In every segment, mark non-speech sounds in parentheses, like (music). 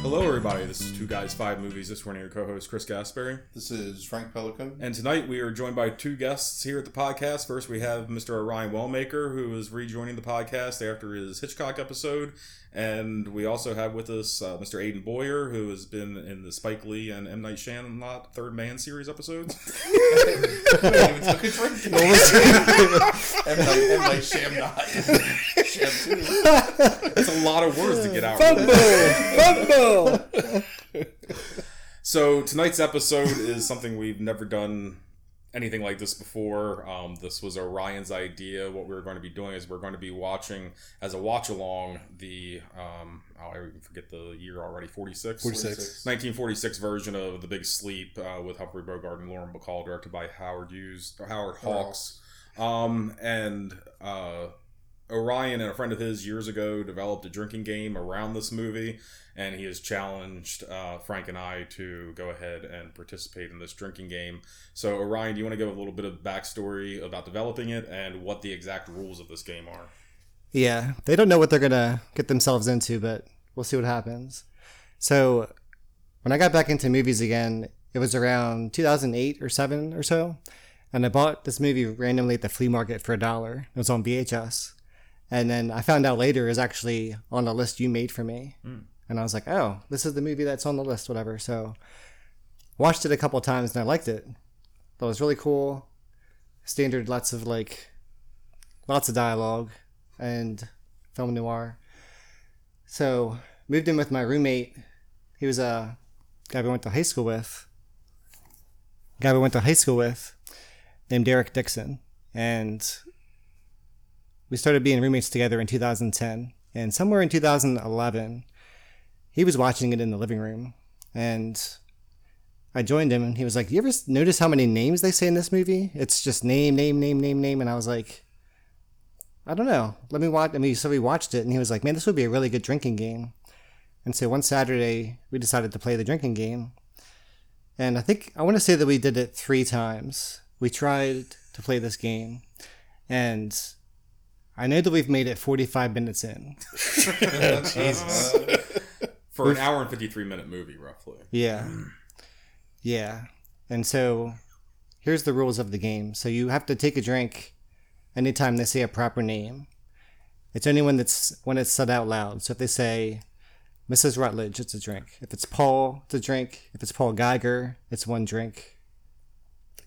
Hello, everybody. This is Two Guys Five Movies. This one, your co-host Chris Gasperry, This is (laughs) Frank Pelican. and tonight we are joined by two guests here at the podcast. First, we have Mr. Orion Wellmaker, who is rejoining the podcast after his Hitchcock episode, and we also have with us uh, Mr. Aiden Boyer, who has been in the Spike Lee and M Night Shyamalan Third Man series episodes. Wait, even took a (laughs) drink. What was (laughs) M. Night, M. Night Shyamalan. Sham too. It's a lot of words to get out. Fumble! Fumble! So tonight's episode is something we've never done anything like this before. Um, this was Orion's idea. What we were going to be doing is we're going to be watching as a watch along the um, oh, I even forget the year already 46? 46. 1946 version of The Big Sleep uh, with Humphrey Bogart and Lauren Bacall, directed by Howard Hughes or Howard Hawks. Um, and uh, Orion and a friend of his years ago developed a drinking game around this movie, and he has challenged uh, Frank and I to go ahead and participate in this drinking game. So, Orion, do you want to give a little bit of backstory about developing it and what the exact rules of this game are? Yeah, they don't know what they're gonna get themselves into, but we'll see what happens. So, when I got back into movies again, it was around 2008 or 7 or so, and I bought this movie randomly at the flea market for a dollar. It was on VHS. And then I found out later it was actually on a list you made for me. And I was like, oh, this is the movie that's on the list, whatever. So, watched it a couple times and I liked it. Thought it was really cool. Standard, lots of like, lots of dialogue and film noir. So moved in with my roommate. He was a guy we went to high school with. Guy we went to high school with, named Derek Dixon, and we started being roommates together in 2010. And somewhere in 2011, he was watching it in the living room, and I joined him, and he was like, "You ever s- notice how many names they say in this movie? It's just name, name, name, name, name." And I was like, I don't know. Let me watch. I mean, so we watched it, and he was like, "Man, this would be a really good drinking game." And so one Saturday, we decided to play the drinking game, and I think I want to say that we did it three times. We tried to play this game, and I know that we've made it forty-five minutes in. (laughs) Jesus. For an hour and 53 minute movie, roughly. Yeah. Yeah. And so here's the rules of the game. So you have to take a drink anytime they say a proper name. It's only when that's when it's said out loud. So if they say Mrs. Rutledge, it's a drink. If it's Paul, it's a drink. If it's Paul Geiger, it's one drink.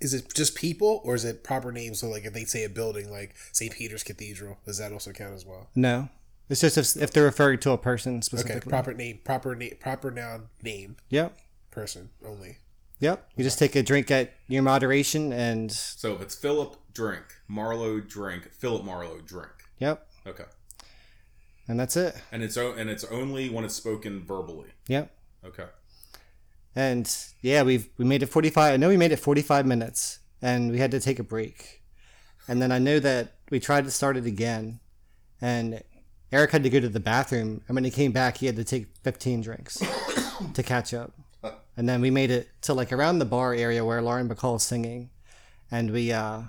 is it just people or is it proper names? So like if they say a building like St. Peter's Cathedral, does that also count as well? No. It's just if, if they're referring to a person Okay, specifically. proper name, proper name, proper noun, name, Yep. person only. Yep. You just take a drink at your moderation and So, if it's Philip, drink. Marlowe, drink. Philip Marlowe, drink. yep. Okay. And that's it. And it's, o- and it's only when it's spoken verbally. Yep. Okay. And yeah, we've we made it 45. I know we made it 45 minutes and we had to take a break. And then I know that we tried to start it again and Eric had to go to the bathroom and when he came back, he had to take 15 drinks (coughs) to catch up. And then we made it to like around the bar area where Lauren Bacall is singing and we uh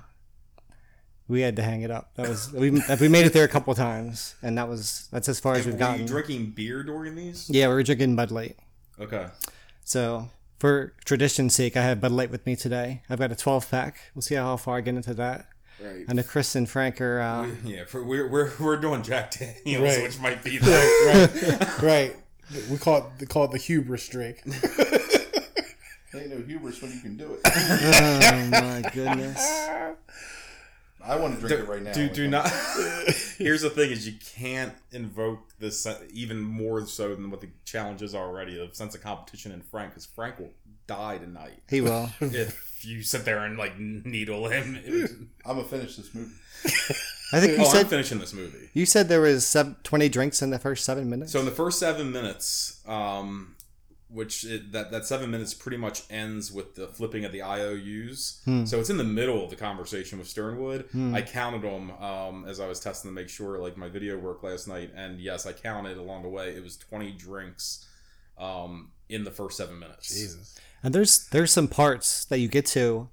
we had to hang it up. That was we we made it there a couple times and that was that's as far as Were we've you gotten. drinking beer during these? yeah, we were drinking Bud Light. Okay. (laughs) So for tradition's sake, I have Bud Light with me today. I've got a 12 pack. We'll see how far I get into that. Right. I know Chris and Frank (laughs) are. Uh, Yeah, for, we're, we're, we're doing Jack Daniels, Right. which might be the Right, right. We call it they call it the hubris drink. Ain't no hubris when you can do it. (laughs) oh my goodness! I want to drink it right now. do do not. (laughs) Here's the thing: is you can't invoke this sen- even more so than what the challenges are already of sense of competition in Frank, because Frank will die tonight He will. if you sit there and like needle him. It was- I'm gonna finish (laughs) this movie. I think you oh, I'm said finishing this movie. you said there was seven, 20 drinks in the first seven minutes. So in the first seven minutes, um, which it, that that seven minutes pretty much ends with the flipping of the IOUs. Hmm. So it's in the middle of the conversation with Sternwood. Hmm. I counted them um, as I was testing to make sure, like my video work last night, and yes, I counted along the way. It was twenty drinks um, in the first seven minutes. Jesus. and there's there's some parts that you get to,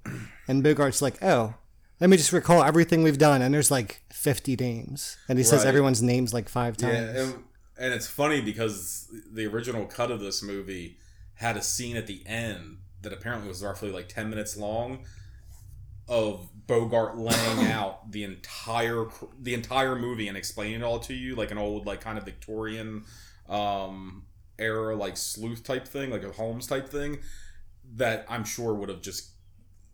and Bogart's like, oh. Let me just recall everything we've done, and there's like 50 names, and he says Right. everyone's names like five Yeah, times. and And it's funny because the original cut of this movie had a scene at the end that apparently was roughly like 10 minutes long of Bogart (coughs) laying out the entire cr- the entire movie and explaining it all to you like an old like kind of Victorian um era like sleuth type thing like a Holmes type thing that I'm sure would have just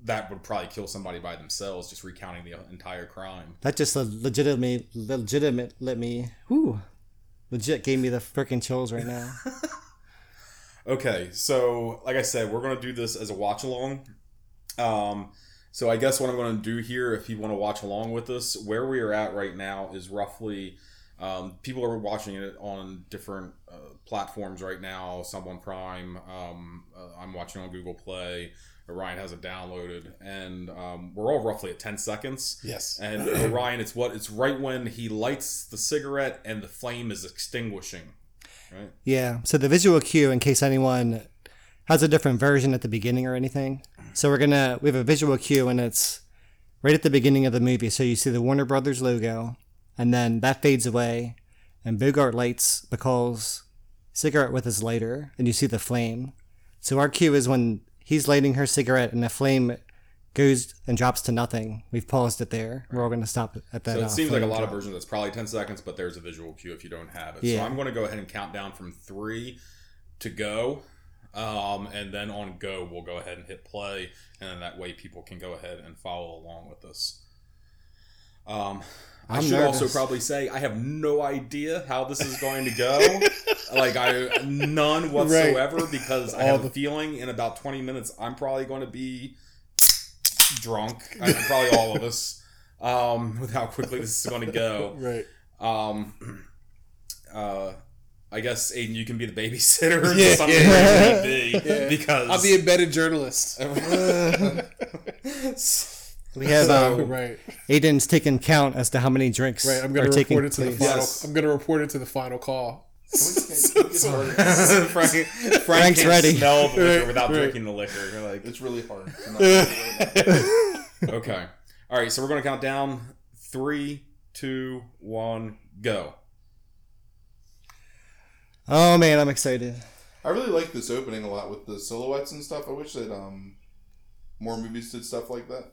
that would probably kill somebody by themselves just recounting the entire crime. That just le- legitimately, legitimate, let me, whoo, legit gave me the freaking chills right now. Okay, so like I said, we're gonna do this as a watch along. Um, so I guess what I'm gonna do here, if you want to watch along with us, where we are at right now is roughly. Um, people are watching it on different uh, platforms right now. Some on Prime. Um, uh, I'm watching on Google Play. Orion has it downloaded, and um, we're all roughly at 10 seconds. Yes. And Orion, it's what it's right when he lights the cigarette and the flame is extinguishing. Right. Yeah. So the visual cue, in case anyone has a different version at the beginning or anything. So we're gonna we have a visual cue and it's right at the beginning of the movie. So you see the Warner Brothers logo, and then that fades away, and Bogart lights McCall's cigarette with his lighter, and you see the flame. So our cue is when he's lighting her cigarette and the flame goes and drops to nothing. We've paused it there. We're all gonna stop at that. So uh, it seems like a flame lot of drop. versions that's probably 10 seconds, but there's a visual cue if you don't have it. Yeah. So I'm going to go ahead and count down from three to go. Um, and then on go, we'll go ahead and hit play. And then that way people can go ahead and follow along with us. Um, I I'm should also nervous. probably say I have no idea how this is going to go. (laughs) like I none whatsoever because I All have a the- feeling in about 20 minutes I'm probably going to be drunk. I, probably all of us. Um, (laughs) with how quickly this is going to go. Right. Um, (clears throat) uh, I guess Aiden, you can be the babysitter. or Yeah, something yeah. like that, (laughs) Yeah. because I'll be a better (laughs) journalist. (laughs) we have So, um, right. Aiden's taking count as to how many drinks Right. I'm are gonna taking report it to the place. final Yes. I'm gonna report it to the final call. (laughs) Frank, Frank Frank's can't ready. Smell the liquor Right, without right. drinking the liquor. You're like, It's really hard. to not get away now. okay. All right, so we're gonna count down three, two, one, go. Oh man, I'm excited. I really like this opening a lot with the silhouettes and stuff. I wish that um more movies did stuff like that.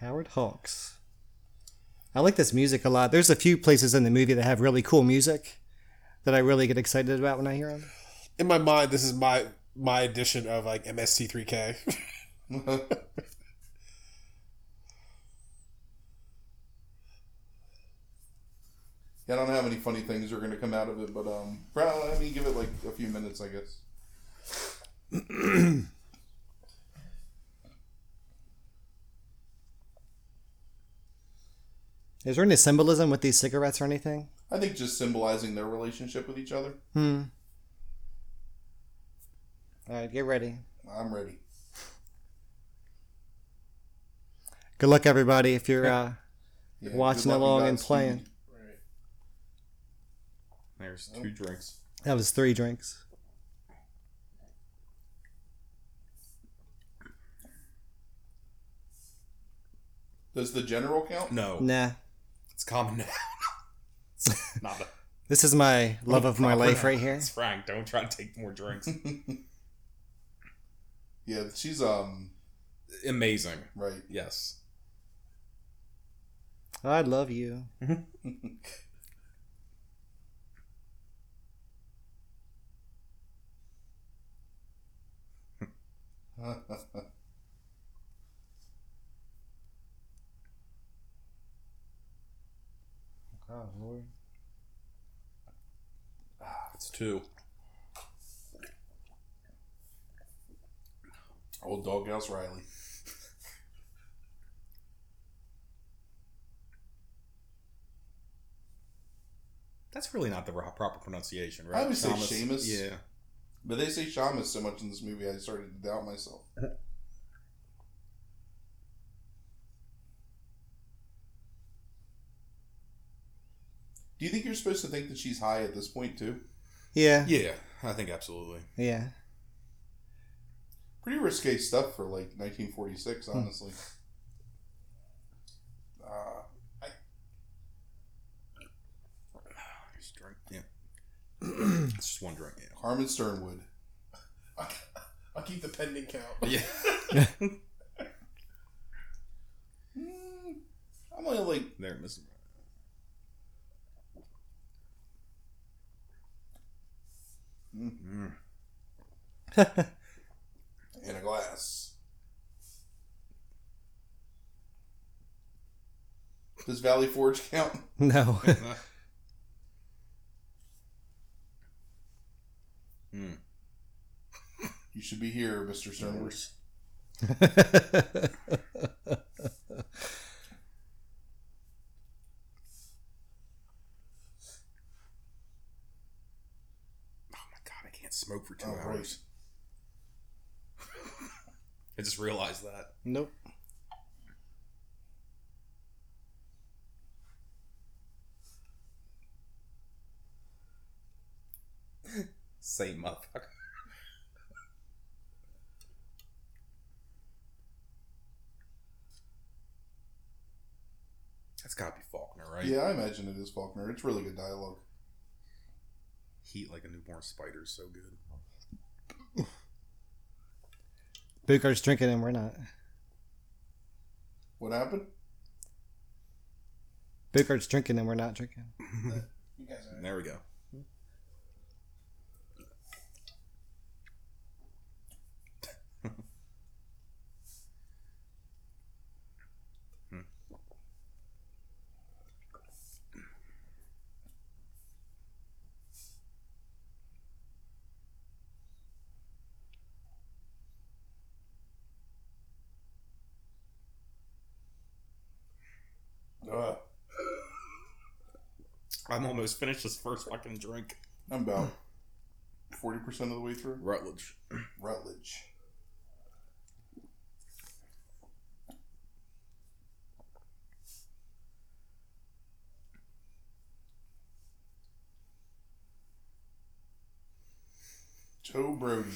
Howard Hawks. I like this music a lot. There's a few places in the movie that have really cool music that I really get excited about when I hear them. In my mind, this is my my edition of like MST3K. Yeah, I don't know how many funny things are going to come out of it, but um, probably let me give it like a few minutes, I guess. Is there any symbolism with these cigarettes or anything? I think just symbolizing their relationship with each other. Hmm. All right, get ready. I'm ready. Good luck, everybody. If you're uh, Yeah, Watching good luck along and Godspeed. playing. There's two drinks. that was three drinks. Does the general count? No, Nah, it's common (laughs) now. Not that this is my love of my proper life right here. it's Frank. Don't try to take more (laughs) drinks. Yeah, she's um Amazing. right. Yes. I love you. Oh Lord. Ah, It's two. Old doghouse Riley. That's really not the ro- proper pronunciation, right? I would say Thomas? Seamus. (laughs) Yeah. But they say shamus so much in this movie, I started to doubt myself. (laughs) Do you think you're supposed to think that she's high at this point too? Yeah, Yeah, I think absolutely. yeah. Pretty risque stuff for like 1946, Hmm. honestly. Uh, I... It's just one drink. Yeah. Carmen Sternwood. (laughs) I'll keep the (laughs) pending count. Mm, (laughs) I'm only like There, missing. Mm. in a glass. Does Valley Forge count? No. (laughs) Mm. You should be here, Mr. Sternwood. Oh my god, I can't smoke for two Oh, hours. right. I just realized that. nope. (laughs) Same motherfucker. That's gotta be Faulkner, right? Yeah, I imagine it is Faulkner. It's really good dialogue. Heat like a newborn spider is so good. Boogart's drinking and we're not. What happened? Boogart's drinking and we're not drinking. You guys are There we go. Ugh, I'm almost finished this first fucking drink. I'm about forty percent of the way through. Rutledge. Rutledge. Joe Brody.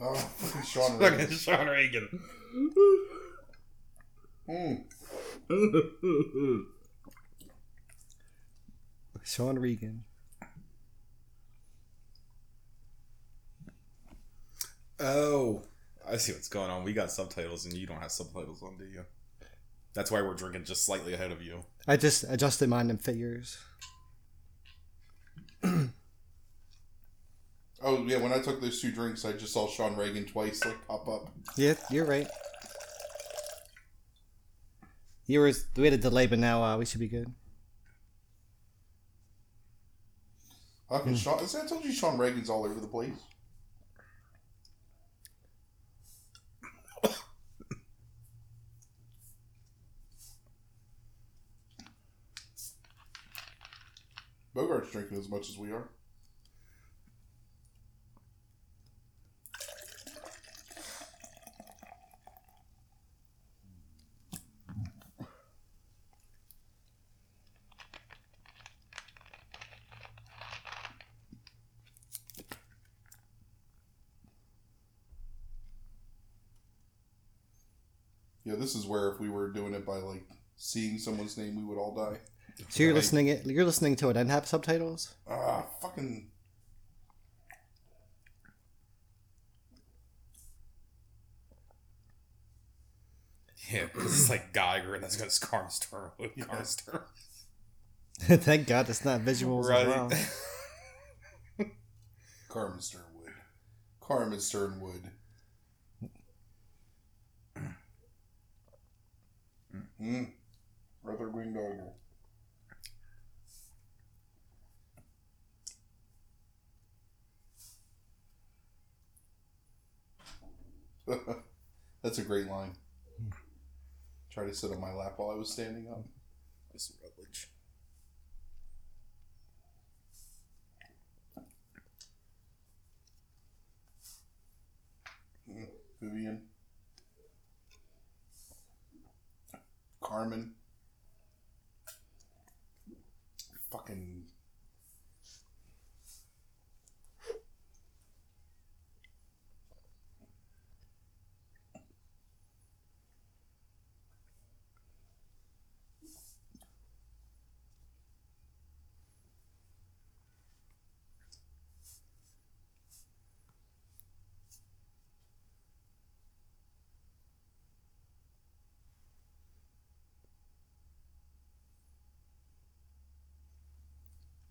Oh, fucking Sean Fucking Rutledge. Sean Reagan. Mm. Sean Regan. oh. I see what's going on. We got subtitles and you don't have subtitles on, do you? That's why we're drinking just slightly ahead of you. I just adjusted mine and fit yours. Oh yeah, when I took those two drinks, I just saw Sean Reagan twice like pop up. Yeah, you're right. You were we had a delay, but now uh, we should be good. Fucking Sean! See, I told you Sean Reagan's all over the place. (coughs) Bogart's drinking as much as we are. Yeah, this is where if we were doing it by like seeing someone's name, we would all die. So you're Right. listening it. You're listening to it and have subtitles. (laughs) Ah, fucking. Yeah, 'cause (laughs) it's like Geiger, and that's got Scar's turn with Yeah. Scar's turn. Thank God it's not visuals. as (laughs) well. Right. Carmen Sternwood. Carmen Sternwood. Mm. Brother Green Dogger. (laughs) That's a great line. Try to sit on my lap while I was standing up. This Rutledge. Vivian. Carmen. Fucking.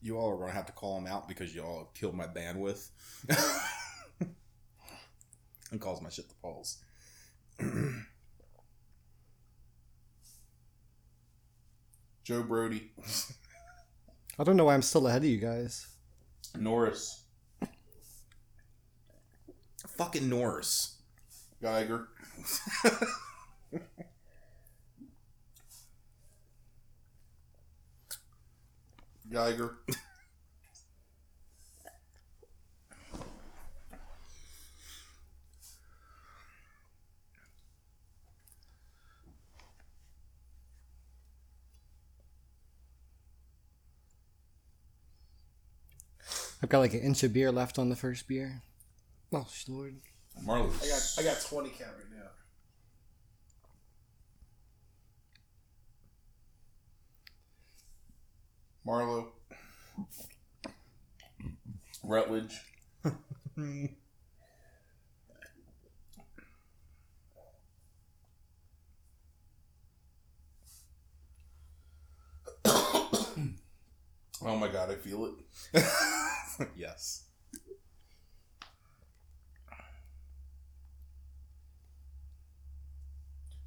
you all are gonna have to call him out because you all have killed my (laughs) bandwidth and caused my shit to pause. Joe Brody, I don't know why I'm still ahead of you guys. Norris, Fucking Norris. Geiger, (laughs) Geiger, I've got like an inch of beer left on the first beer. Oh, sh- Lord. Marley. I got I got twenty count right now. Marlowe, (coughs) Rutledge, Oh my god, I feel it. (laughs) yes.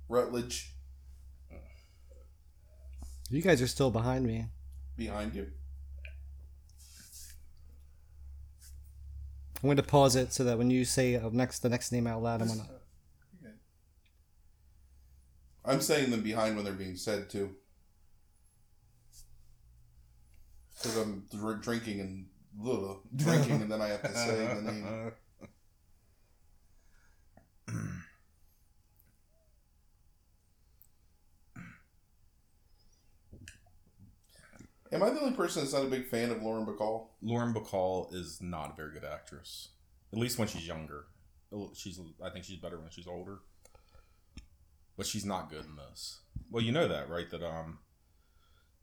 Rutledge You guys are still behind me. behind you. I'm going to pause it so that when you say uh, next the next name out loud, I'm gonna. I'm saying them behind when they're being said too, because I'm dr- drinking and ugh, drinking, and then I have to (laughs) say the name. Am I the only person that's not a big fan of Lauren Bacall? Lauren Bacall is not a very good actress. At least when she's younger. She's I think she's better when she's older. But she's not good in this. Well, you know that, right? That um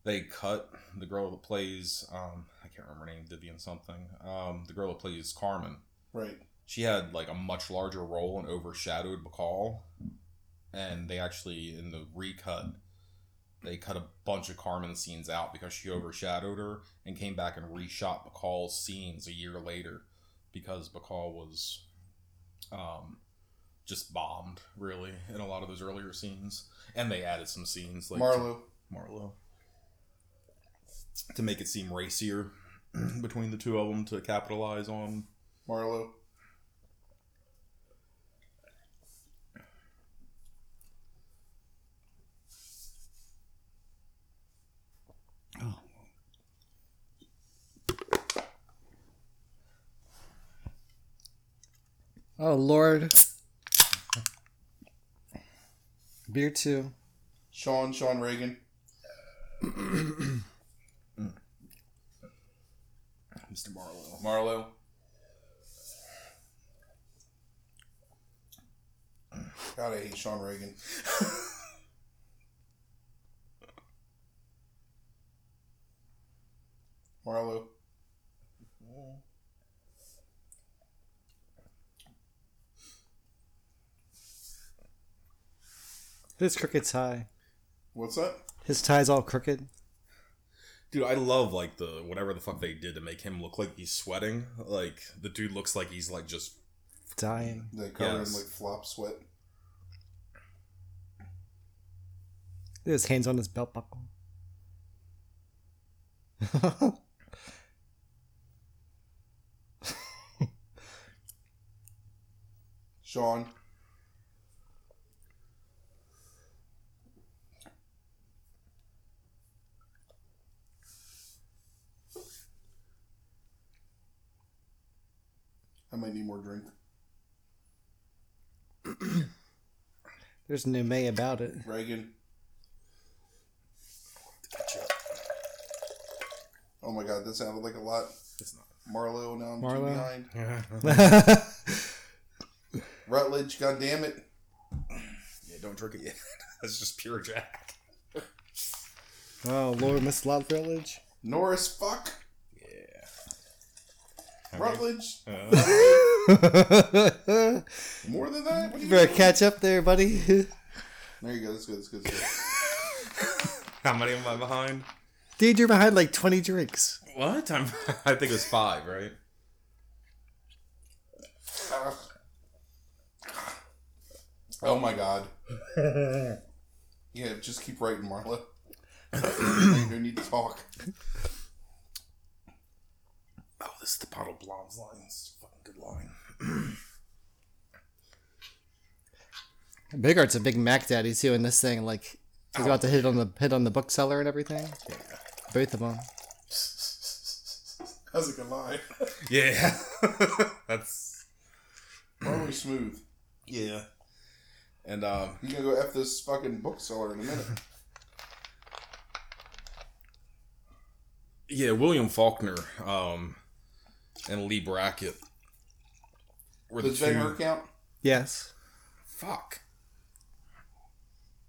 they cut the girl that plays um I can't remember her name, Vivian something. Um the girl that plays Carmen. Right. She had like a much larger role and overshadowed Bacall. And they actually in the recut they cut a bunch of Carmen scenes out because she overshadowed her and came back and reshot Bacall's scenes a year later because Bacall was um, just bombed, really, in a lot of those earlier scenes. And they added some scenes like Marlowe. Marlowe to make it seem racier (clears throat) between the two of them to capitalize on. Marlowe. Oh, Lord. Beer two. Sean. Sean Reagan. Mr. Marlowe. Marlowe. God, I hate Sean Reagan. (laughs) Marlowe. His crooked's high. What's that? His tie's all crooked. Dude, I love like the whatever the fuck they did to make him look like he's sweating. Like the dude looks like he's like just (laughs) Dying. They cover Yes. him like flop sweat. His hands on his belt buckle. Sean. I might need more drink. (laughs) There's no may about (laughs) it. Reagan. Oh my god, that sounded like a lot. it's not. Marlowe, now I'm Marlowe. too behind. yeah, Rutledge, god damn it. Yeah, don't drink it yet. (laughs) That's just pure (laughs) Jack. Oh Lord, Miss Love Village. (laughs) Norris, fuck. Rutledge, Uh, Better more than that? What do you catch up there, buddy. (laughs) There you go, that's good, that's good. That's good. how many am I behind? Dude, you're behind like 20 drinks. What? I'm, (laughs) I think it was five, right? Oh my god. Yeah, just keep writing, Marla. you need to talk. Oh, this is the bottle blonde's line. It's a fucking good line. Big Art's a big Mac daddy too in this thing. Like he's about to hit on the hit on the bookseller and everything. Both of them. That's a good line. Yeah, (laughs) that's Marla smooth. yeah. And um, You gonna go f this fucking bookseller in a minute? yeah, William Faulkner um, and Lee Brackett were the Does that two. hurt count? Yes. Fuck.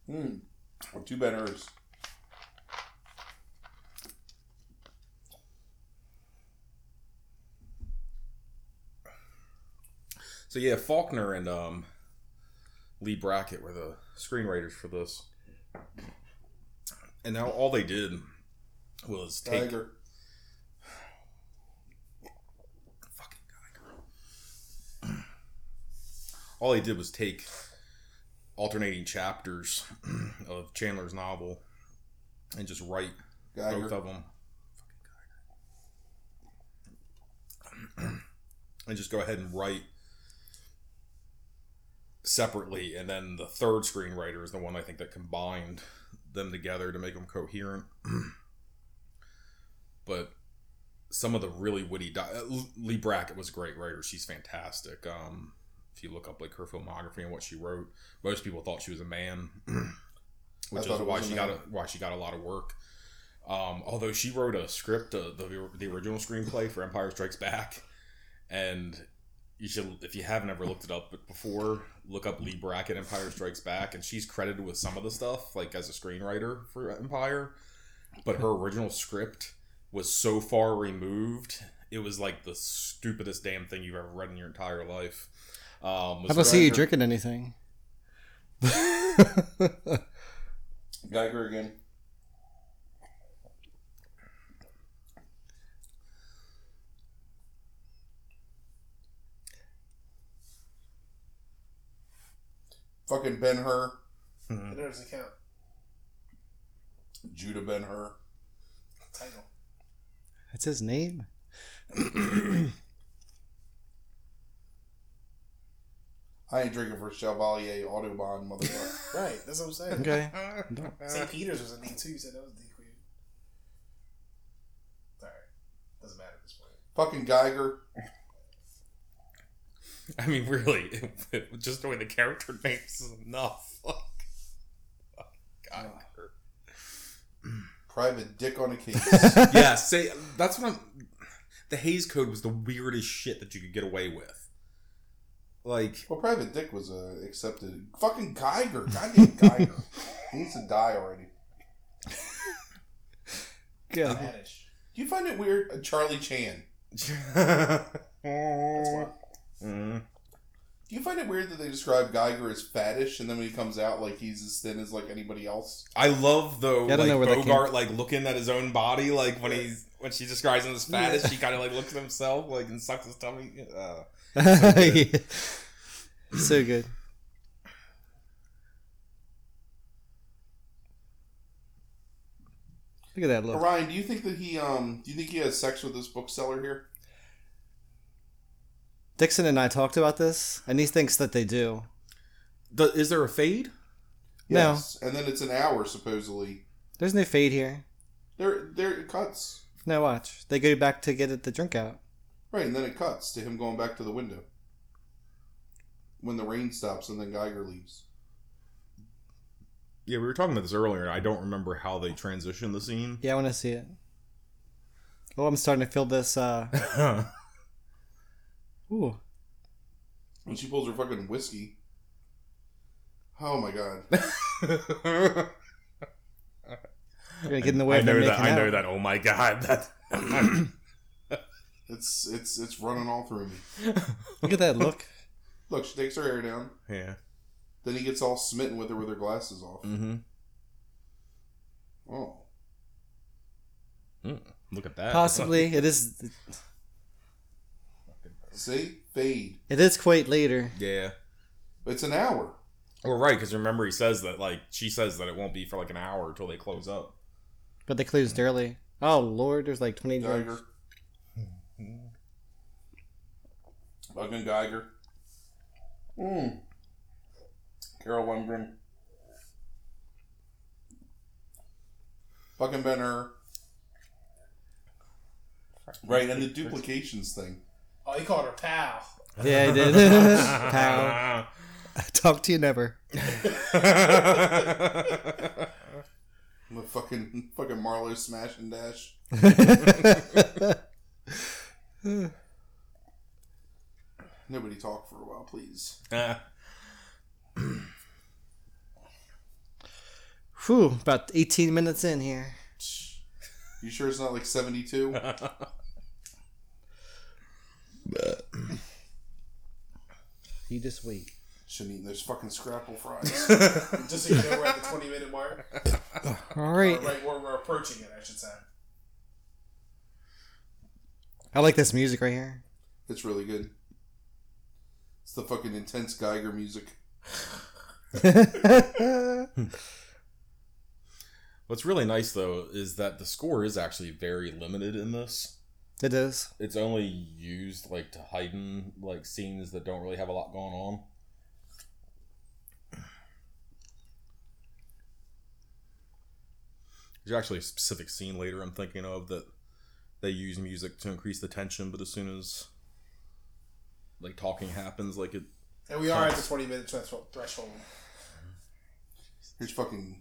Hmm. Well, two banners. So yeah, Faulkner and um, Lee Brackett were the screenwriters for this, and now all they did was take Tiger. fucking Geiger. All he did was take alternating chapters (clears throat) of Chandler's novel and just write Geiger. both of them. (clears throat) and just go ahead and write separately. And then the third screenwriter is the one I think that combined them together to make them coherent. (clears throat) but some of the really witty di- uh, L- Lee Brackett was a great writer. She's fantastic. Um, if you look up like her filmography and what she wrote, most people thought she was a man, (clears throat) which thought is it why was a she got a, man. why she got a lot of work. Um, although she wrote a script, uh, the the original screenplay for Empire Strikes Back, and you should if you haven't ever looked it up before, look up Lee Brackett Empire Strikes Back, and she's credited with some of the stuff like as a screenwriter for Empire, but her original script was so far removed. It was like the stupidest damn thing you've ever read in your entire life. Um, was I don't see you Geiger- drinking (laughs) anything. Geiger again. Fucking Ben Hur. And there's a count. Judah Ben Hur. Title. That's his name. I ain't drinking for Chevalier Autobahn, motherfucker. (laughs) Right, that's what I'm saying. Okay. St. Peter's was a D too. You said that was a D queen. Sorry. Doesn't matter at this point. Fucking Geiger. (laughs) I mean, really, (laughs) just knowing the character (laughs) names is enough. (laughs) Fuck. God. (laughs) Private Dick on a case. yeah, say that's what I'm. The Hayes Code was the weirdest shit that you could get away with. Like, (laughs) well, Private Dick was uh, accepted. Fucking Geiger. Goddamn Geiger. he needs to die already. Good. Spanish. Do you find it weird? Uh, Charlie Chan. Mm. Do you find it weird that they describe Geiger as fattish and then when he comes out, like he's as thin as like anybody else? I love though, Yeah, I don't like know where that came Bogart, like looking at his own body, like when he's when she describes him as fat, as she kind of like looks at himself, like and sucks his tummy. Uh, (laughs) so good. Look at that look. Orion, do you think that he um do you think he has sex with this bookseller here? Dixon and I talked about this, and he thinks that they do. the, is there a fade? No. And then it's an hour supposedly. There's no fade here. There there it cuts. No, watch. They go back to get it, the drink out. Right, and then it cuts to him going back to the window. When the rain stops and then Geiger leaves. Yeah, we were talking about this earlier, and I don't remember how they transitioned the scene. Yeah, I want to see it. Oh, I'm starting to feel this. uh (laughs) Ooh. And she pulls her fucking whiskey. Oh my (laughs) god. You're gonna get in the way I of know them that. making I know out. that. Oh my god, that. (clears throat) It's it's it's running all through me. Look at (laughs) that look. Look, she takes her hair down. yeah. Then he gets all smitten with her Mm. Mm-hmm. with her glasses off. Mm-hmm. Oh. Look at that. Possibly it is. See, fade. It is quite later. (laughs) yeah. It's an hour. Well, right, because remember he says that like she says that it won't be for like an hour until they close up. (laughs) But they closed early. Oh lord, there's like twenty Geiger. drugs. Buggin Geiger. Mm. Carol Lundgren. Fucking Benner. Right, and the duplications thing. Oh, he called her pal. (laughs) Yeah, I (laughs) did. Pow. (laughs) Talk to you never. The fucking (laughs) fucking Marlowe smash and dash. Nobody talk for a while, please. Whew, about 18 minutes in here. You sure it's not like seventy two? You just wait. Shouldn't eat those fucking scrapple fries. Just so you know, we're at the 20 minute mark. All right. Right where we're approaching it, I should say. I like this music right (laughs) here. It's really good. It's the fucking intense Geiger music. What's really nice though is that the score is actually very limited in this. it (laughs) is. It's only used like to heighten like scenes that don't really have a lot going on. There's actually a specific scene later I'm thinking of that they use music to increase the tension, but as soon as like talking happens, like it And we are at the 20 minute threshold. threshold. Here's fucking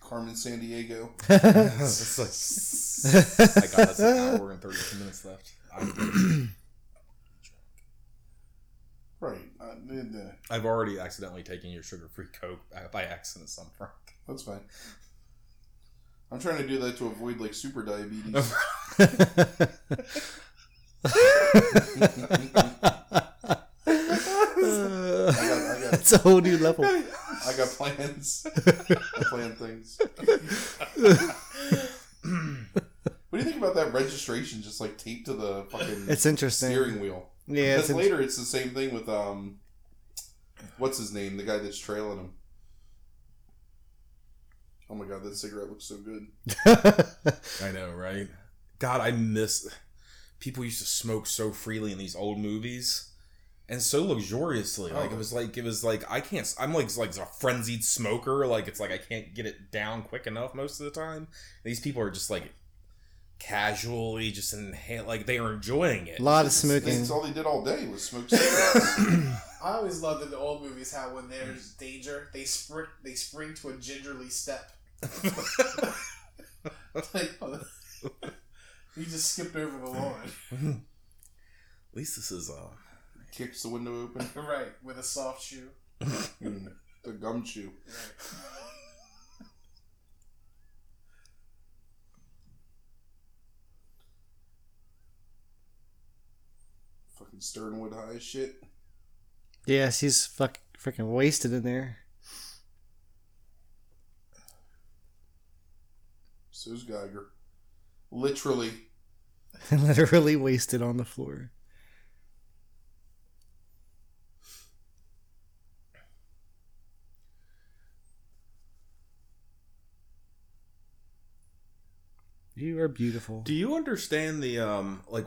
Carmen San Diego. It's like, (laughs) my God, that's an hour and 32 minutes left. I'm- Right. Uh, I did that. I've already accidentally taken your sugar free Coke by accident, some front. That's fine. I'm trying to do that to avoid like super diabetes. I got, I got, That's a whole new level. I got plans. I plan things. what do you think about that registration just like taped to the fucking It's interesting. steering wheel? Yeah, Because it's in- later it's the same thing with um, what's his name? The guy that's trailing him. Oh my god, that cigarette looks so good. I know, right? God, I miss. People used to smoke so freely in these old movies, and so luxuriously. Like it was like it was like I can't. I'm like like a frenzied smoker. Like it's like I can't get it down quick enough most of the time. These people are just like casually just inhale. Like they are enjoying it. (laughs) a lot of It's, smoking. it's all they did all day was smoke cigarettes. (laughs) I always loved in the old movies how when there's danger, they sprint, they spring to a gingerly step. (laughs) like, (laughs) oh, you just skipped over the lawn, (laughs) At least this is uh Kicks the window open. right? With a soft shoe. Mm, the gumshoe. Fucking Sternwood High as shit. Yeah, she's fuck, freaking wasted in there. So's Geiger. Literally. (laughs) Literally wasted on the floor. You are beautiful. Do you understand the um like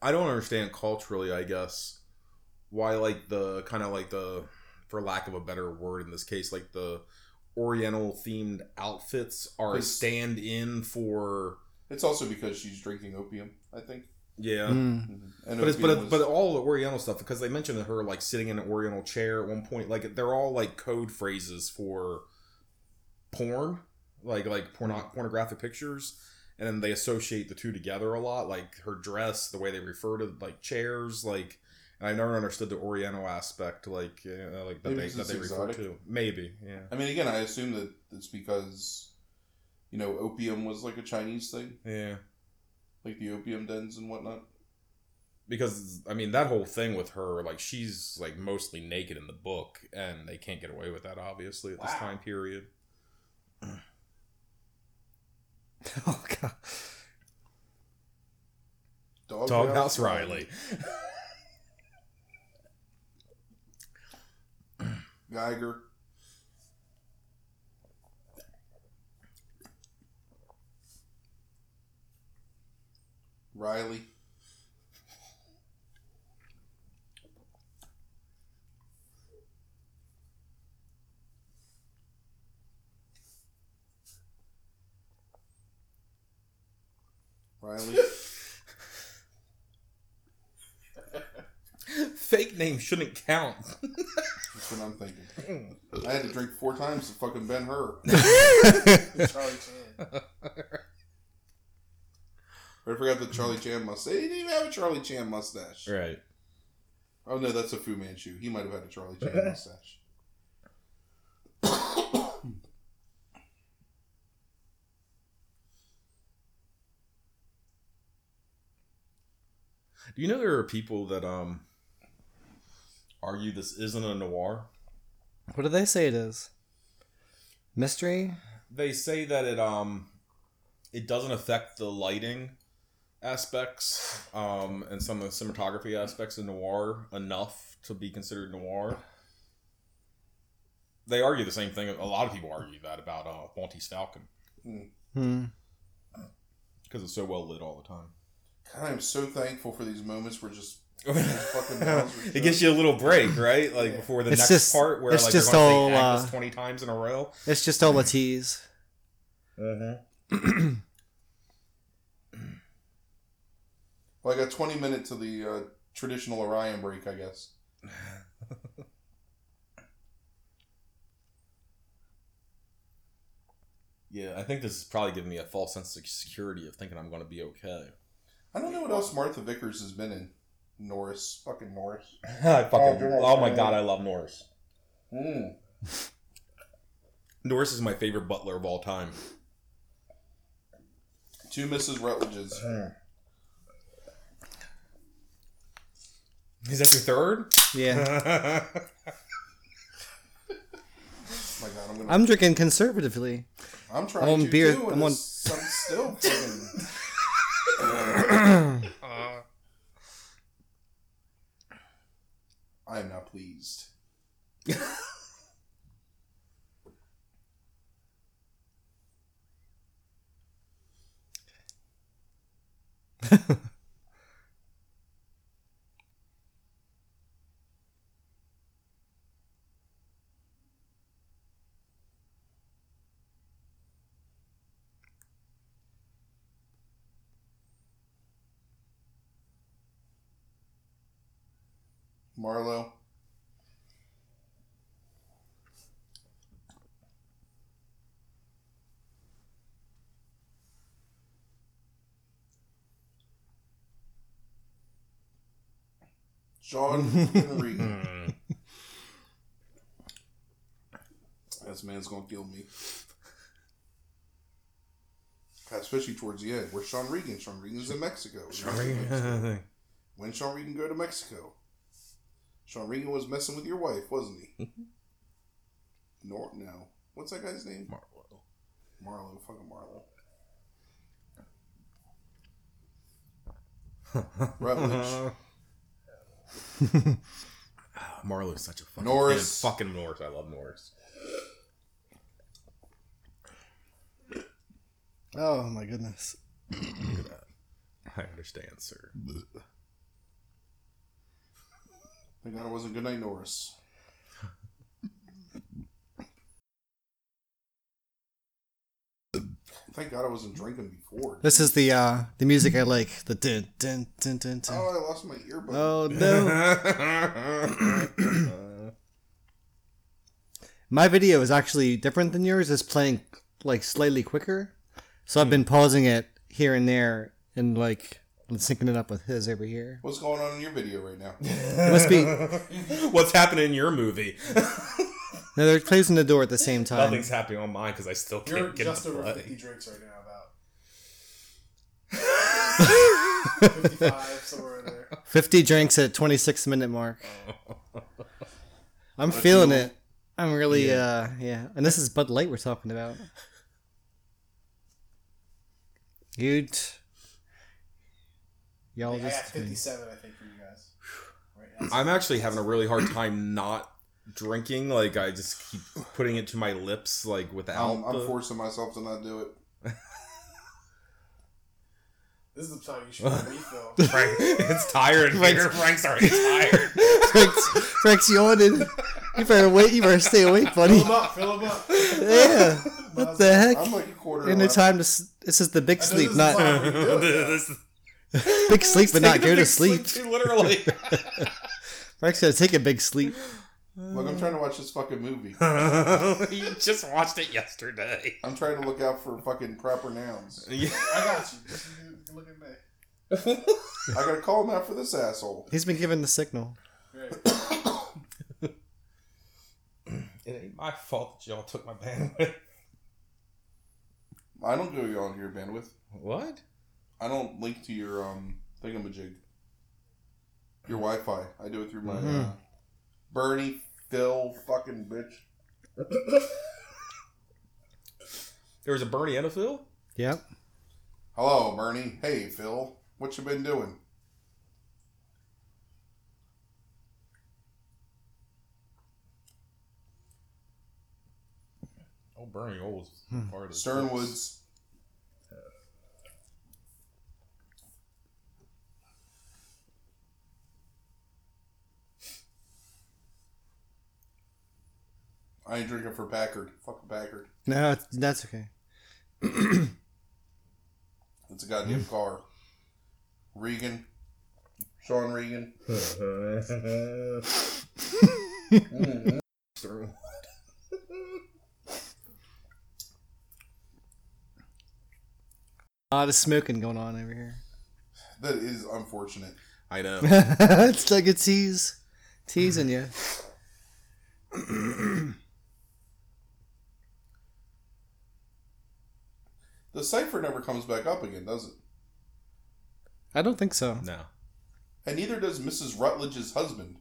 I don't understand culturally, I guess, why like the kind of like the for lack of a better word in this case, like the oriental themed outfits are a Yes. stand in for It's also because she's drinking opium, I think. yeah. Mm. (laughs) Mm-hmm. And But it's but opium it, was- but all the Oriental stuff because they mentioned her like sitting in an Oriental chair at one point. Like they're all like code phrases for porn, like like Hmm. porno- pornographic pictures, and then they associate the two together a lot. Like her dress, the way they refer to like chairs, like. And I never understood the Oriental aspect, like you know, like that Maybe they it's that just they refer exotic. to. Maybe, yeah. I mean, again, I assume that it's because, you know, opium was like a Chinese thing, Yeah. like the opium dens and whatnot. because I mean that whole thing with her, like she's like mostly naked in the book, and they can't get away with that obviously at this Wow. time period. oh god. Dog Doghouse Riley. Geiger. Riley. Riley. (laughs) Fake names shouldn't count. That's what I'm thinking. I had to drink four times to fucking Ben Hur. Charlie Chan. I forgot the Charlie Chan mustache. He didn't even have a Charlie Chan mustache. right. Oh no, that's a Fu Manchu. He might have had a Charlie (laughs) Chan mustache. (coughs) Do you know there are people that um argue this isn't a noir? What do they say it is? Mystery? They say that it um it doesn't affect the lighting aspects um and some of the cinematography aspects of noir enough to be considered noir. They argue the same thing. A lot of people argue that about uh, Monty's Falcon Hmm. because it's so well lit all the time. God, I'm so thankful for these moments where just fucking miles we (laughs) it gives you a little break, right? Like before the It's next just- part where it's like just they're going all, to act this uh, twenty times in a row. It's just all a tease. like a 20 minute to the uh, traditional Orion break, I guess. Yeah, I think this is probably giving me a false sense of security of thinking I'm going to be okay. I don't know what else Martha Vickers has been in. Norris, fucking Norris. I fucking, Oh, oh my god, I love Norris. Mm. Norris is my favorite butler of all time. Two Mrs. Rutledge's. Is that your third? (laughs) Yeah. my God, I'm gonna. I'm, I'm drinking conservatively. trying on to beer- too, and I'm on- it's- I'm (laughs) still fucking. Uh, I am not pleased. Marlowe. John Henry. This man's gonna kill me. God, especially towards the end. Where's Sean Regan? Sean Regan's in Mexico. When Sean Regan go to Mexico? Sean Regan was messing with your wife, wasn't he? Nor no. What's that guy's name? Marlowe. Marlo, fucking Marlo. Rutledge. Marlowe's such a fucking Norris. man, fucking Norris. I love Norris. Oh my goodness. I understand, sir. Thank God it wasn't Goodnight Norris. Thank God I wasn't drinking before. This is the uh the music I like. The dun dun dun dun Oh, dun. I lost my earbud. Oh (laughs) (laughs) no. My video is actually different than yours. It's playing like slightly quicker. So I've been pausing it here and there and like syncing it up with his over here. What's going on in your video right now? It must be no, What's happening in your movie? they're closing the door at the same time. Nothing's happening on mine because I still can't You're get just the over play. (laughs) 50 drinks right now, about. 55, (laughs) somewhere in there. 50 drinks at 26 minute mark. I'm feeling it. I'm really, uh, yeah. And this is Bud Light we're talking about. Ute. I Y'all got just. 57, I think, for you guys. Right now. I'm actually having a really hard time not drinking. Like I just keep putting it to my lips, like without. Um, I'm, I'm the- forcing myself to not do it. This is the time you should refill. Frank, (laughs) it's tired. Peter Frank's already tired. Frank's, Frank's yawning. You better wait. You better stay awake, buddy. Fill them up, (laughs) fill them up. Yeah. What the heck? I'm like a quarter. In the left. time to. S- this is the big I know sleep, this not is how (laughs) we do it, This is- big sleep, but not Taking a go to big sleep. too, literally. (laughs) Frank's gonna take a big sleep. Look, I'm trying to watch this fucking movie. you just watched it yesterday. I'm trying to look out for fucking proper nouns. though. I got you. Just you can look at me. (laughs) I gotta call him out for this asshole. (coughs) He's been given the signal. Right. (laughs) It ain't my fault that y'all took my bandwidth. I don't go on your bandwidth. What? I don't link to your um thingamajig. Your Wi-Fi. I do it through my uh, Mhm. Bernie Phil fucking bitch. There was a Bernie and a Phil? Yep. Hello, Bernie. Hey, Phil. What you been doing? Oh, Bernie old Hmm. part of the Sternwoods. I ain't drinking for Packard. Fuck Packard. No, it's- that's okay. It's a goddamn car. Regan. Sean Regan. Sternwood. A lot of smoking going on over here. (laughs) That is unfortunate. I know. (laughs) it's like a tease, teasing you. The cipher never comes back up again, does it? I don't think so. No. And neither does Mrs. Rutledge's husband.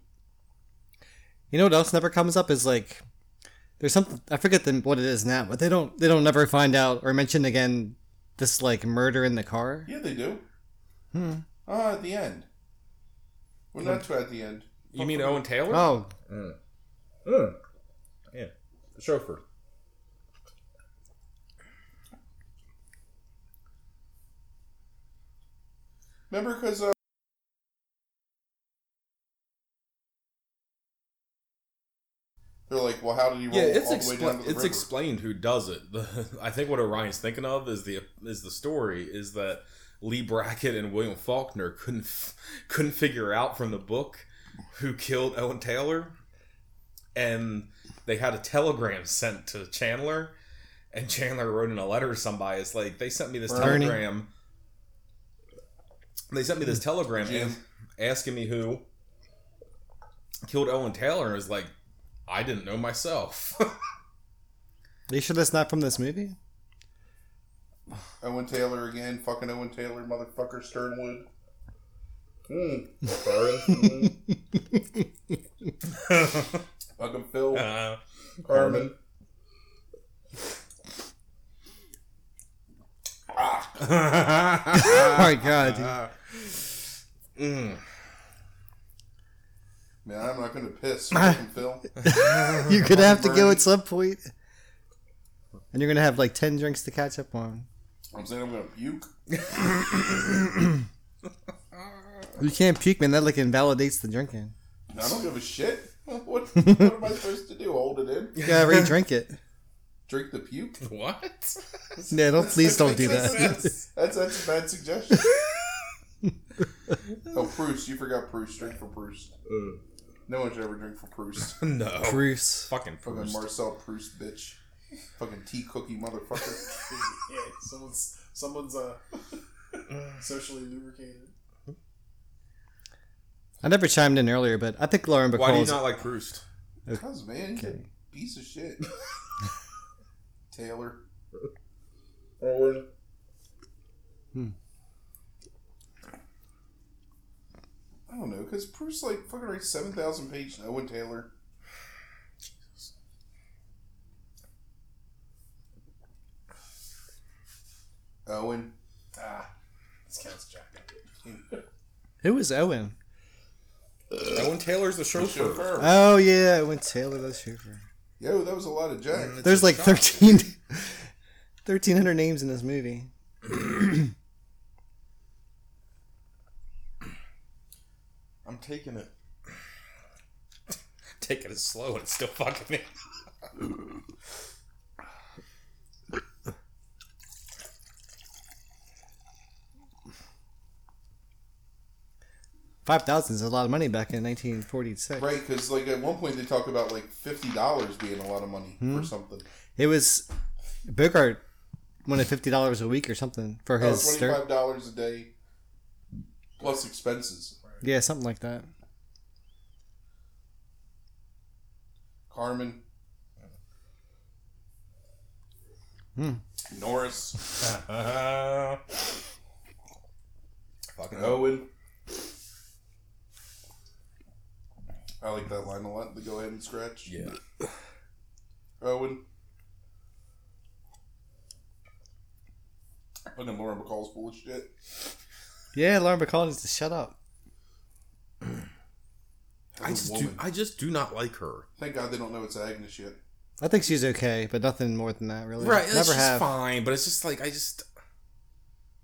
You know what else never comes up is like there's something I forget the, what it is now, but they don't they don't ever find out or mention again this like murder in the car. Yeah, they do. Hmm. Ah, at the end. Well, not to at the end. You mean Owen Taylor? Oh, Yeah. The chauffeur. Remember, because uh, they're like, "Well, how did he roll Yeah, it's all the way down expla- to the it's river?" explained who does it. (laughs) I think what Orion's thinking of is the is the story is that Lee Brackett and William Faulkner couldn't f- couldn't figure out from the book who killed Owen Taylor, and they had a telegram sent to Chandler, and Chandler wrote in a letter to somebody. It's like they sent me this Bernie. telegram. They sent me this telegram Jim. as- asking me who killed Owen Taylor, and it was like, I didn't know myself. (laughs) are you sure that's not from this movie? Owen Taylor again, fucking Owen Taylor, motherfucker, Sternwood. Hmm. Hmm. Fucking Phil, Uh, Carmen. (laughs) Ah. oh (laughs) my god, dude. mm. Man, I'm not gonna (laughs) piss. Fucking Phil. you're gonna have to go Bernie. at some point, and you're gonna have like ten drinks to catch up on. I'm saying I'm gonna puke. You can't puke, man. That like invalidates the drinking. I don't give a shit. (laughs) What, what am I supposed to do? Hold it in? You (laughs) gotta re-drink it. Drink the puke? What? Yeah, don't please don't (laughs) do that. That's, that's, that's a bad (laughs) suggestion. oh, Proust. You forgot Proust. Drink for Proust. Uh. No one should ever drink for Proust. no. Bruce. Fucking Fucking Proust. Marcel Proust, bitch. Fucking tea cookie motherfucker. yeah, someone's, someone's uh, socially lubricated. I never chimed in earlier, but I think Lauren Why do you Bacall's not like Proust? Cuz, man. you Piece of shit. Taylor. Owen. I don't know, because Proust, like, fucking writes 7,000 page Owen Taylor. Owen. Ah, This counts, Jack. Who is Owen? Owen Taylor's the chauffeur. Chauffeur. Oh yeah, Owen Taylor. That's who. Yo, that was a lot of Jack. There's like (laughs) 13, 1,300 names in this movie. I'm taking it. taking it slow and it's still fucking me. Five thousand is a lot of money back in 1946. Right, because like at one point they talk about like fifty dollars being a lot of money or something. It was Bogart wanted fifty dollars a week or something for Oh, his twenty stir- five dollars a day plus expenses. yeah something like that. Carmen. Hmm. Norris. fucking oh. Owen. I like that line a lot. The go ahead and scratch. Yeah. Owen. Fucking Lauren McCall's bullshit. Yeah, Lauren Bacall needs to shut up. I As a just, do, woman. I just do not like her. Thank God they don't know it's Agnes yet. I think she's okay, but nothing more than that really. Right, that's never just have. fine, but it's just like I just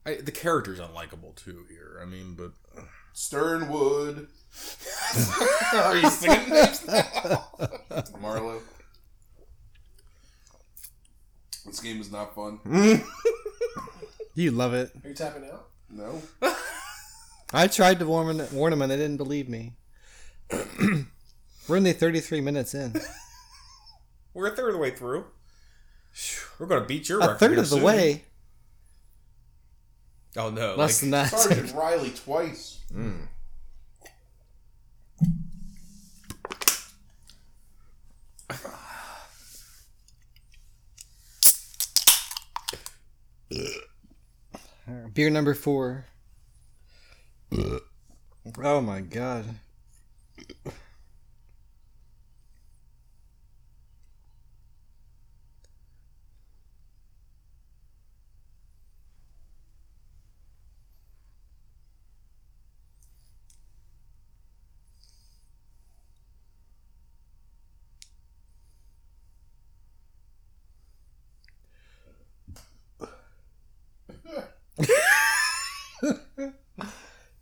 I, the character's unlikable too here. I mean, but Sternwood. (laughs) are you singing names? Marlowe. This game is not fun. You love it. Are you tapping out? No. I tried to warn them, warn them and they didn't believe me. (clears throat) We're only 33 minutes in. We're a third of the way through. We're gonna beat your A record third here of the soon. way, Oh no, like, (laughs) less than that. Sergeant Riley twice. Beer number four. oh my god.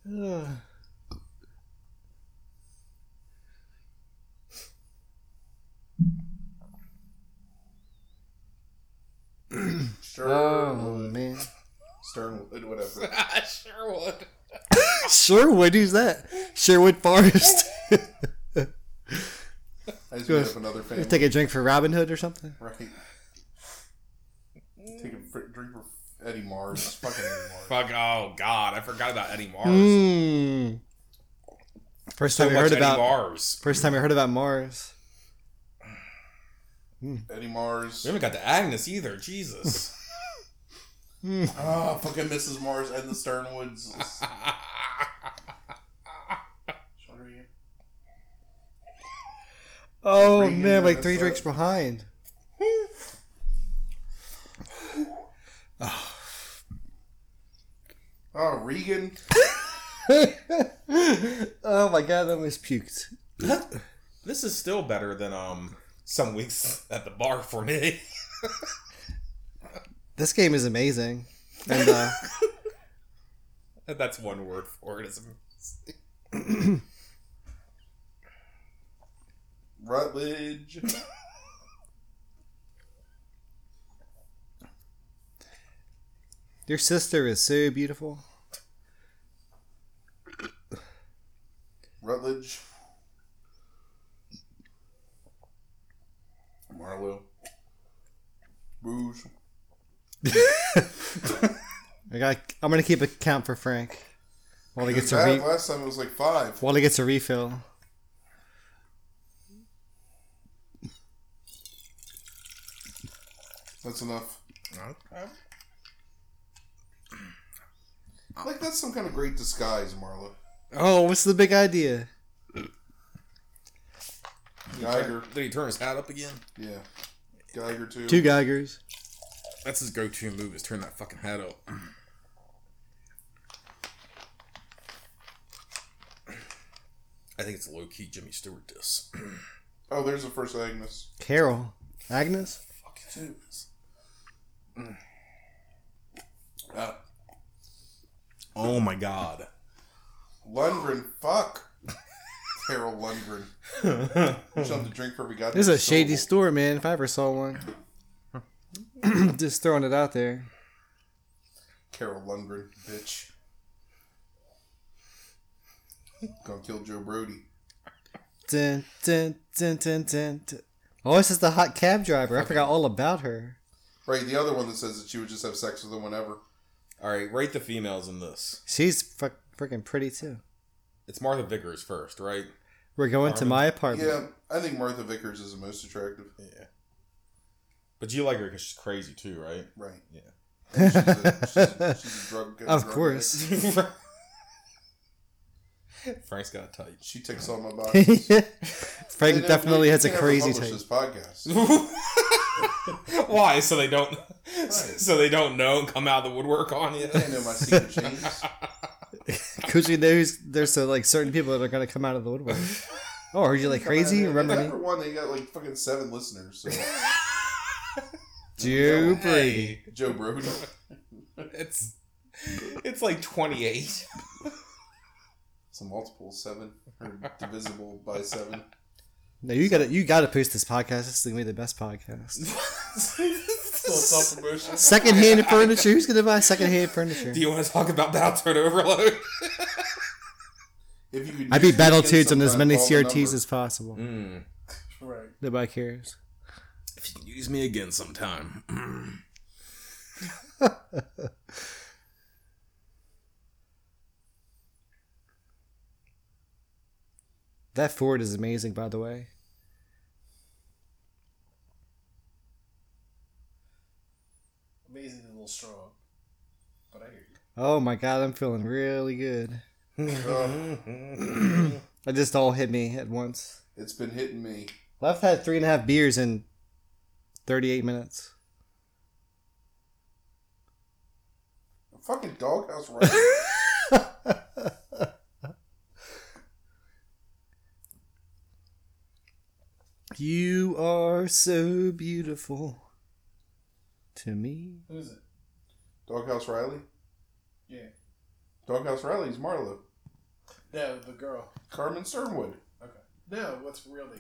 Ugh. Oh Sternwood. man. Sternwood, whatever. sure would. Sherwood, who's that? Sherwood Forest. I just made up another family. (laughs) Take a drink for Robin Hood or something. right. Take a fr- drink for Eddie Mars. It's Fucking Eddie Mars. Fuck! Oh god, I forgot about Eddie Mars. Mm. First So time much I heard Eddie about Mars. first time I heard about Mars. Eddie Mars. We haven't got the Agnes either. (laughs) Jesus. Ah, fucking Mrs. Mars and (laughs) the Sternwoods. Oh Three man, like minutes three left. drinks behind. Oh, Regan. (laughs) oh my god, I almost puked. this is still better than um some weeks at the bar for me. (laughs) This game is amazing. And uh, (laughs) That's one word for it. It's Rutledge. your sister is so beautiful. Rutledge. Marlowe. Rouge. I got I'm gonna keep a count for Frank. While he gets a Bad. re- Last time it was like five. while he gets a refill. That's enough. Like that's some kind of great disguise, Marla. Oh, what's the big idea? Geiger. Did he turn his hat up again? Yeah. Geiger too. Two Geigers. That's his go-to move is turn that fucking hat up. think it's a low key Jimmy Stewart (clears throat) diss. Oh, there's the first Agnes. Carol, Agnes. Fucking Uh, Oh my god. Lundgren, (laughs) fuck. Carol Lundgren. (laughs) Something to drink for we got This is a shady syllable. store, man. If I ever saw one. (clears throat) Just throwing it out there. Carol Lundgren, bitch. Gonna kill Joe Brody. Dun, dun, dun, dun, dun, dun. Oh, this is the hot cab driver. I forgot all about her. Right, the other one that says that she would just have sex with him whenever. All right, rate the females in this. She's fuck, freaking pretty too. It's Martha Vickers first, right? We're going to Armin? my apartment. Yeah, I think Martha Vickers is the most attractive. Yeah. But you like her because she's crazy too, right? (laughs) Right. Yeah. And She's a, she's a, she's a (laughs) drug. Of drug course. addict. (laughs) Frank's got a type. She ticks (laughs) all my boxes. Frank definitely has a crazy taste. tape. This podcast. (laughs) Why? So they don't. So they don't know and come out of the woodwork on you. I know my secret chains. Because we know who's- there's uh, like certain people that are gonna come out of the woodwork. Oh, are you (laughs) like crazy? Remember (laughs) me, Number one, they got like fucking seven listeners. So (laughs) Joe Brady? Joe Brody. It's it's like twenty eight. It's a multiple seven or divisible by seven. No, you gotta you gotta post this podcast. This is gonna be the best podcast. Still self promotion. Secondhand furniture. Who's gonna buy secondhand furniture? Do you want to talk about Battletoad Overload? If you could I beat use your kids Battletoads on as sometime, many call the CRTs number. as possible. Mm. Right. Nobody cares. If you can use me again sometime. That Ford is amazing, by the way. Amazing and a little strong. But I hear you. Oh my god, I'm feeling really good. Uh, It just all hit me at once. It's been hitting me. Left had three and a half beers in 38 minutes. Fucking doghouse right. You are so beautiful to (laughs) me. Who is it? doghouse Riley. Yeah. Doghouse Riley's Marlo. No, the girl. Carmen Sternwood. Okay. No, what's her real name?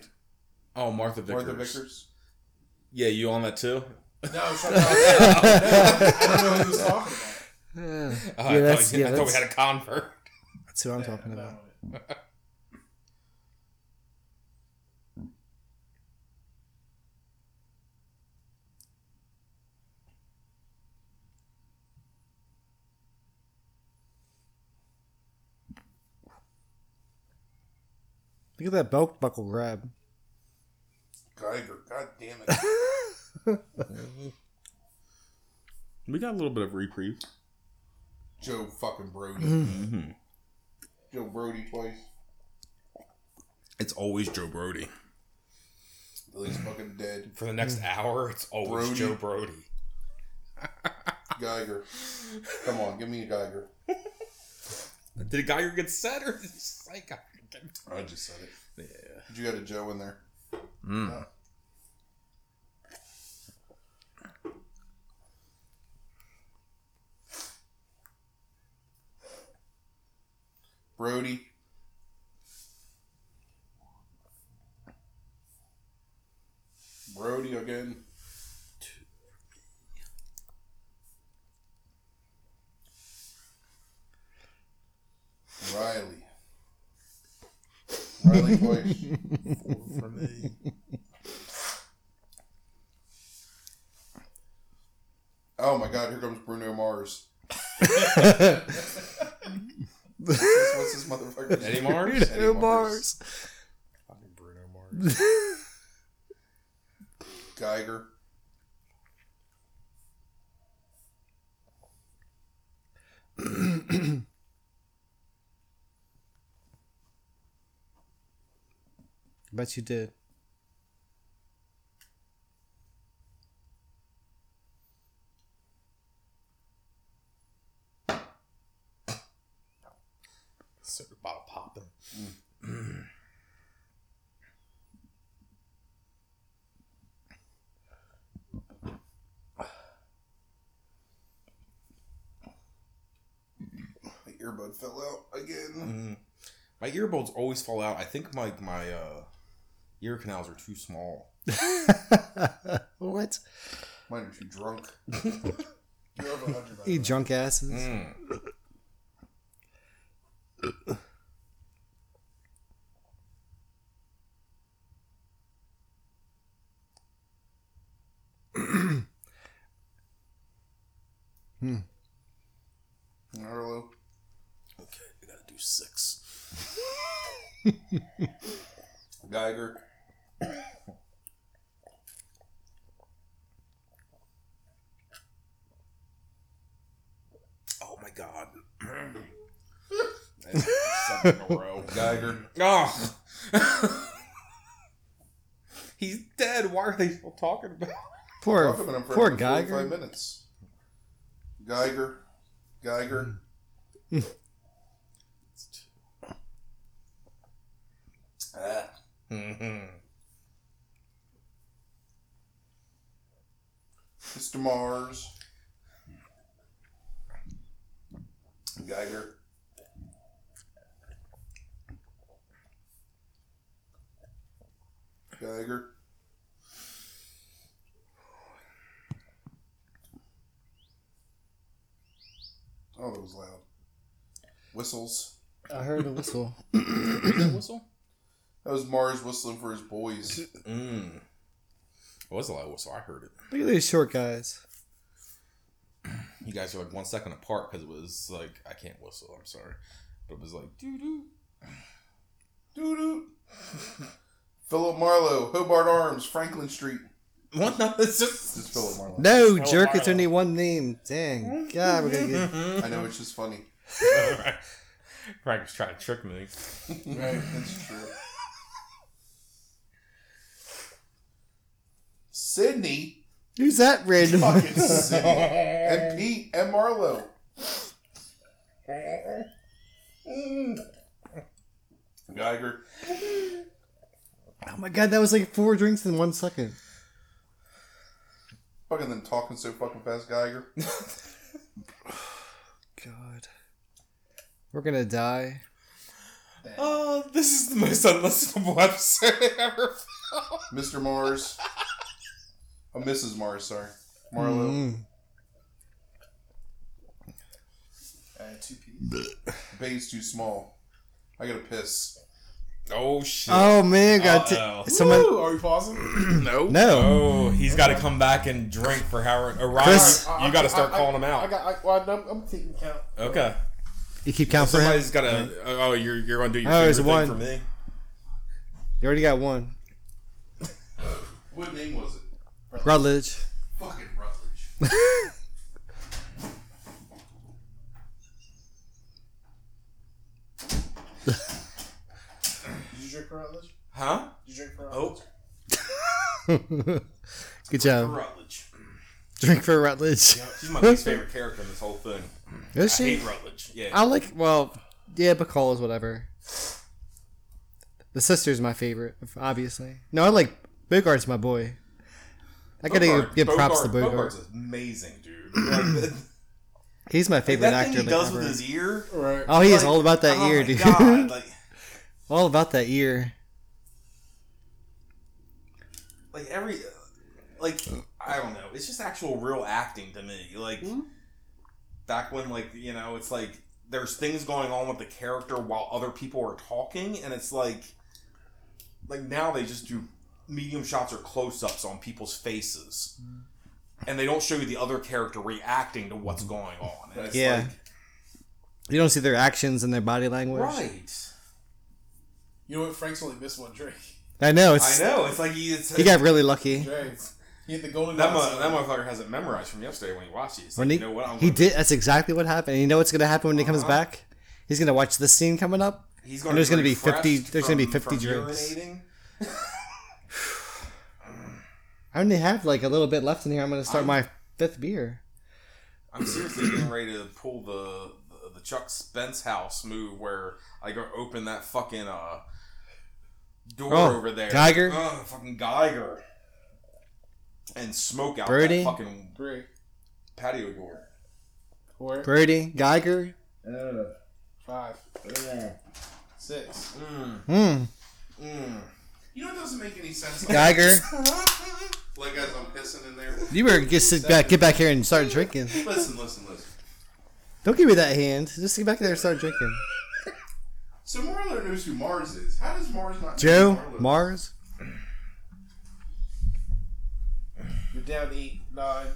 Oh, Martha Vickers. Martha Vickers. Yeah, you on that too? No, I'm sorry. no, I don't know who he was talking Yeah, Oh, I, that's, thought, you- yeah, I thought we that's, had a convert. that's who I'm about. talking No, about. no, (laughs) Look at that belt buckle grab. Geiger. God damn it. We got a little bit of reprieve. Joe fucking Brody. Mm-hmm. Joe Brody twice. It's always Joe Brody. Lily's fucking dead. For the Mm. next hour, it's always Brody. Joe Brody. Geiger. Come on, give me a Geiger. Did Geiger get set or did Psych Geiger get I just said it. Yeah. You got a Joe in there. Mm. Brody. Brody again. Riley. Riley (laughs) voice. For me. Oh my god, here comes Bruno Mars. (laughs) What's this motherfucker's Eddie name? Mars? Eddie Mars. Mars. Fucking Bruno Mars. Geiger. Bet you (laughs) did. Soda bottle popping. earbud fell out again. Mm. My earbuds always fall out. I think my my uh, ear canals are too small. what? Mine are too (laughs) drunk. You're over 100 by the You way. drunk asses. Mm. Arlo. Okay, I gotta do six. Geiger. Oh my god. That's seven in a row. Geiger. Oh. (laughs) He's dead. Why are they still talking about? Poor, Talk about him for poor another 45 Geiger. minutes. Geiger. Geiger. Hmm. (laughs) ah, Mm-hmm. Mr. Mars. Geiger. Geiger. Oh, that was loud. Whistles. I heard a whistle. that whistle? That was Mars whistling for his boys. Mm. It was a loud whistle. I heard it. Look at these short guys. You guys are like one second apart because it was like I can't whistle. I'm sorry, but it was like doo doo. Doo doo. Philip Marlowe, Hobart Arms, Franklin Street. (laughs) What? No, it's just. (laughs) It's Philip Marlowe. No, Oh, jerk, it's wow. only one name. Dang. God, we're gonna get (laughs) I know it's just funny. Frank was trying to trick me. Right, that's true. Sydney, Who's that random? fucking Sydney, and (laughs) Pete and Marlowe. Geiger, (laughs) Oh my god, that was like four drinks in one second. fucking them talking so fucking fast, Geiger. God. We're gonna die. Oh, this is the most unlistenable episode I ever. Mr. Mars, oh, Mrs. Mars, sorry, Mm-hmm. Marlowe. Mm. Uh, two P's. Bay's too small. I gotta piss. Oh shit! Oh man, got Uh-oh. t- someone. Woo! Are we pausing? no, No. Oh, he's got to come back and drink for Howard. Orion, Chris- you, got to start I- I- calling him out. I got. I, well, I'm, I'm taking count. okay, You keep count for him. somebody's got to. Oh, you're you're gonna do your Oh, favorite there's thing one. for me. You already got one. What name was it? Rutledge. Fucking Rutledge. Did you drink Rutledge? Huh? Did you drink Rutledge? Oh, Good job. Rutledge. Drink for Rutledge. She's my least favorite character in this whole thing. Is I she? hate Rutledge. Yeah. I like. Well, yeah, Bacall is whatever. The sister's my favorite, obviously. No, I like Bogart's my boy. I gotta Bogart- give, give props to Bogart- Bogart. Bogart's amazing, (clears throat) dude. Like, He's my that favorite actor. thing he like, does ever. with his ear. Right. oh, he is all about that oh ear, my dude. (laughs) God, like, all about that ear. like every like I don't know. It's just actual real acting to me. Like Hmm? back when like you know, it's like there's things going on with the character while other people are talking, and it's like like now they just do medium shots or close ups on people's faces. Hmm. And they don't show you the other character reacting to Hmm. what's going on. And it's Yeah. You don't see their actions and their body language. like, right. You know what? Frank's only missed one drink. (laughs) I know. I It's know. It's like he, it's, he got really lucky. Drake. He hit the golden. that, Gloves. mo- that motherfucker has it memorized from yesterday when he watched it. He's like, When he, you know what? I'm he gonna- did. That's exactly what happened. And you know what's gonna happen when he comes Uh-huh. back? He's gonna watch this scene coming up. He's gonna And there's be gonna be 50 refreshed there's gonna be from- 50 from drinks. urinating. I only have like a little bit left in here. I'm gonna start I'm- my fifth beer. I'm seriously getting ready to pull the, the the Chuck Spence house move where I go open that fucking uh door Oh, over there. Geiger? Ugh, fucking Geiger. And smoke out Birdie? that fucking Three, patio door. four. Brady Geiger. Uh, Five. Six. Hmm. You know, it doesn't make any sense. Geiger, (laughs) (laughs) like as I'm pissing in there. you were just sit back, get back here and start drinking. Listen, listen, listen. Don't give me that hand. Just get back there and start drinking. So Marlo knows who Mars is. How does Mars not? know Joe, who Marlo Mars. You're down eight, nine.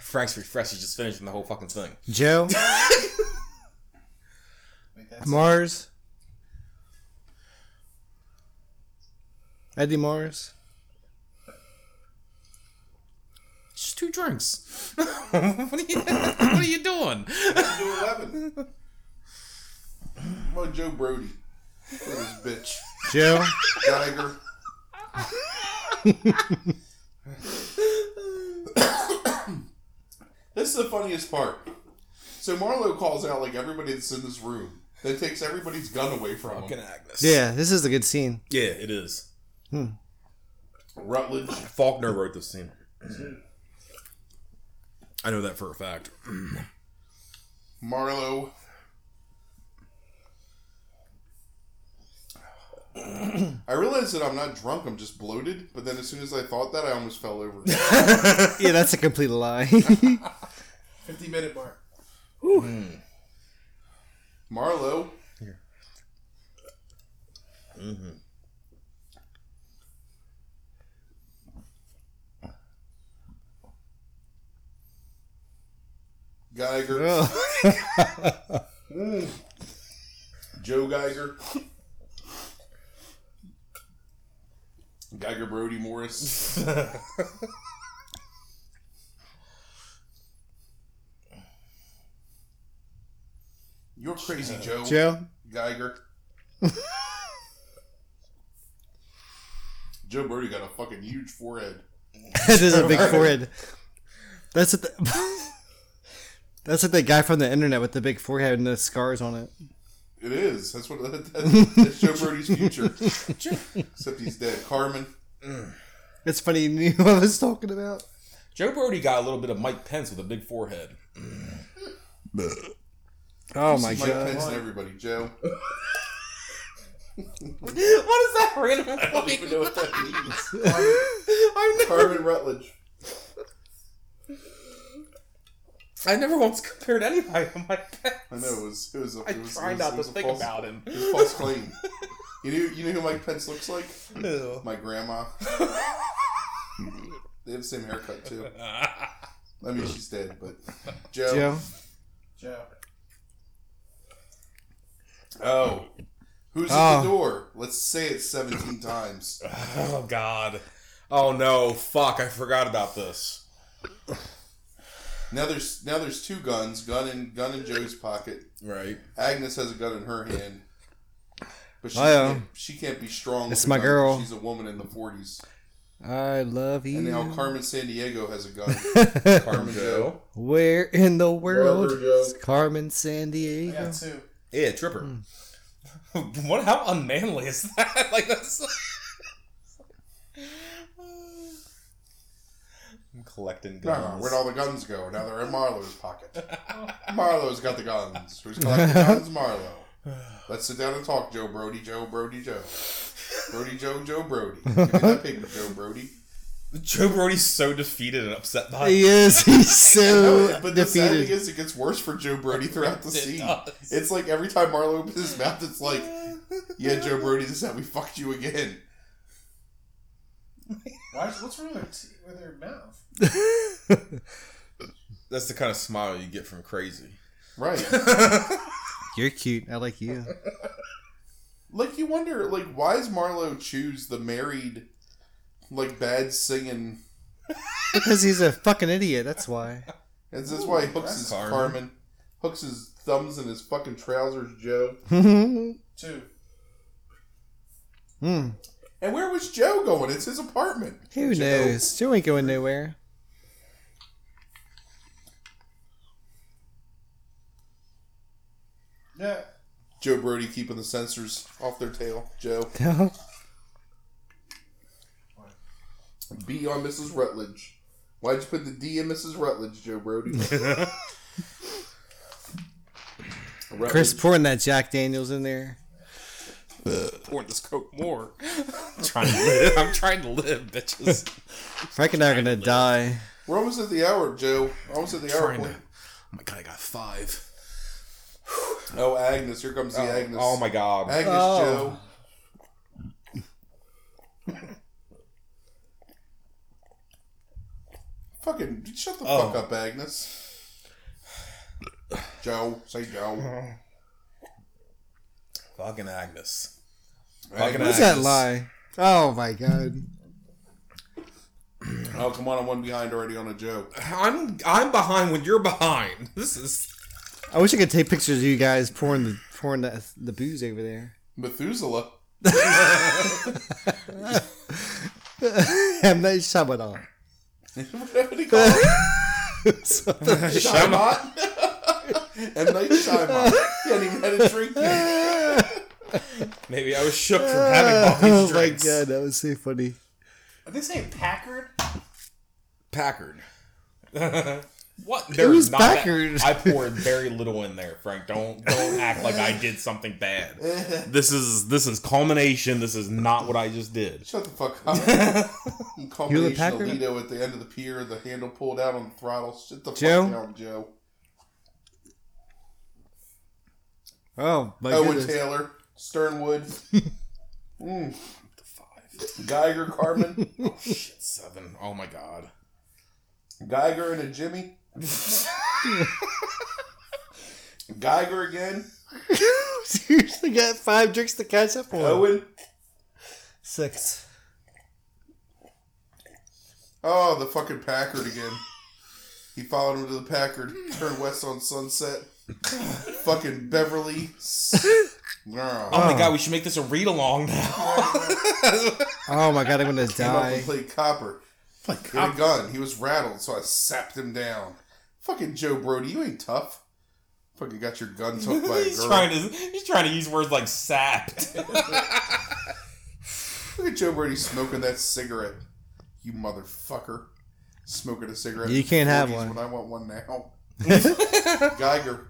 Frank's refresh is just finishing the whole fucking thing. Joe, Wait, that's Mars. Eddie Mars. Just two drinks. (laughs) what, are you, what are you doing? is? Joe Eleven. I'm on Joe Brody. Look at this (laughs) Joe, bitch. Geiger. this is the funniest part. So Marlo calls out like everybody that's in this room. That takes everybody's gun away from Fucking him. Agnes. yeah, this is a good scene. Yeah, it is. Rutledge. Faulkner wrote this scene. I know that for a fact. Marlowe. I realized that I'm not drunk, I'm just bloated, but then as soon as I thought that, I almost fell over. Yeah, that's a complete (laughs) lie. 50 minute mark. Marlowe. Mm-hmm. Geiger. Oh. Joe Geiger. Geiger Brody Morris. You're crazy, Joe. (laughs) Joe, Geiger. Joe Brody got a fucking huge forehead. that is (laughs) a big forehead. That's what the, (laughs) that's what the guy from the internet with the big forehead and the scars on it. It is. That's what (laughs) that, that, that's Joe Brody's future. Except he's dead. Carmen. It's funny (laughs) you knew what I was talking about. Joe Brody got a little bit of Mike Pence with a big forehead. Oh my Mike god. Pence and everybody. Joe. (laughs) what is that random I don't even know what that means. (laughs) I've never, (laughs) Carmen Rutledge. I've never once compared anybody to Mike Pence. I know it was. It was. A, I it was, try it was, not it to was a think false, about (laughs) him. It was a false claim. You knew. You knew who Mike Pence looks like. My grandma. (laughs) they have the same haircut too. I mean, she's dead, but Joe. Joe, Joe. Oh. Who's at Oh. the door? Let's say it 17 times. Oh God. Oh no! Fuck! I forgot about this. Now there's now there's two guns, gun in gun in Joe's pocket. Right. Agnes has a gun in her hand. But she, Ayo. can't, she can't be strong. with It's a my gun. girl. She's a woman in the 40s. I love And now you. Carmen San Diego has a gun. Carmen Joe. (laughs) Where in the world Wherever, Joe. is Carmen San I Diego? got two. Yeah, Hmm. tripper. (laughs) what? How unmanly is that? (laughs) like that's. I'm collecting Nah, guns. where'd all the guns go? Now they're in Marlowe's pocket. Marlowe's got the guns. Who's collecting guns? Marlowe. Let's sit down and talk, Joe Brody, Joe Brody, Joe. Brody, Joe, Joe Brody. Give me that paper, Joe Brody. Joe Brody's so defeated and upset by He is. He's so (laughs) No, but the sad thing defeated. is, it gets worse for Joe Brody throughout the It scene. does. It's like every time Marlowe opens his mouth, it's (laughs) like, "Yeah, Joe Brody, this is how we fucked you again." Why, what's wrong with, her with her mouth? That's the kind of smile you get from (laughs) crazy. Right? You're cute. I (laughs) like you. like you wonder, like, why does Marlowe choose the married, like, bad singing? Because he's a fucking idiot. That's (laughs) why. And that's why he hooks that's his Carmen. Carmen. hooks his thumbs in his fucking trousers, Joe. Hmm. Two. And where was Joe going? It's his apartment. Who Joe. knows? Joe ain't going nowhere. (laughs) Yeah. Joe Brody keeping the censors off their tail, Joe. No. B on Mrs. Rutledge. Why'd you put the D in Mrs. Rutledge, Joe (laughs) Brody? Rutledge, Chris pouring that Jack Daniels in there. Pouring this coke more. I'm trying to live. I'm trying to live, (laughs) bitches. Frank and I are gonna die. We're almost at the hour, Joe. Almost at the hour Trying point. to- Oh my god, I got five. Oh, Agnes. Here comes the Agnes. Oh my god. Agnes, Oh. Joe. Fucking shut the fuck Oh. up, Agnes. Joe, say Joe. (laughs) Fucking Agnes. Agnes. What's that lie? Oh my god. Oh, come on, I'm one behind already on a Joe. I'm I'm behind when you're behind. (laughs) This is I wish I could take pictures of you guys pouring the pouring the, the booze over there. (laughs) Methuselah. (laughs) I'm not shut (laughs) up. Whatever they call it. (laughs) Shyamalan. Shyamalan. M. Night Shyamalan. He hadn't even had a drink yet. Maybe I was shook from having all these (laughs) oh my drinks. god, that was so funny. Are they saying Packard? Packard. (laughs) what? was not that- Packard. I poured very little in there, Frank. Don't don't act like I did something (laughs) bad. This is this is culmination. This is not what I just did. Shut the fuck (laughs) up. You're Combination the Packer? Alito at the end of the pier, the handle pulled out on the throttle. Shut the Joe? fuck down, Joe. Oh my Owen (laughs) goodness. Taylor, Sternwood. (laughs) mm. Geiger Carmen. Shit, seven. Oh my god. Geiger and a Jimmy. Geiger again. Seriously got five drinks to catch up on. Oh, Owen. Six. Oh, the fucking Packard again. He followed him to the Packard, turned west on (laughs) Sunset. fucking Beverly. Oh Girl. my god, we should make this a read along (laughs) now. Oh my god, I'm gonna Came up and die. played copper. He had a gun. He was rattled, so I sapped him down. Fucking Joe Brody, you ain't tough. Fucking got your gun took by (laughs) a he's girl. trying to he's trying to use words like sapped. Look at Joe Brody smoking that cigarette. You motherfucker. Smoking a cigarette. You in the can't have 40s one. When I want one now. Geiger.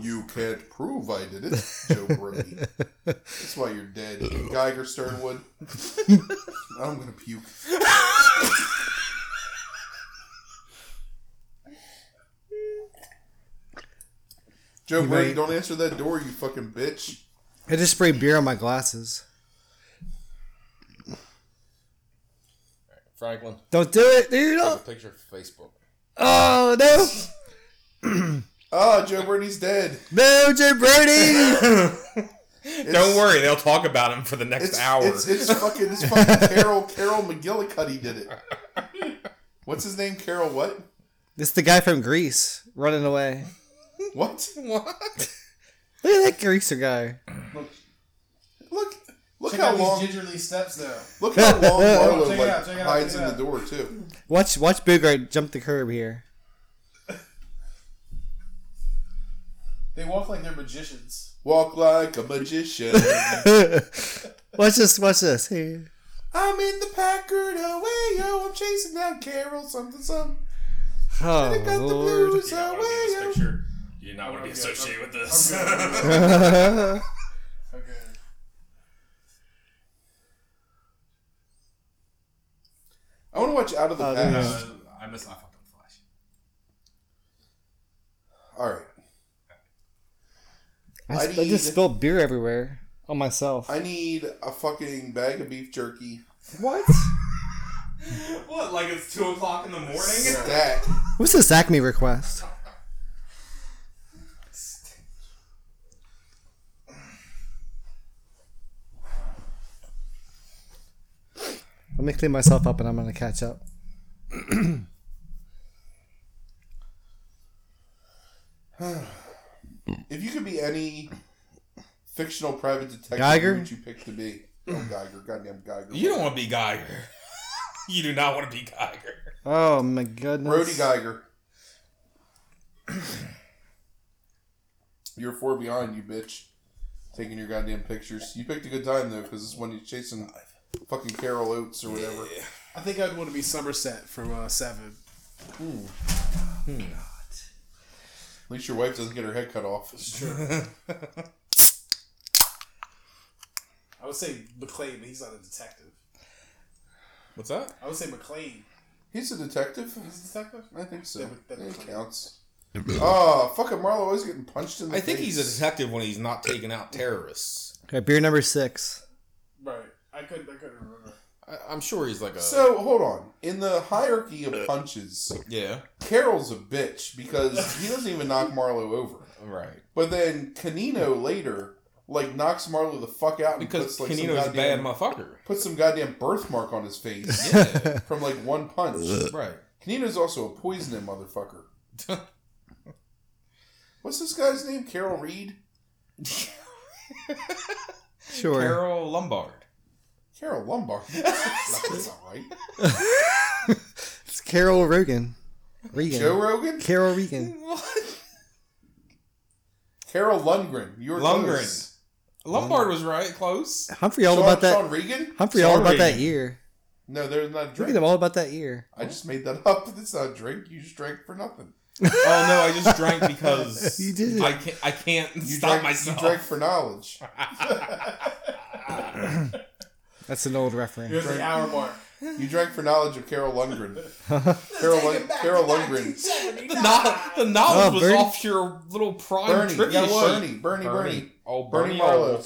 You can't prove I did it, Joe Brody. (laughs) That's why you're dead. Geiger Sternwood. I'm going to puke. Joe You Brady, might- don't answer that door, you fucking bitch. I just sprayed beer on my glasses. Franklin, Don't do it, dude. take a Oh, picture for Facebook. oh no, Ah, Joe Brady's dead. no, Jim Brady. (laughs) (laughs) Don't worry, they'll talk about him for the next It's, hour. It's, it's fucking it's fucking Carol Carol McGillicuddy did it. What's his name? Carol what? It's the guy from Greece running away. What? (laughs) what? Look at that greaser guy. Look look Check how out long these gingerly steps, though. look how long Marlo Check it like out, check it out, hides check in it the out. door too. Watch, watch Bugart jump the curb here. They walk like they're magicians. Walk like a (laughs) magician. watch this, watch this. Hey. I'm in the Packard away, yo. I'm chasing that Carol something something. Oh I got the lord. blues away, yo. picture. You're not I'm want to be good, associated I'm- with this. I'm good. oh Okay. I want to watch Out of the Oh, there Past. Uh, I miss my fucking flash. All right. I, s- I just spilled beer everywhere on myself. I need a fucking bag of beef jerky. what? What? Like it's two o'clock in the morning? Stack. What's this Acme request? Let me clean myself up and I'm gonna catch up. If you could be any fictional private detective, Geiger? who would you pick to be? Oh, Geiger, goddamn Geiger. You don't want to be Geiger. (laughs) you do not want to be Geiger. Oh my goodness. Brody Geiger. You're four behind, you bitch. taking your goddamn pictures. You picked a good time though, because this one you're chasing fucking Carol Oates or whatever. I think I'd want to be Somerset from uh, Seven. At least your wife doesn't get her head cut off. I would say McLean, but he's not a detective. What's that? I would say McLean. (laughs) He's a detective. He's a detective. I think so. That would- that would It count. counts. oh, fucking Marlo always getting punched in the I think face. he's a detective when he's not taking out terrorists. Okay, beer number six. Right. I couldn't. I couldn't remember. I, I'm sure he's like a So hold on. In the hierarchy of punches, yeah, Carol's a bitch because he doesn't even knock Marlo over. right. But then Canino later like knocks Marlo the fuck out and Because puts like Canino's some a bad goddamn motherfucker. puts some goddamn birthmark on his face Yeah, (laughs) from like one punch. right. Canino's also a poisoning (laughs) motherfucker. What's this guy's name? Carol Reed? Sure. Carol Lombard. Carol (laughs) Lombard. That's not right. It's Carol Rogan. Regan. Joe Rogan? Carol Regan. Carol Lundgren. You were Lundgren. close. Lombard was right, close. Humphrey all Sean, about that. Sean Regan? Humphrey all Sorry. about that year. No, there's not a Look drink. at him all about that year. I just made that (laughs) up. It's not a drink. You just drank for nothing. Oh no, I just drank (laughs) because You did it. I can't. I can't You stop drank, myself. You (laughs) drank for knowledge. That's an old You're reference. at the hour mark. You drank for knowledge of Carol (laughs) Lundgren. Carol, Lund- Carol Lundgren. the, kno- the knowledge Oh, was Bernie- off your little prime Bernie. You trivia got sheet. Bernie. Bernie. Bernie. Oh, Bernie, Bernie Marlowe. Marlowe.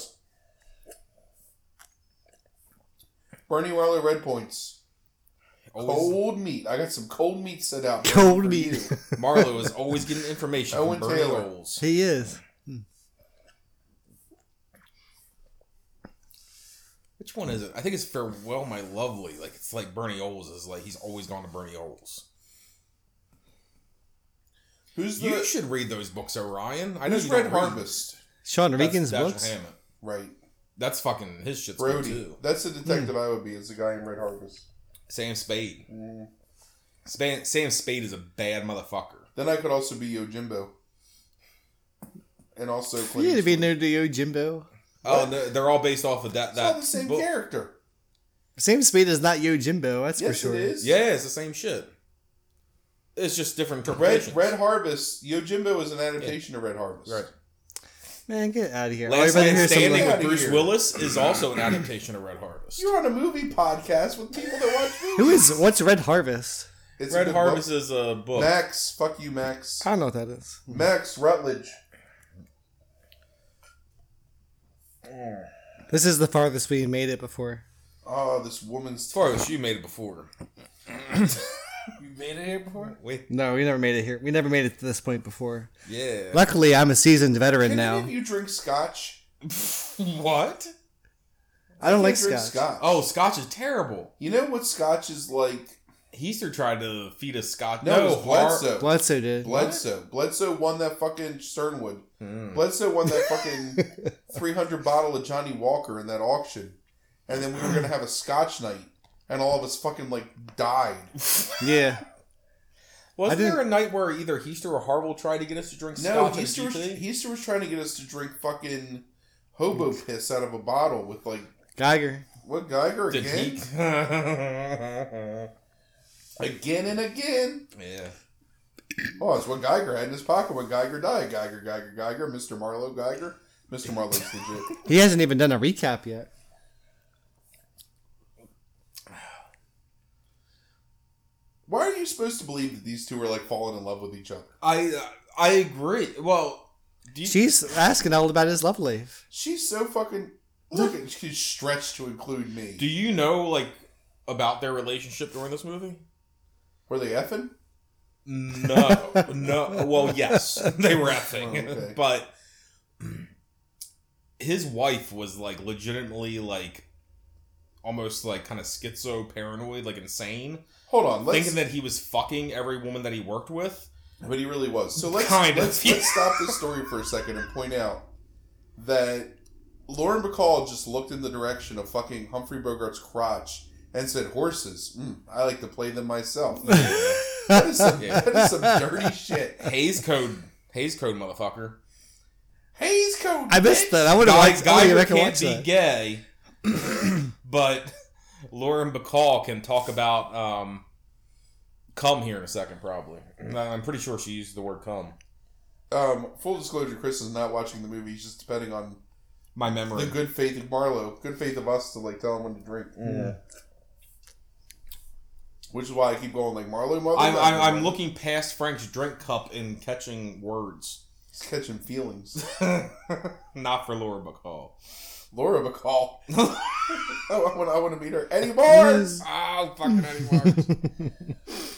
Bernie Marlowe Red Points. Always, Cold meat. I got some cold meat set out. Bernie, Cold for meat. (laughs) you. Marlowe (laughs) is always getting information Owen from Bernie Taylor. Rolls. He is. Which one is it? I think it's Farewell My Lovely. Like it's like Bernie Oles is like he's always gone to Bernie Oles. Who's the? You should read those books, Orion. I know who's you Red don't read them. Harvest? Sean That's Regan's Dashiell books. Hammett. Right. That's fucking his shit's good Brody. too. That's the Hmm. detective I would be. Is the guy in Red Harvest. Sam Spade. Mm. Span- Sam Spade is a bad motherfucker. Then I could also be Yojimbo. And also. Clint You need to be Eastwood. new to you, Jimbo. Oh, they're, they're all based off of that. It's all That the same book. character. Same speed as not Yo Jimbo, that's Yes, for sure. it is. Yeah, it's the same shit. It's just different Red interpretations. Red Harvest. Yojimbo is an adaptation of Red Harvest. Right. Man, get out of here. Last Everybody Man hears something Standing like- with Outta Bruce here. Willis is also an adaptation of Red Harvest. You're on a movie podcast with people that watch movies. (laughs) Who is what's Red Harvest? It's a Red good Harvest book. is a book. Max, fuck you, Max. I don't know what that is. Max Rutledge. This is the farthest we made it before. Oh, this woman's. as far as you made it before. You made it here before? Wait, No, we never made it here. We never made it to this point before. yeah. Luckily, I'm a seasoned veteran Can now. any of you drink scotch? (laughs) what? I don't like Can't drink scotch. Oh, Scotch is terrible. You know what scotch is like? Heester tried to feed us Scotch. No, No, it's Har- Bledsoe. Bledsoe did. Bledsoe. Bledsoe won that fucking Sternwood. Mm. Bledsoe won that (laughs) fucking 300 bottle of Johnny Walker in that auction. And then we were going to have a scotch night. And all of us fucking, like, died. Yeah. Wasn't I there a night where either Heaster or Harwell tried to get us to drink No, Scotch? Heaster No, was, Heaster was trying to get us to drink fucking hobo piss out of a bottle with, like, Geiger. what, Geiger Did again? he? (laughs) yeah. Again and again. Oh, it's what Geiger had in his pocket when Geiger died. Geiger, Geiger, Geiger, Mr. Marlowe, Geiger. Mr. Marlowe's (laughs) legit. He hasn't even done a recap yet. Why are you supposed to believe that these two are like falling in love with each other? I uh, I agree. Well, do you, She's asking all about his love life. She's so fucking. Look at she's stretched to include me. do you know like about their relationship during this movie? were they effing? No, no. Well, yes, (laughs) they were effing, Oh, okay. (laughs) but his wife was like legitimately like almost like kind of schizo paranoid, like insane, Hold on, let's. thinking that he was fucking every woman that he worked with. but he really was. So let's Kind of, let's, yeah. let's stop this story for a second and point out that Lauren Bacall just looked in the direction of fucking Humphrey Bogart's crotch and said, "Horses. Mm, I like to play them (laughs) myself." that, is some, that is some dirty shit. Hayes code, Hayes code, motherfucker. Hayes Code. I missed bitch. that. I would have Guy, liked. I Geiger would have can't watch be that. gay, (clears throat) but Lauren Bacall can talk about um, come here in a second, probably. I'm pretty sure she used the word come. Um, full disclosure, Chris is not watching the movie. He's just depending on My memory. the good faith of Marlowe, good faith of us to like tell him when to drink. Mm. Which is why I keep going like Marlowe, mother. I'm, I'm, Marlowe. I'm looking past Frank's drink cup and catching words. (laughs) He's catching feelings. Not for Laura Bacall. Laura (laughs) McCall. I want I want to meet her Eddie Mars. Oh, fucking Eddie Mars.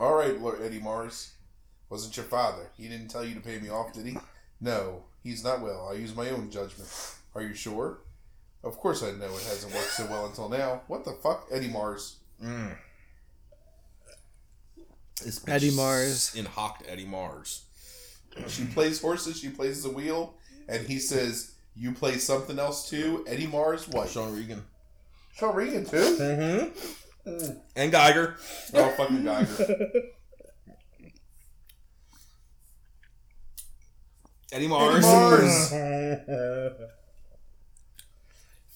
All right, Lord Eddie Mars. Wasn't your father? He didn't tell you to pay me off, did he? No, he's not well. I use my own judgment. Are you sure? Of course I know it hasn't worked so well until now. What the fuck, Eddie Mars? Mm. This bitch Eddie Mars. In hocked Eddie Mars. She plays horses. She plays the wheel, and he says, "You play something else too." Eddie Mars, what? Sean Regan. Sean Regan too? Mm-hmm. And Geiger. Oh, fucking Geiger. Eddie Mars.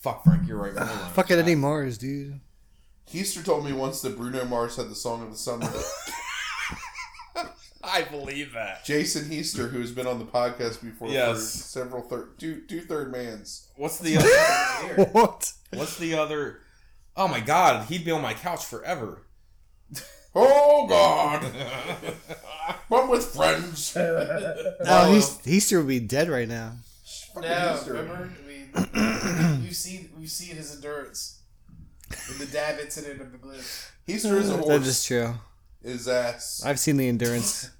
Fuck Frank, you're right. Fuck it, Eddie Mars, dude. Keister told me once that Bruno Mars had the song of the summer. I believe that. Jason Heister, who has been on the podcast before for Yes. several thir- two two third mans. What's the other? (laughs) (laughs) What? What's the other? Oh my god, he'd be on my couch (laughs) forever. Oh God, but with (laughs) friends. Oh, he's he's would be dead right now. Fucking No, Heister. remember we we've seen we've seen his endurance with the dab incident of the glitch. Heister is a That horse. is true. His ass. I've seen the (laughs) endurance.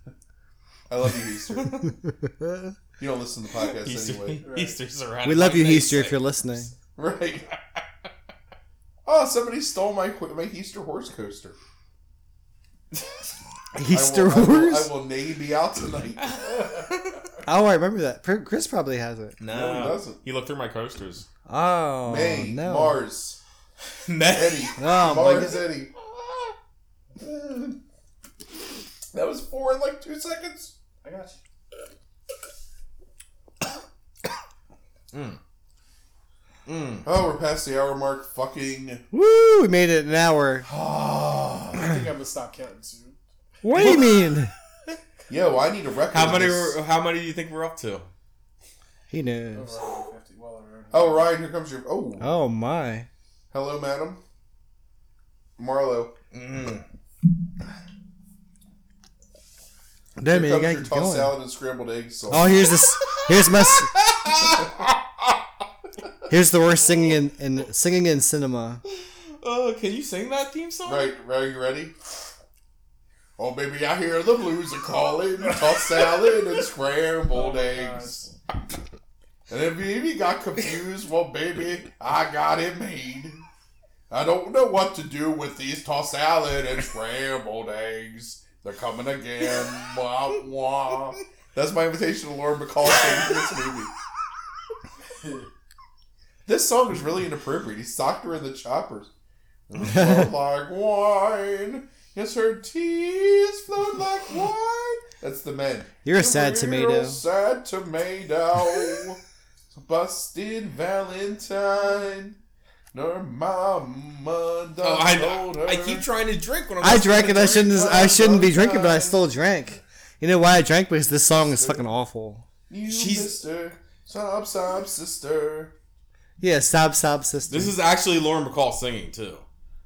I love you, Heister. we You don't listen to podcasts (laughs) anyway, Easter's around. love you, Easter, if you're listening. right? Oh, somebody stole my qu- my Heister horse coaster. Easter I will, I will, I Wars. will nay be out tonight. (laughs) Oh, I remember that. Pr- Chris probably has it. No, he No, doesn't. he looked through my coasters. (laughs) (laughs) Oh May no. Mars Eddie. Eddie. Oh my Mars god. Eddie. (laughs) That was four in like two seconds. I got you. Mm. Oh, we're past the hour mark. Fucking. Woo! We made it an hour. I think I'm gonna stop counting soon. What do you mean? Yo, I need a record. How of many? this. were- How many do you think we're up to? He Over knows. 150, well over Oh, Ryan, here comes your. Oh, Oh my. hello, madam. Marlo. Mm. Damn here it, comes you gotta your keep tossed going. salad and scrambled eggs. sauce. Oh, here's this. Here's (laughs) my. s- here's the worst singing in, in singing in cinema. (laughs) Oh, can you sing that theme song? Right, right, you ready? Oh, baby, I hear the blues are calling. Tossed salad and scrambled eggs. And if baby got confused, well, baby, I got it made. I don't know what to do with these tossed salad and scrambled eggs. They're coming again. Wah, wah. That's my invitation to Lauren McCall singing this movie. This song is really inappropriate. He socked her in the choppers. Flowed like wine. Yes, her tears flowed like wine. That's the men. You're a sad tomato. Real sad tomato. Busted Valentine. Nor mama done Oh, I, told her. I keep trying to drink when I'm. I drank and I shouldn't. I shouldn't be drinking, but I time. still drank. You know why I drank? Because this song is fucking awful. You She's- sister. Sob, sob, sister. Yeah, sob, sob, sister. This is actually Lauren McCall singing too.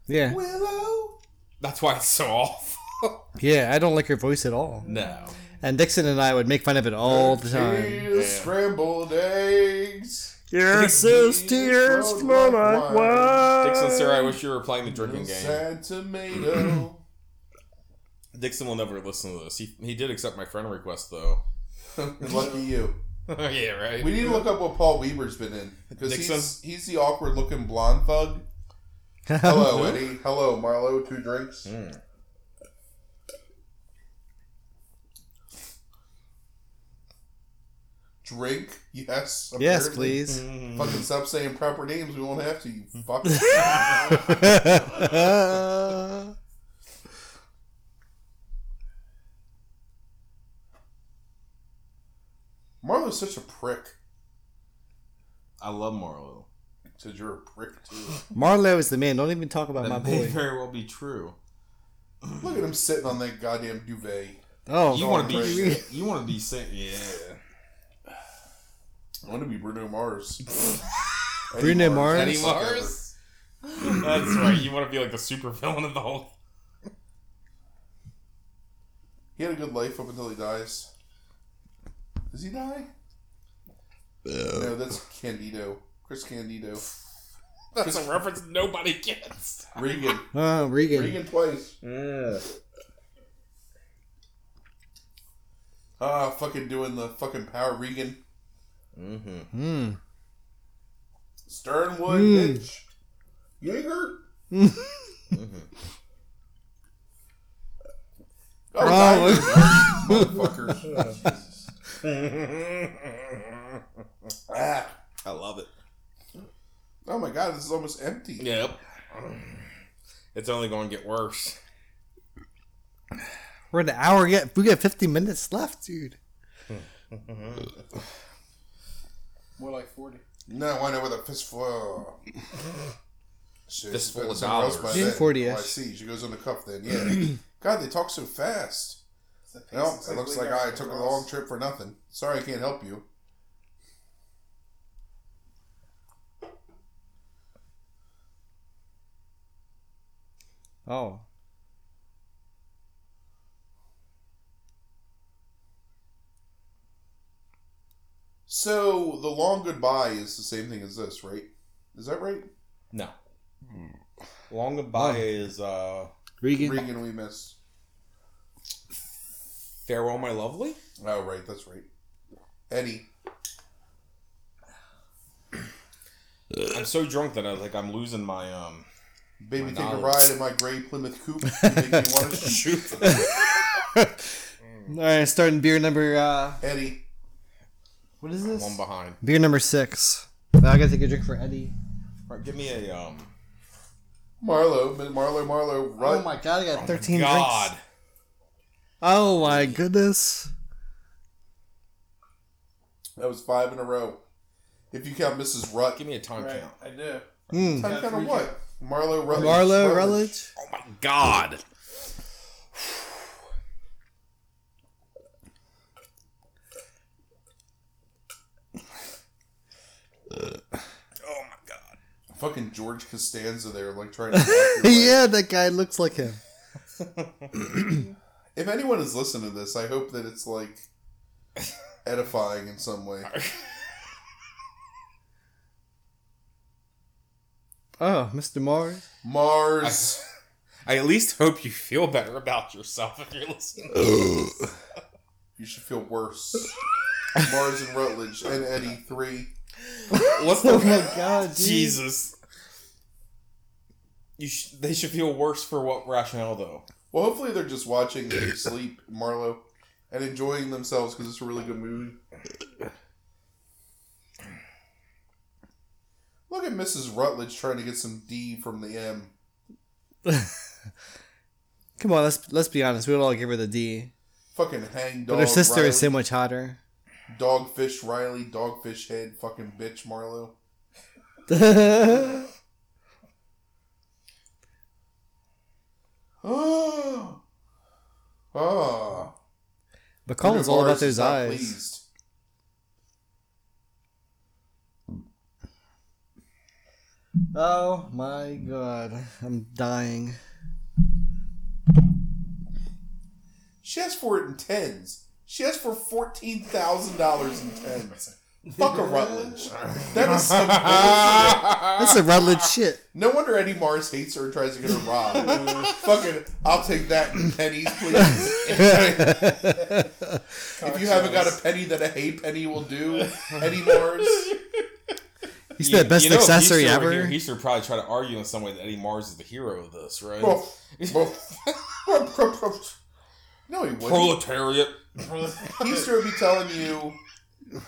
yeah, Willow. That's why it's so off. (laughs) yeah. I don't like her voice at all. No. And Dixon and I would make fun of it all the time. Tears, Scrambled eggs. Yes, those tears smell like wine. Dixon, sir, I wish you were playing the drinking Real game. (clears throat) sad tomato. Dixon will never listen to this. He, he did accept my friend request, though. Lucky you. (laughs) yeah, right? We need to look up what Paul Weber's been in because Nixon? he's he's the awkward looking blonde thug. (laughs) Hello, Eddie. Hello, Marlo. Two drinks. Mm. Drink. Yes. Yes, apparently. please. (laughs) Fucking stop saying proper names. We won't have to. You fuck. (laughs) Marlo's such a prick. I love Marlowe. Said you're a prick too. Marlowe is the man. Don't even talk about That my may boy. very well be true. Look at him sitting on that goddamn duvet. Oh, you no, want to I'm be, crazy. you want to be saying, yeah. I want to be Bruno Mars. Eddie Bruno Mars? Eddie Eddie Mars. (coughs) That's right. You want to be like the super villain of the whole. He had a good life up until he dies. Does he die? No, that's Candido. Chris Candido. That's a reference nobody gets. Regan. oh, Regan. Regan twice. Ah, fucking doing the fucking power Regan. Mm-hmm. Hmm. Sternwood, Mm. bitch. Jaeger. Mm-hmm. (laughs) Oh, Oh, motherfuckers. Jesus. Ah. I love it. Oh my god, this is almost empty. Yep. (clears throat) It's only going to get worse. (laughs) We're an hour yet. We got 50 minutes left, dude. More like forty. No, I know with a fistful. uh, Shit, Fistful it's of somewhere else dollars. by then. 40-ish. Oh, I see. She goes on the cuff then. Yeah. (clears throat) God, they talk so fast. It's the pace Well, that's it looks laid like out I for took a us. long trip for nothing. Sorry, I can't help you. Oh. So the long goodbye is the same thing as this, right? Is that right? No. Long goodbye is uh, Regan. Regan, we miss. farewell, my lovely. Oh, right, that's right. Eddie, (coughs) I'm so drunk that I like I'm losing my um. baby, My take a knowledge. ride in my gray Plymouth coupe. You make me want (laughs) to shoot. All right, starting beer number, uh, Eddie, what is this? One behind. Beer number six. Now I gotta take a drink for Eddie. All right, give me a um. Marlo, Marlo, Marlo, run. Oh my god, I got 13 God. drinks. Oh my goodness. That was five in a row. If you count Mrs. Rutt, Give me a time Right, count. I do. Mm. time That's count of Regan. what? Marlo Rutledge. Marlo Rutledge. Oh my God. oh my God. Fucking George Costanza there, like trying (laughs) to. yeah, that guy looks like him. if anyone is listening to this, I hope that it's like edifying in some way. Oh, Mr. Mars. Mars. I at least hope you feel better about yourself if you're listening. You should feel worse. Mars and Rutledge and Eddie three. What's Oh my (laughs) god, dude. Jesus. You sh- they should feel worse for what rationale though. Well, hopefully they're just watching you sleep, Marlo, and enjoying themselves because it's a really good movie. Look at Mrs. Rutledge trying to get some D from the M. Come on, let's let's be honest. We would all give her the D. Fucking hang But dog. her sister Riley, is so much hotter. (laughs) Dogfish Riley, dogfish head, fucking bitch, Marlo. (gasps) That's Oh. oh. McCollum's all about Mars those is not eyes. pleased. Oh my god, I'm dying. She asked for it in tens. She asked for fourteen thousand dollars in tens. Fuck a Rutledge. That is some bullshit. That's a Rutledge shit. (laughs) No wonder Eddie Mars hates her and tries to get her robbed. Fucking, I'll take that in pennies, please. if you haven't got a penny that a hay penny will do, Eddie Mars. He's You- the best you know, if accessory Easter were ever. Here, he should probably try to argue in some way that Eddie Mars is the hero of this, right? Oh, no, he wouldn't. Proletariat. (laughs) Easter would be telling you. (laughs)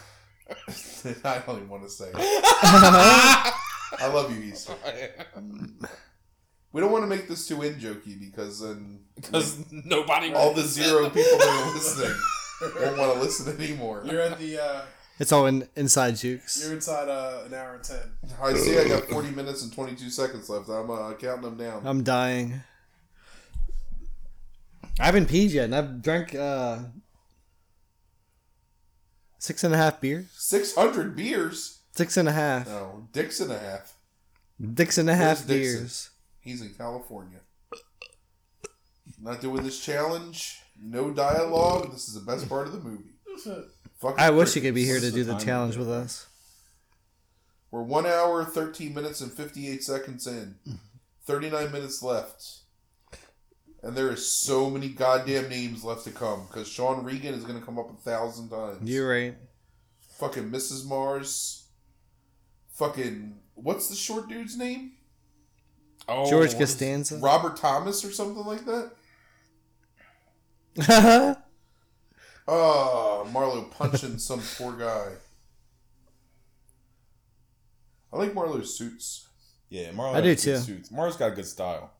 I don't even want to say it. I love you, Easter. We don't want to make this too in jokey because then Because nobody Oh, all the zero people that are listening Won't want to listen anymore. You're at the uh, It's all in, inside jukes. you're inside uh, an hour and ten. I see I got 40 minutes and 22 seconds left. I'm uh, counting them down. I'm dying. I haven't peed yet, and I've drank uh, six and a half beers. 600 beers? Six and a half. Uh, No, dicks and a half. Dix and a half Where's Dixon? beers. He's in California. Not doing this challenge. No dialogue. This is the best part of the movie. Fucking I wish crickets. you could be here to This do is the the time challenge to with do it. us. We're one hour, 13 minutes, and 58 seconds in. Mm-hmm. 39 minutes left. And there is so many goddamn names left to come because Sean Regan is going to come up a thousand times. You're right. Fucking Mrs. Mars. Fucking. What's the short dude's name? Oh, George what is- Costanza. Robert Thomas or something like that? (laughs) That's Oh, Marlo (laughs) punching some poor guy. I like Marlo's suits. Yeah, Marlo. I do has good too. Suits. Marlo's got good (clears throat) style.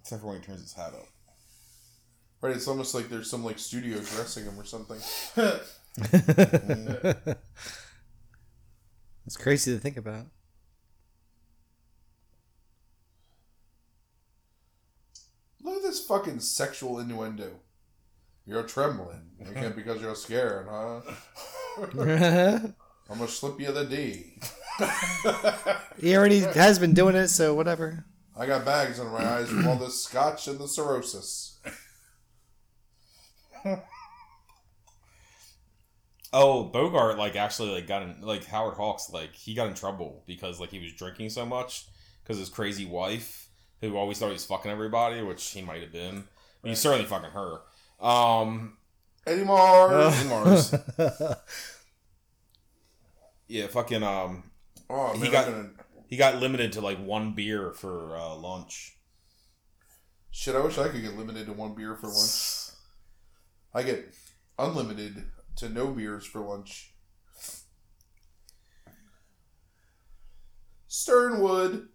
Except for when he turns his hat up. Right, it's almost like there's some like studio dressing him or something. crazy to think about. (laughs) Look at this fucking sexual innuendo. You're trembling. Again, because you're scared, huh? he I'm gonna slip you the D. already has been doing it, so whatever. I got bags under my eyes from all this scotch and the cirrhosis. Oh, Bogart like actually like got in like Howard Hawks like he got in trouble because like he was drinking so much because his crazy wife who always thought he was fucking everybody, which he might have been. But he's certainly fucking her. Um, Eddie Mars. Oh. Mars. yeah, fucking. Um, (laughs) Oh, man, He I'm got- gonna- he got limited to like one beer for uh, lunch. Shit, I wish I could get limited to one beer for lunch. I get unlimited to no beers for lunch. Sternwood.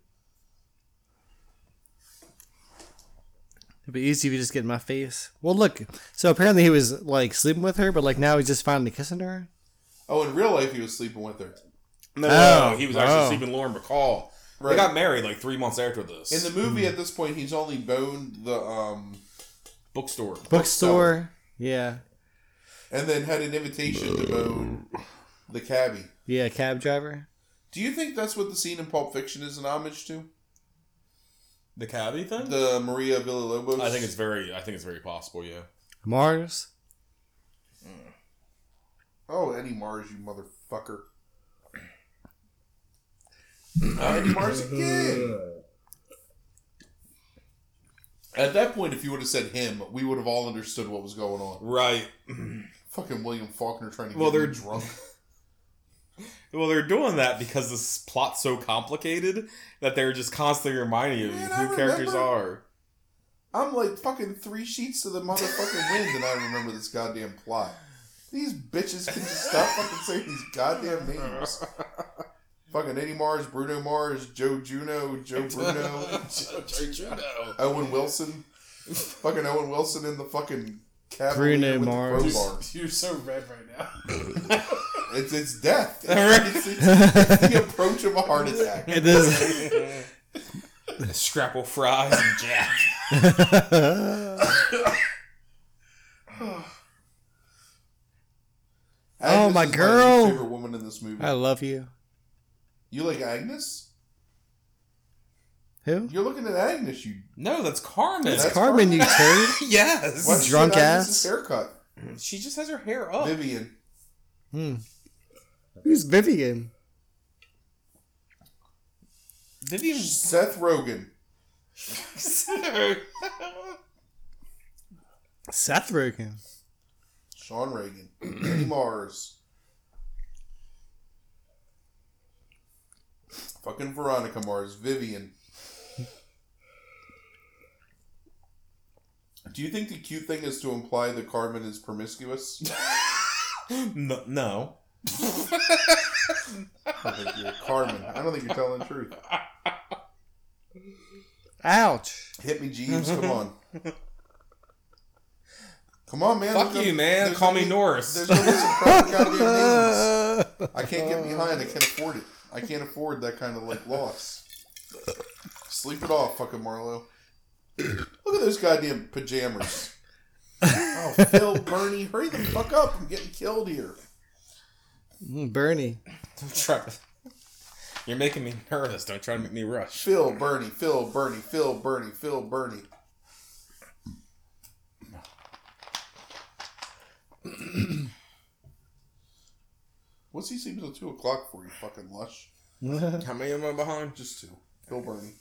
It'd be easy if you just get in my face. Well, look. So apparently he was like sleeping with her, but like now he's just finally kissing her. Oh, in real life, he was sleeping with her. No, Oh, he was actually oh. sleeping Lauren Bacall. They got married like three months after this In the movie, at this point, he's only boned the um, bookstore. Bookstore. Yeah. and then had an invitation to bone the cabbie. Yeah, cab driver. Do you think that's what the scene in Pulp Fiction is an homage to? The cabbie thing. The Maria Villalobos. I think it's very. I think it's very possible. Yeah. Mars. Oh, Eddie Mars, you motherfucker. Uh-huh. Oh, Eddie Mars again. At that point, if you would have said him, we would have all understood what was going on. Right. Fucking William Faulkner trying to get Well, you they're- drunk. (laughs) Well, they're doing that because this plot's so complicated that they're just constantly reminding you Man, I who characters remember- are. I'm like fucking three sheets to the motherfucking wind, and I remember this goddamn plot. These bitches can just stop fucking saying these goddamn names. fucking Eddie Mars, Bruno Mars, Joe Juno, Joe Bruno. Owen Wilson, fucking Owen Wilson in the fucking Bruno Cavalier with Mars. the crowbar. You're so red right now. It's it's (laughs) death. Right. It's, it's- it's the approach of a heart attack. It is. Scrapple fries and Jack. (laughs) Agnes my is girl. least favorite woman in this movie. (laughs) I love you. You like Agnes? Who? You're looking at Agnes. You No, that's Carmen. It's That's Carmen, you turd. yes. why'd you drunk get Agnes's ass. haircut. She just has her hair up. Vivian. Hmm. Who's Vivian? Vivian. Seth Rogen. Seth Rogen. Sean Reagan. Eddie Mars. Fucking Veronica Mars. Vivian. Do you think the cute thing is to imply that Carmen is promiscuous? (laughs) no, no. I don't think you're Carmen. I don't think you're telling the truth. Ouch. Hit me, Jeeves. Come on. Come on, man. Fuck there's you, no- man. there's Call no me need- Norris. There's no need to proper goddamn names. Uh, I can't get behind. I can't afford it. I can't afford that kind of like loss. Sleep it off, fucking Marlowe. Look at those goddamn pajamas. Oh, Phil, Bernie, hurry the fuck up! I'm getting killed here. Mm, Bernie. Don't try. You're making me nervous. Don't try to make me rush. Phil, Bernie, Phil, Bernie, Phil, Bernie, Phil, Bernie. What's he sleeping till two o'clock for? You fucking lush. Hmm. How many am I behind? Just two. Phil, Bernie.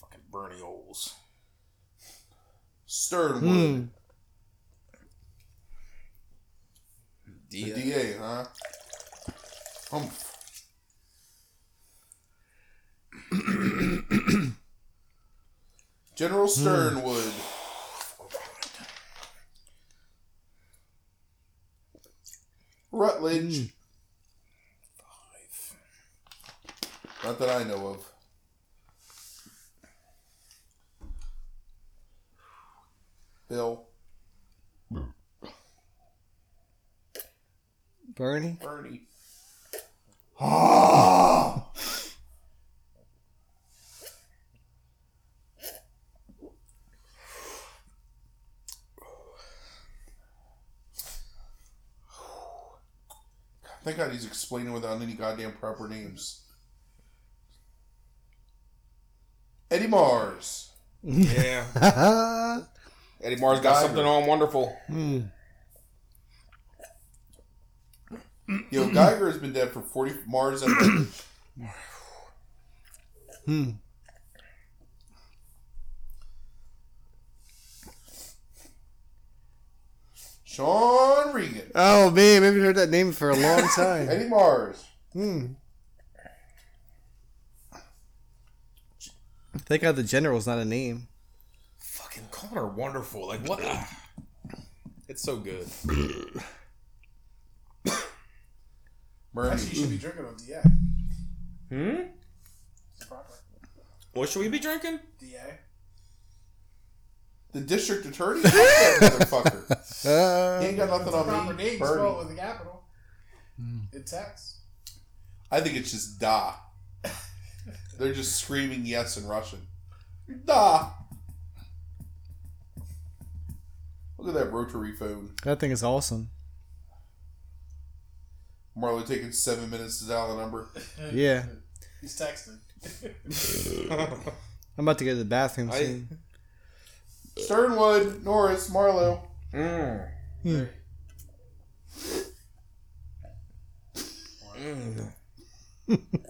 Fucking Bernie holes. Sternwood. Hmm. The DA, huh? Humph. (clears throat) General Sternwood. Rutledge. Not that I know of. Bill. (laughs) Bernie. Bernie. Thank God he's explaining without any goddamn proper names. Eddie Mars. Yeah. Mm. Eddie Mars got something Oh, on wonderful. Hmm. Yo, Geiger has been dead for 40 Mars and (clears throat) Hmm. Sean Regan. Oh man, we haven't heard that name for a long (laughs) time. Eddie Mars. Hmm. Thank God the general's not a name. Fucking calling her wonderful. Like what? It's so good. Bernie. Actually, you should be drinking on DA. Hmm. It's proper. What should we be (laughs) drinking? DA. The district attorney? Fuck that motherfucker. He Uh, ain't got nothing Proper on me. name spelled Bernie. with a capital. In text. I think it's just da. They're just screaming yes in Russian. Da. Look at that rotary phone. that thing is awesome. Marlo taking seven minutes to dial a number. Yeah, He's texting. I'm about to go to the bathroom I- soon. Sternwood, Norris, Marlowe. Mm. (laughs) Hmm. Mm.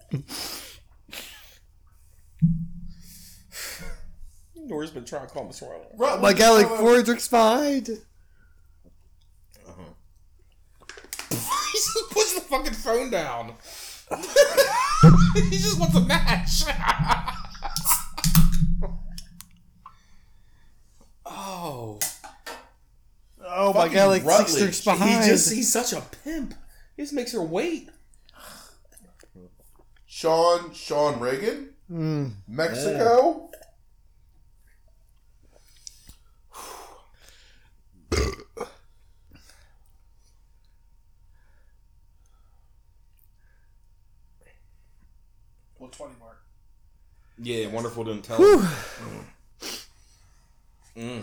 Nora's been trying to call Miss Marlowe. Oh my god, like four drinks (laughs) behind. he just puts the fucking phone down. (laughs) he just wants a match. (laughs) oh, Oh my god, like six Rutledge. drinks He behind. he just—he's such a pimp. He just makes her wait. Sean, Sean Reagan. Mm. Mexico. Well, 20 mark. Yeah, wonderful didn't tell. Whew. Mm.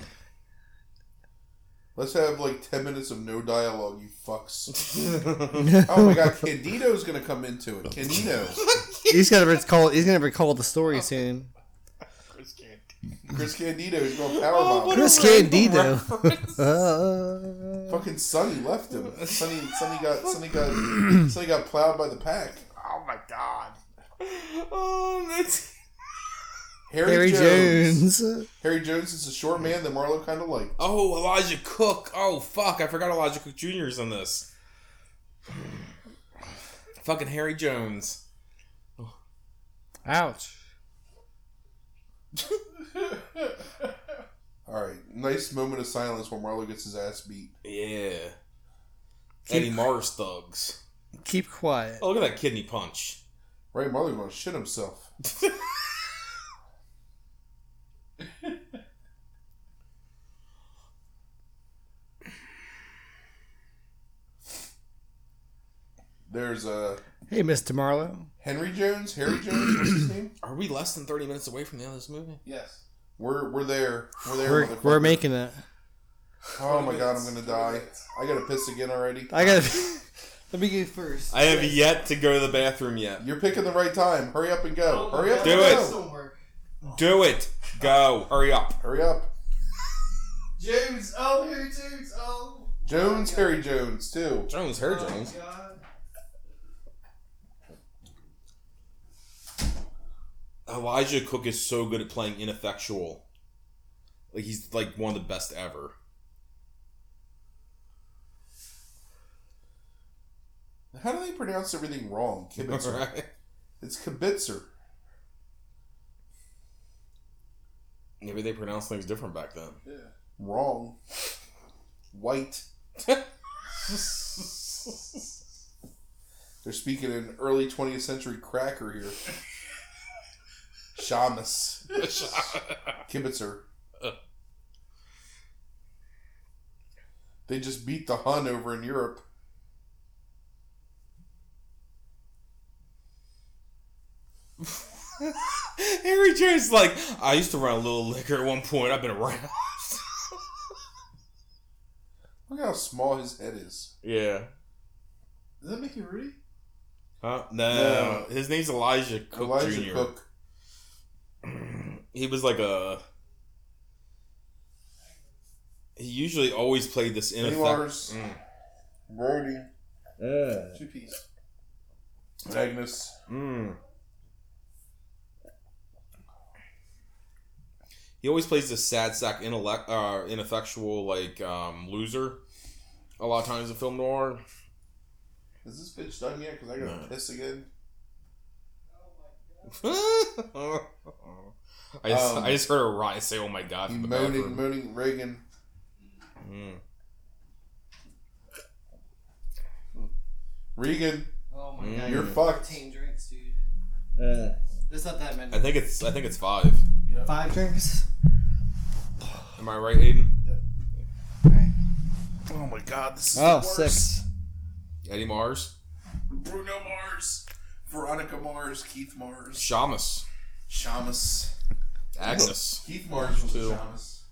Let's have like 10 minutes of no dialogue, you fucks. (laughs) oh my god, Candido's gonna come into it. Candido. he's gonna recall. He's gonna recall the story soon. Chris Candido is going powerbomb. Oh, what a Chris random Candido. (laughs) reference. Uh, Fucking Sonny left him. Sonny, Sonny got, Sonny got, Sonny got plowed by the pack. Oh my god. oh, that's Harry, Harry Jones. Jones. Harry Jones is a short man that Marlowe kind of liked. oh Elijah Cook. Oh fuck, I forgot Elijah Cook Jr. is in this. Fucking Harry Jones. Ouch. All right, nice moment of silence while Marlowe gets his ass beat. Yeah. Eddie Mars thugs. Keep quiet. Oh, look at that kidney punch. Right, Marlowe's gonna shit himself. There's uh, Hey, Mr. Marlowe. Henry Jones, Harry Jones, what's his name? Are we less than 30 minutes away from the end of this movie? Yes. We're we're there. We're there. We're, motherfucker. we're making it. Oh my god, I'm 20 gonna minutes, die. 20 minutes. I gotta piss again already. I gotta. (laughs) Let me go first. I have yet to go to the bathroom yet. You're picking the right time. Hurry up and Oh, go. Hurry up. Do and it. Go. Do it. Go. Hurry up. Hurry up. James, oh, here, James, oh. Jones, Yeah. Harry Jones too. Jones, her Oh, Jones. God. Oh, Elijah Cook is so good at playing ineffectual. Like he's like one of the best ever. How do they pronounce (laughs) everything wrong? Kibitzer. Right? It's Kibitzer. Maybe they pronounced things different back then. Yeah. Wrong. White. They're speaking in early 20th century cracker (laughs) here. Shamus. Kibitzer. Uh. They just beat the Hun over in Europe. (laughs) Harry Jones is like I used to run a little liquor at one point. I've been around. (laughs) Look how small his head is. yeah. Does that make you Rudy? Huh? No. His name's Elijah Cook Elijah Jr. Cook. (clears throat) he was like a. He usually always played this ineffectual. Lars. Brody. Mm. Two piece. Magnus. Mm. He always plays this sad sack intellect, uh, ineffectual like um, loser. A lot of times in film noir. (laughs) Is this bitch done yet? Because I gotta No. piss again. I just, Um, I just heard a riot say, "Oh my god!" He from the moaning, bathroom. moaning Reagan. Mm. Reagan, Oh my God, you're fucked. drinks, dude. Uh. There's not that many. I think it's I think it's five. Five drinks? Am I right, Aiden? Oh my god, this is Oh, six. Eddie Mars, Bruno Mars, Veronica Mars, Keith Mars, Shamus, Shamus. Agnes, Keith Mars was Two. a Shamus.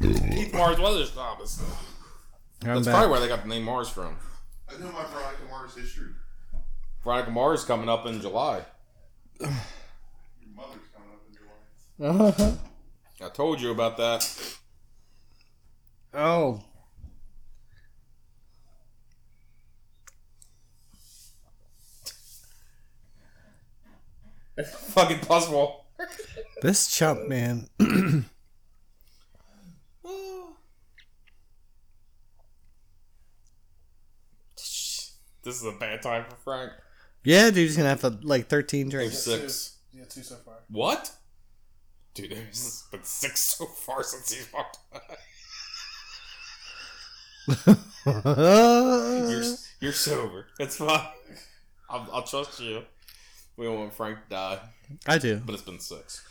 Keith Mars was a Shamus. I'm That's back. probably where they got the name Mars from. I know my Veronica Mars history. Veronica Mars coming up in July. Your mother's coming up in your life. (laughs) Uh-huh. I told you about that. Oh. Fucking puzzle. This chump, man. (laughs) this is a bad time for Frank. (clears throat) yeah, dude, he's gonna have to, like 13 Save drinks. six. Yeah, two so far. What? Dude, there's (laughs) been six so far since he's walked. (laughs) You're, you're sober. It's fine. (laughs) I'll, I'll trust you. We don't want Frank to die, I do. but it's been (laughs) six.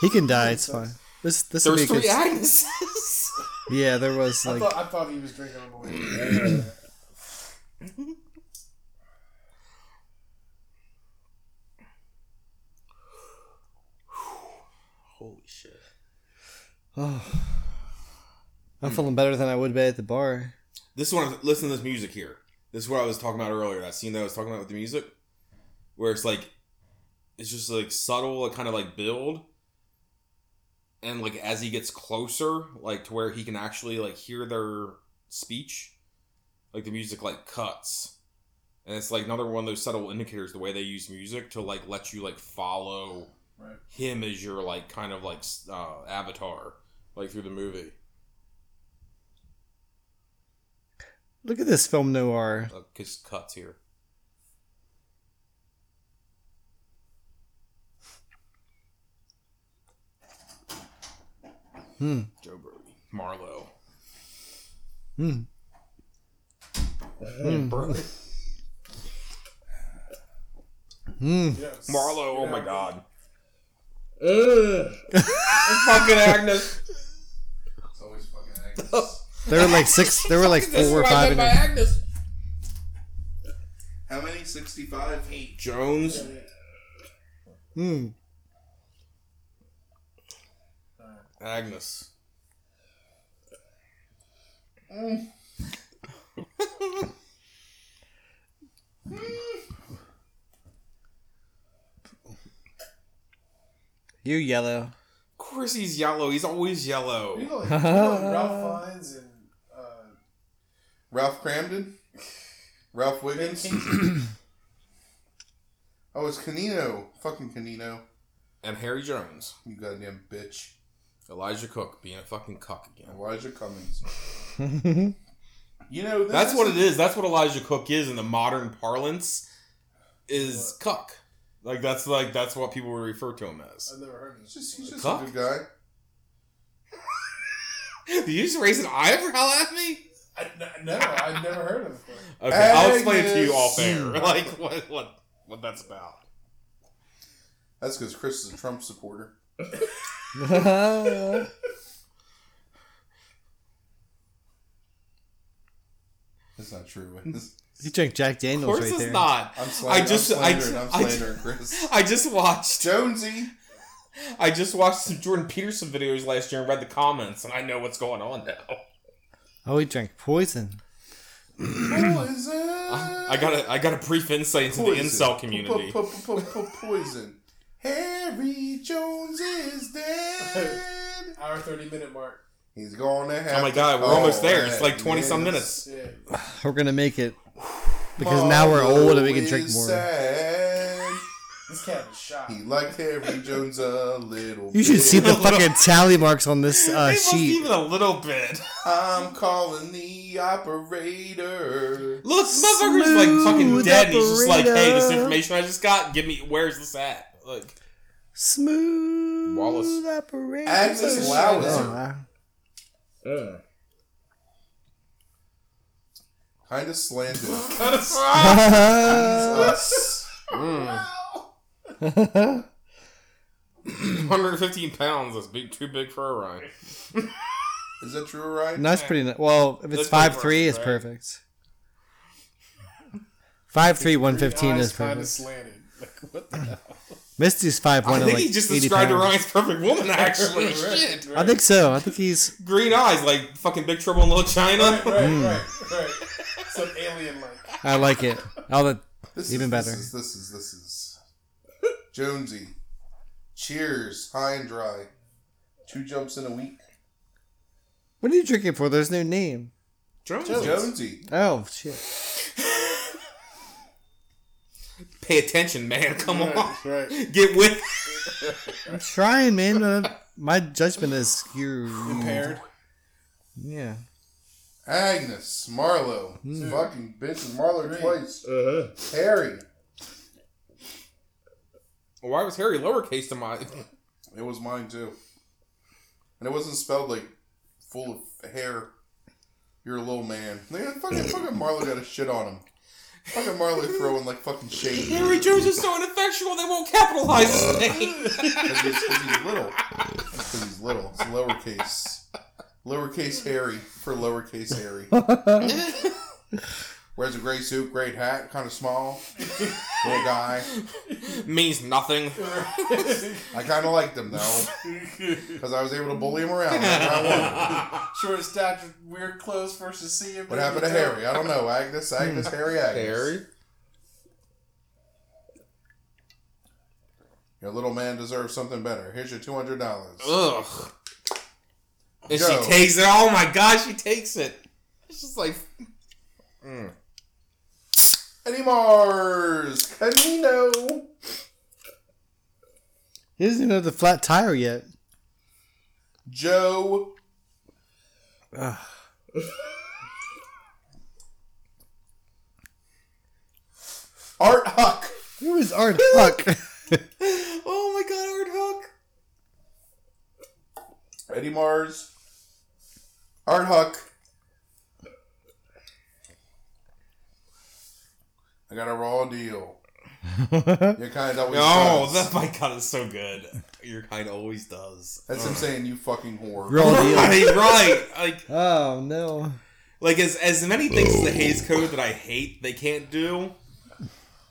He can die. It's fine. This this There would be was a good. three Agneses. yeah, there was I like thought I thought he was drinking on the way. (laughs) Holy shit. Oh, I'm feeling better than I would be at the bar. This is one. Listen to this music here. This is what I was talking about earlier. That scene that I was talking about with the music, where it's like, it's just like subtle, kind of like build, and like as he gets closer, like to where he can actually like hear their speech, like the music like cuts, and it's like another one of those subtle indicators. The way they use music to like let you like follow Right. him as your like kind of like s- uh, avatar, like through the movie. Look at this film noir. Uh, just cuts here. Hmm. Joe Brody. Marlowe. Hmm. Hmm. Hmm. Yes. Marlowe, oh Yeah. my god. (laughs) fucking Agnes. It's always fucking Agnes. There were like six. There were like (laughs) This is four or what I five. meant by In Agnes. How many? 65? Eight. Jones. Hmm. Agnes. You yellow. (laughs) Of course he's yellow. He's always yellow. You know, like, you know, like Ralph Fiennes and uh, Ralph Cramden? Ralph Ben Wiggins? Kingsley. (clears throat) Oh, it's Canino. Fucking Canino. And Harry Jones. You goddamn bitch. Elijah Cook being a fucking cuck again. Elijah Cummings. you know, this That's what is- it is. That's what Elijah Cook is in the modern parlance is cuck. Like that's like that's what people would refer to him as. (laughs) I've never heard of He's this. just, he's just Cuck? a good guy. Did you just raise an eyebrow at me? I, n- no, I've never heard of it (laughs) before. Okay, I'll explain it to you off air. (laughs) Like what what what that's about. That's because Chris is a Trump supporter. That's not (laughs) true. You drank Jack Of Daniels course right it's there. not. I'm slandering. I just- I'm I slandering. I, ju- I am ju- slandering Chris. I just watched (clears throat) Jonesy. I just watched some Jordan Peterson videos last year and read the comments and I know what's going on now. Oh, he drank poison. Poison. I got a I got a brief insight into the incel community. Po- po- po- po- Poison. Harry Jones is (laughs) dead. Hour thirty minute mark. He's gonna have. Oh my to god, we're call almost there. that It's like twenty some in. minutes. Yeah. We're gonna make it because now we're old and we can drink Is more. Sad. This cat is shot. He (laughs) liked Harry Jones a little. You should bit. see the Little- fucking tally marks on this uh, Maybe just sheet. even a little bit. I'm calling the operator. Look, motherfucker's like fucking Smooth dead. and He's just like, hey, this operator. information I just got, give me. Where's this at? Like, Smooth Wallace. operator. Agnes Oh, Lauer. wow. Mm. (laughs) Kind of slanted. (laughs) oh 115 pounds. That's big, too big for a ride. Is that true, Ryan? No, that's pretty. Ni- well, if it's That's pretty five three, it's perfect, perfect. Five three one fifteen is kind of perfect. slanted. Like what the (laughs) hell? Misty's five I one. think like he just 80 described pounds. Orion's perfect (laughs) woman. Actually, Right, right, shit. right. I think so. I think he's Green eyes, like fucking Big Trouble in Little Right, China. (laughs) right, right, right. Some alien like. I like it. All the This Even is, better. This is, this is, this is. Jonesy. Cheers, high and dry. Two jumps in a week. What are you drinking for? There's no name. Jonesy. Oh shit. Pay attention, man. (laughs) Come on, Right, right. get with. I'm trying, man. Uh, my judgment is skewed. Paired. Yeah. Agnes. Marlowe. Hmm. Fucking bitch. Marlowe twice. Harry. Why was Harry lowercase to my? (laughs) It was mine too. And it wasn't spelled like full of hair. You're a little man. Man, fucking fucking Marlo got a shit on him. Fucking Marlo throwing like fucking shade Harry Jones is so ineffectual they won't capitalize his (laughs) name. (laughs) because he's, 'cause he's little. Because he's little. It's lowercase. Lowercase Harry for lowercase Harry. Wears a gray suit, great hat, kind of small, little guy. Means nothing. I kind of liked him though, because I was able to bully him around. That's what I wanted. Short stature, weird clothes versus see him. What happened to Harry? I don't know. Agnes, Agnes, Harry, Agnes. Harry. Your little man deserves something better. Here's your two hundred dollars. Ugh. And Go. she takes it. Oh my god, she takes it. It's just like Any Mars, Canino. He doesn't even have the flat tire yet. Joe. Art Huck. Who is Art Huck? Oh my god, Art Hook. Eddie Mars. Art Huck. I got a raw (laughs) deal. You're kind of always No, does. Oh, that my god is so good. Your kind always does. That's him saying you fucking whore. (laughs) Raw deal. Right, right. Like Oh no. like as as many things as the Hayes Code that I hate they can't do.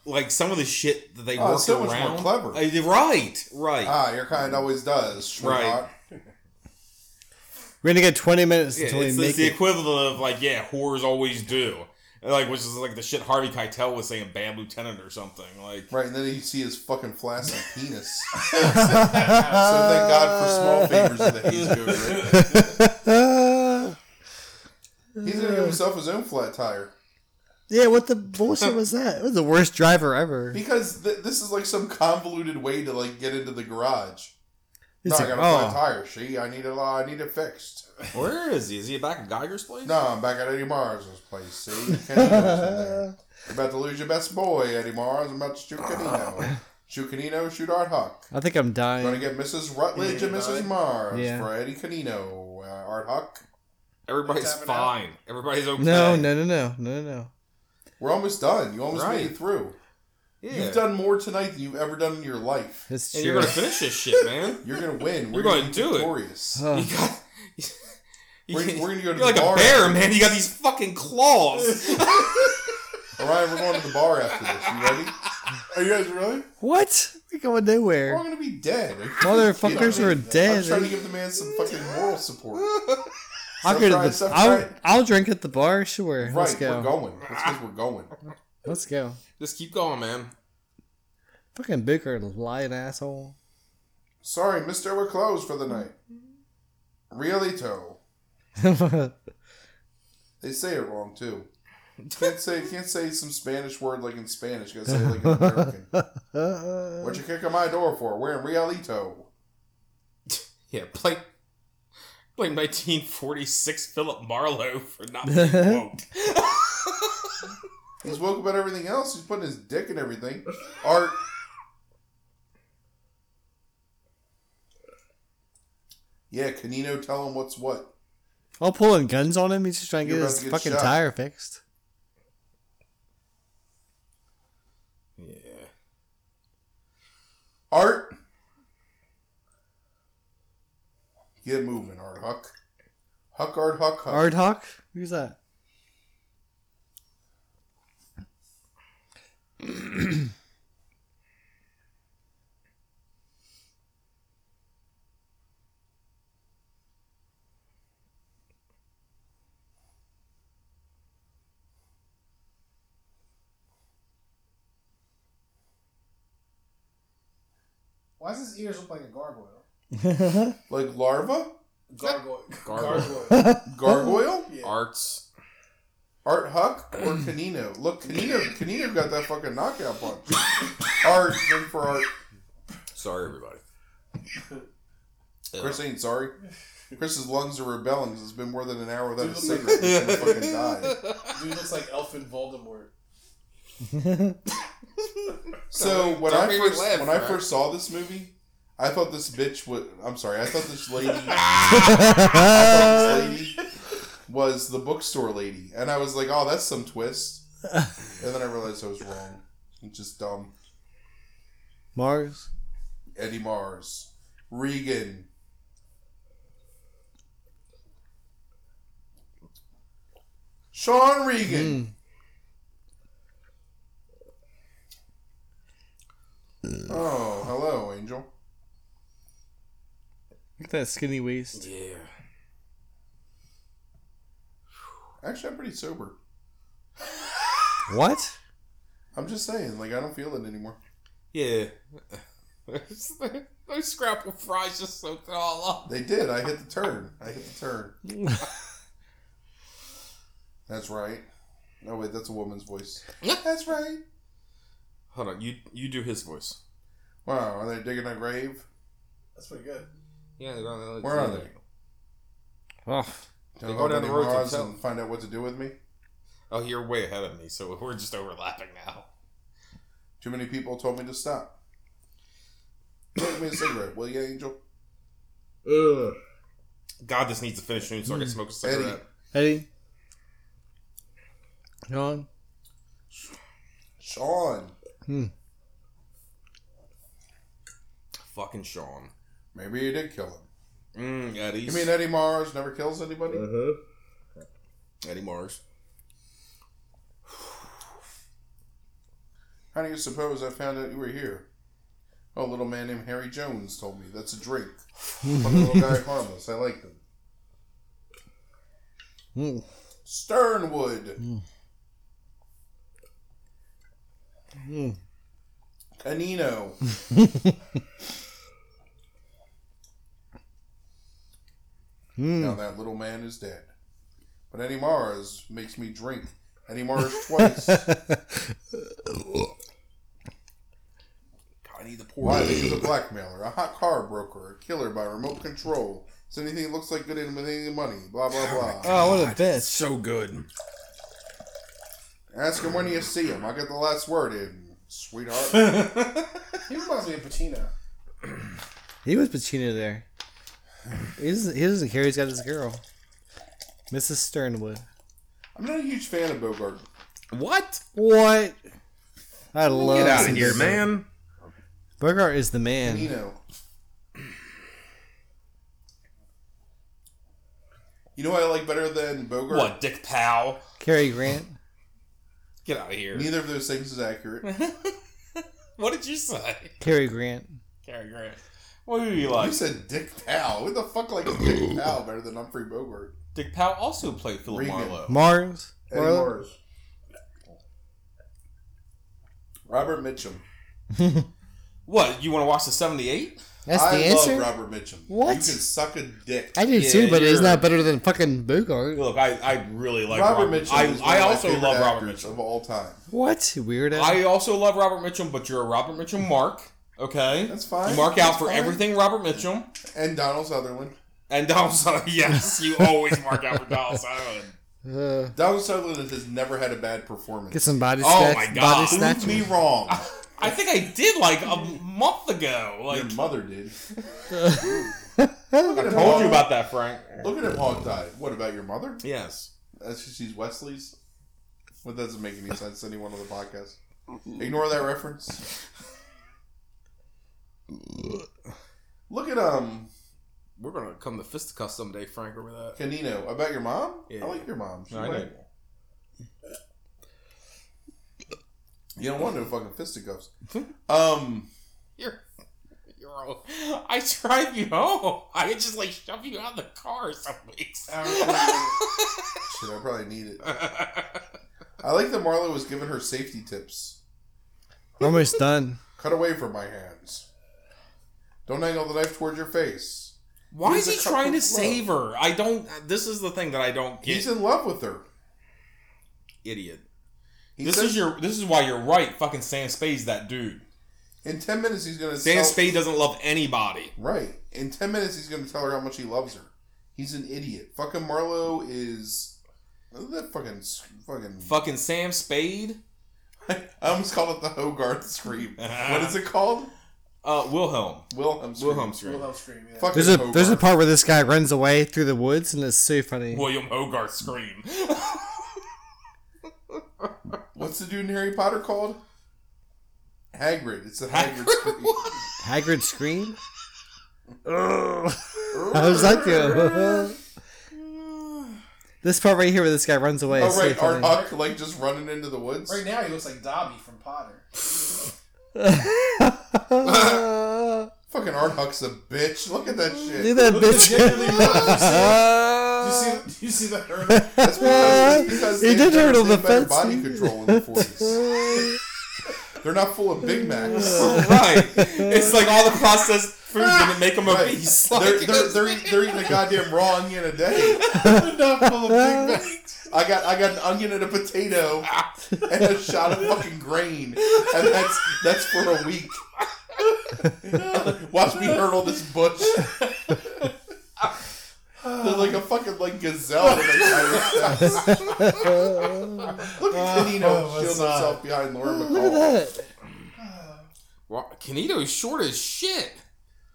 like some of the shit that they Oh, work it's so much around. more clever. Uh, you're right, right. Ah, your kind always does. sweetheart. We're gonna get 20 minutes Yeah, until it's, we it's make the it. equivalent of like, yeah, whores always do. Like, which is like the shit Harvey Keitel was saying, "Bad Lieutenant" or something. Like, Right, and then you see his fucking flaccid penis. (laughs) so thank God for small (laughs) favors that he's doing. Right? He's gonna give himself his own flat tire yeah, what the bullshit was that? It was the worst driver ever. because th- this is like some convoluted way to like get into the garage. It's no, I like, got a flat oh. tire. See, I need it. uh, I need it fixed. where is he? Is he back at Geiger's place? No, I'm back at Eddie Mars' place. See, You can't oh. do this in there. (laughs) You're about to lose your best boy, Eddie Mars. I'm about to shoot (laughs) Canino. Shoot Canino. Shoot Art Huck. I think I'm I'm gonna dying. get Mrs. Rutledge and Mrs. Mars Yeah. for Eddie Canino. Uh, Art Huck. Everybody's Let's have it out. fine. Everybody's okay. (laughs) No, no, no, no, no, no, no. We're almost done. You almost Right. made it through. Yeah. You've done more tonight than you've ever done in your life. It's and true. you're gonna finish this shit, (laughs) man. You're gonna win. You're We're gonna gonna, be do it. victorious. Huh. you got. You (laughs) We're- we're gonna go to you're the like bar a bear, after man. You got these fucking (laughs) claws. All right, we're going to the bar after this. You ready? (laughs) Are you guys really? What? We're going We're all nowhere. gonna be dead. Motherfuckers are I'm trying to dead. give the man some fucking moral support. I'll, go to Surprise, the, I'll, surprise. I'll drink at the bar, sure. Let's Right, we're go. going. That's because we're going. Let's go. Just keep going, man. Fucking Booker, (laughs) lying asshole. Sorry, Mister, we're closed for the night. Realito. They say it wrong too. Can't say can't say some Spanish word like in Spanish. Gotta say it like an (laughs) American. What you kicking my door for? We're in Realito. Yeah, play play 1946 Philip Marlowe for (laughs) not being woke. He's woke about everything else. He's putting his dick in everything. Art. Yeah, Canino, tell him what's what. I'll pulling guns on him. He's just trying to You're about get his to get fucking shot. tire fixed. yeah. Art. Get moving, Art Huck. Huck, Art, Huck, Huck. Ardhawk? Who's that? (laughs) Why does his ears look like a gargoyle? Like larva? Gargoyle. Gargoyle. Gargoyle. Gargoyle? Yeah. Arts. Art Huck or Canino? Look, Canino, Canino got that fucking knockout punch. Art, drink for Art. Sorry, everybody. Chris ain't sorry. Chris's lungs are rebelling 'cause it's been more than an hour without a cigarette. He's gonna fucking die. Dude looks like Elfin Voldemort. (laughs) So when Don't I make me first laugh, when I Frank. first saw this movie, I thought this bitch was. I'm sorry. I thought (laughs) this lady. I thought this lady was the bookstore lady, and I was like, "Oh, that's some twist." And then I realized I was wrong. It's just dumb. (laughs) Mars? Eddie Mars, Regan. Sean Mm. Regan. Oh, hello, Angel. Look at that skinny waist. Yeah. Actually, I'm pretty sober. What? I'm just saying, like, I don't feel it anymore. Yeah. (laughs) Those scrapple fries just soaked it all up. They did. I hit the turn. I hit the turn. That's right. No, wait, that's a woman's voice. That's right. Hold on, you you do his voice. Wow, are they digging a grave? That's pretty good. Yeah, they're on Where are they? (laughs) Oh, To They go help down the Eddie road to Mars tell- and find out what to do with me? Oh, you're way ahead of me, so we're just overlapping now. Too many people told me to stop. Give me a cigarette, will you, Angel? Ugh. God, this needs to finish soon so I can smoke a cigarette. Hmm. Eddie. Eddie? John? Sean. Fucking Sean. Maybe you did kill him. Mm, You Eddie's. mean Eddie Mars never kills anybody? Uh-huh. Eddie Mars. How do you suppose I found out you were here? Oh, A little man named Harry Jones told me. That's a drink. Funny little guy, harmless. I like them. Mm. Sternwood. Mm. Canino. Now Mm. that little man is dead. But Eddie Mars makes me drink Eddie Mars twice. God, I need the poor. Why? Because he's a blackmailer, a hot car broker, a killer by remote control. It's anything that looks like good and with any money. Blah blah blah. Oh, what a bitch. So good. Ask him when you see him. I got the last word in, sweetheart. (laughs) He reminds me of Pacino. He was Pacino there. He doesn't, he doesn't care. He's got his girl, Mrs. Sternwood. I'm not a huge fan of Bogart. What? What? I love. Get out of Mrs. here, man. Bogart is the man. Nino. You know what I like better than Bogart? What, Dick Pal? Cary Grant. Get out of here. Neither of those things is accurate. (laughs) What did you say? Cary Grant. Cary Grant. What do you You like? said Dick Powell. Who the fuck likes Dick Powell better than Humphrey Bogart? Dick Powell also played Philip Regan. Marlowe. Mars. Eddie Marlo? Mars. Robert Mitchum. What, you want to watch the 78? That's I the love answer. Robert Mitchum. What? You can suck a dick. I did Yeah, too, but it's you're- not better than fucking Bogart. Look, I, I really like Robert Mitchum. I, is one I of my also favorite love Robert actors Mitchum. of all time. What weirdo? I also love Robert Mitchum, but you're a Robert Mitchum mark, okay? That's fine. You mark That's out for fine. everything Robert Mitchum. And Donald Sutherland. And (laughs) Donald Sutherland, yes, you always mark out for Donald Sutherland. Uh, Donald Sutherland has never had a bad performance. get some body Oh snatch. my God. Body Who's snatch. Prove me wrong. I think I did like a month ago. Like Your mother did. I (laughs) told you about that, Frank. Look at him hog tied. What about your mother? Yes. That's just she's Wesley's. Well, that doesn't make any sense to anyone on the podcast. Ignore that reference. Look at um We're gonna come to fisticuffs someday, Frank, over that. Canino. About your mom? Yeah. I like your mom. She's I know. like- You don't want no fucking fisticuffs. Um You're, you're all, I drive you home. I could just like shove you out of the car some weeks. I remember- shit, I probably need it. I like that Marlo was giving her safety tips. We're almost done. Cut away from my hands. Don't angle the knife towards your face. Why He's is he a couple trying to of save her? I don't. This is the thing that I don't get. He's in love with her. idiot. He this said- is your. This is why you're right. Fucking Sam Spade's that dude. in ten minutes he's gonna Sam sell- Spade doesn't love anybody. Right. In 10 minutes, he's going to tell her how much he loves her. He's an idiot. Fucking Marlowe is. That fucking. Fucking. (laughs) Fucking Sam Spade. I almost called it the Hogarth scream. what is it called? Uh, Wilhelm. Wilhelm scream. Wilhelm We'll scream. love Scream, yeah. Fucking There's a Hogarth. there's a part where this guy runs away through the woods and it's so funny. William Hogarth scream. What's the dude in Harry Potter called? Hagrid. It's the Hagrid scream. Hagrid scream. Er, How does that go? (laughs) this part right here where this guy runs away. Oh, is so right. Art funny. (laughs) Huck, like, just running into the woods. Right now, he looks like Dobby from Potter. Fucking Art Huck's a bitch. Look at that Look shit. at that Look at (laughs) bitch. the Uh, Do you see, (laughs) do you see the hurdle? That's because, because He they- did they hurdle the had better fence. Body control in the 40s. (laughs) They're not full of Big Macs. right. It's like all the processed food didn't make him Right. obese. They're, Like, they're, they're, eat- they're eating a goddamn raw onion a day. (laughs) They're not full of Big (laughs) Macs. I got I got an onion and a (laughs) potato and a shot of fucking grain, and that's that's for a week. Watch me hurdle this bush. They're like a fucking like gazelle in a tire fence. (laughs) Look at Canino shielding himself behind Laura Look McCall. at that. Wow, Kenito's short as shit.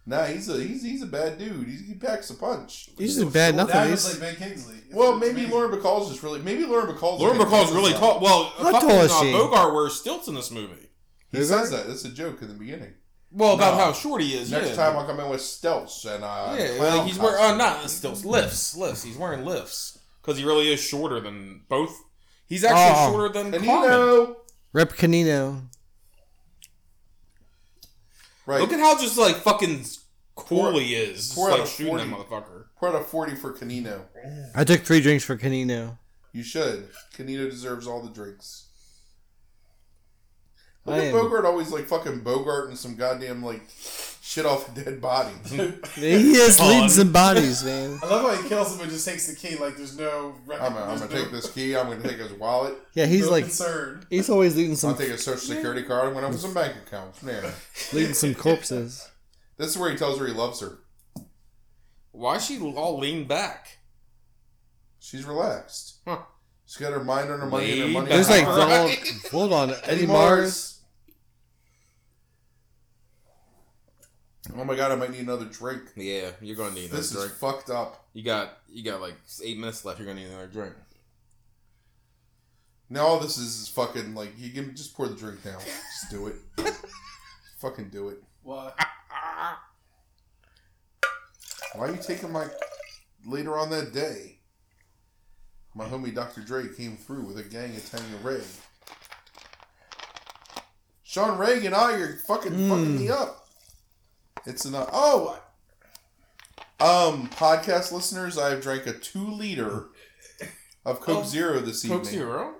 Nah, he's a he's he's a bad dude. He, he packs a punch. He's just bad Now nothing. he looks He's like Ben Kingsley. It's- Well, it's maybe amazing. Lauren Bacall's just really. Maybe Lauren Bacall's. Lauren McCall's really tall. Well, How fucking tall is uh, she? Bogart wears stilts in this movie. He says that. That's a joke in the beginning. Well, about No. how short he is. Next yeah. time I'll come in with stealths and uh, yeah, clown like he's wearing uh, costume. not stilts, lifts, lifts. He's wearing lifts because he really is shorter than both. He's actually Oh. shorter than And you Carmen. know, Rep Canino. Right. Look at how just like fucking cool Pour- he is, just, pour out like a shooting that 40. motherfucker. Pour out a 40 for Canino. I took three drinks for Canino. You should. Canino deserves all the drinks. Look I at am- Bogart always like fucking Bogart and some goddamn like shit off a (laughs) dead body. He has Colin. leads and bodies, man. I love how he kills him and just takes the key like there's no. Record, I'm, gonna- I'm there's gonna no, take this key. I'm gonna take his wallet. Yeah, he's no like concern. he's always leading I'll some take his social security card. I'm gonna open some bank accounts. Man, leading some corpses. this is where he tells her he loves her. Why is she all leaned back? She's relaxed. Huh. She's got her mind on her money and her Laid money. (laughs) There's on like her hold on, hold on, Eddie Mars. Oh my god, I might need another drink. Yeah, you're gonna need another This is drink. fucked up. You got you got like eight minutes left. You're gonna need another drink. Now all this is, is fucking like you can just pour the drink now. Just do it. fucking do it. What? Why are you taking my later on that day? My homie Dr. Dre came through with a gang of Tanya Ray. Sean Ray and I are fucking Hmm. fucking me up. It's an oh um podcast listeners, I have drank a two liter of Coke Oh, Zero this evening. Coke Zero.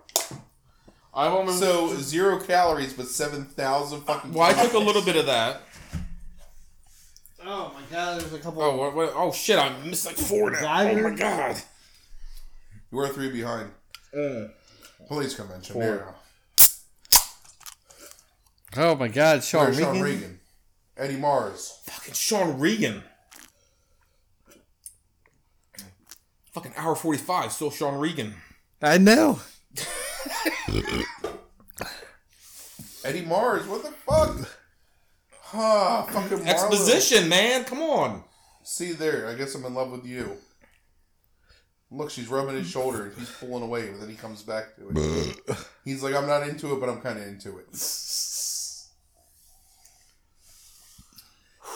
I've almost So zero calories, but seven thousand fucking. Well, I calories. took a little bit of that. Oh my god, there's a couple. Oh, what, what, oh shit! I missed like four now. Oh my god! You are three behind. Police convention. There. Oh my god, Sean There's Sean Regan. Regan, Eddie Mars. Fucking Sean Regan. Fucking hour forty-five. Still Sean Regan. I know. Eddie Mars. What the fuck? Ah, fucking Marlo. Exposition, man. Come (laughs) on. See there. I guess I'm in love with you. Look, she's rubbing his shoulder and he's pulling away, but then he comes back to it. he's like, I'm not into it, but I'm kind of into it.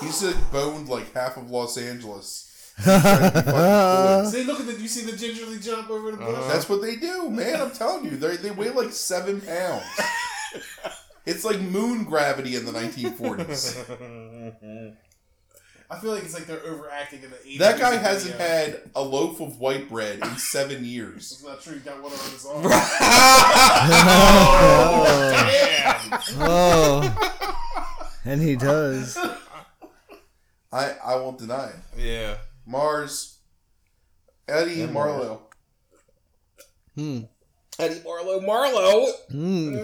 He's like boned like half of Los Angeles. He's trying to be fucking (laughs) cool. See, look at that. You see the gingerly jump over the bush. That's what they do, man. I'm telling you, they they weigh like seven pounds. it's like moon gravity in the 1940s. I feel like it's like they're overacting in the 80s. That guy hasn't video. had a loaf of white bread in seven years. It's not true. He got one on his arm. oh. (laughs) Yeah. and he does. I I won't deny it. yeah. Mars, Eddie Marlowe. Hmm. Eddie Marlowe. Marlowe. Hmm.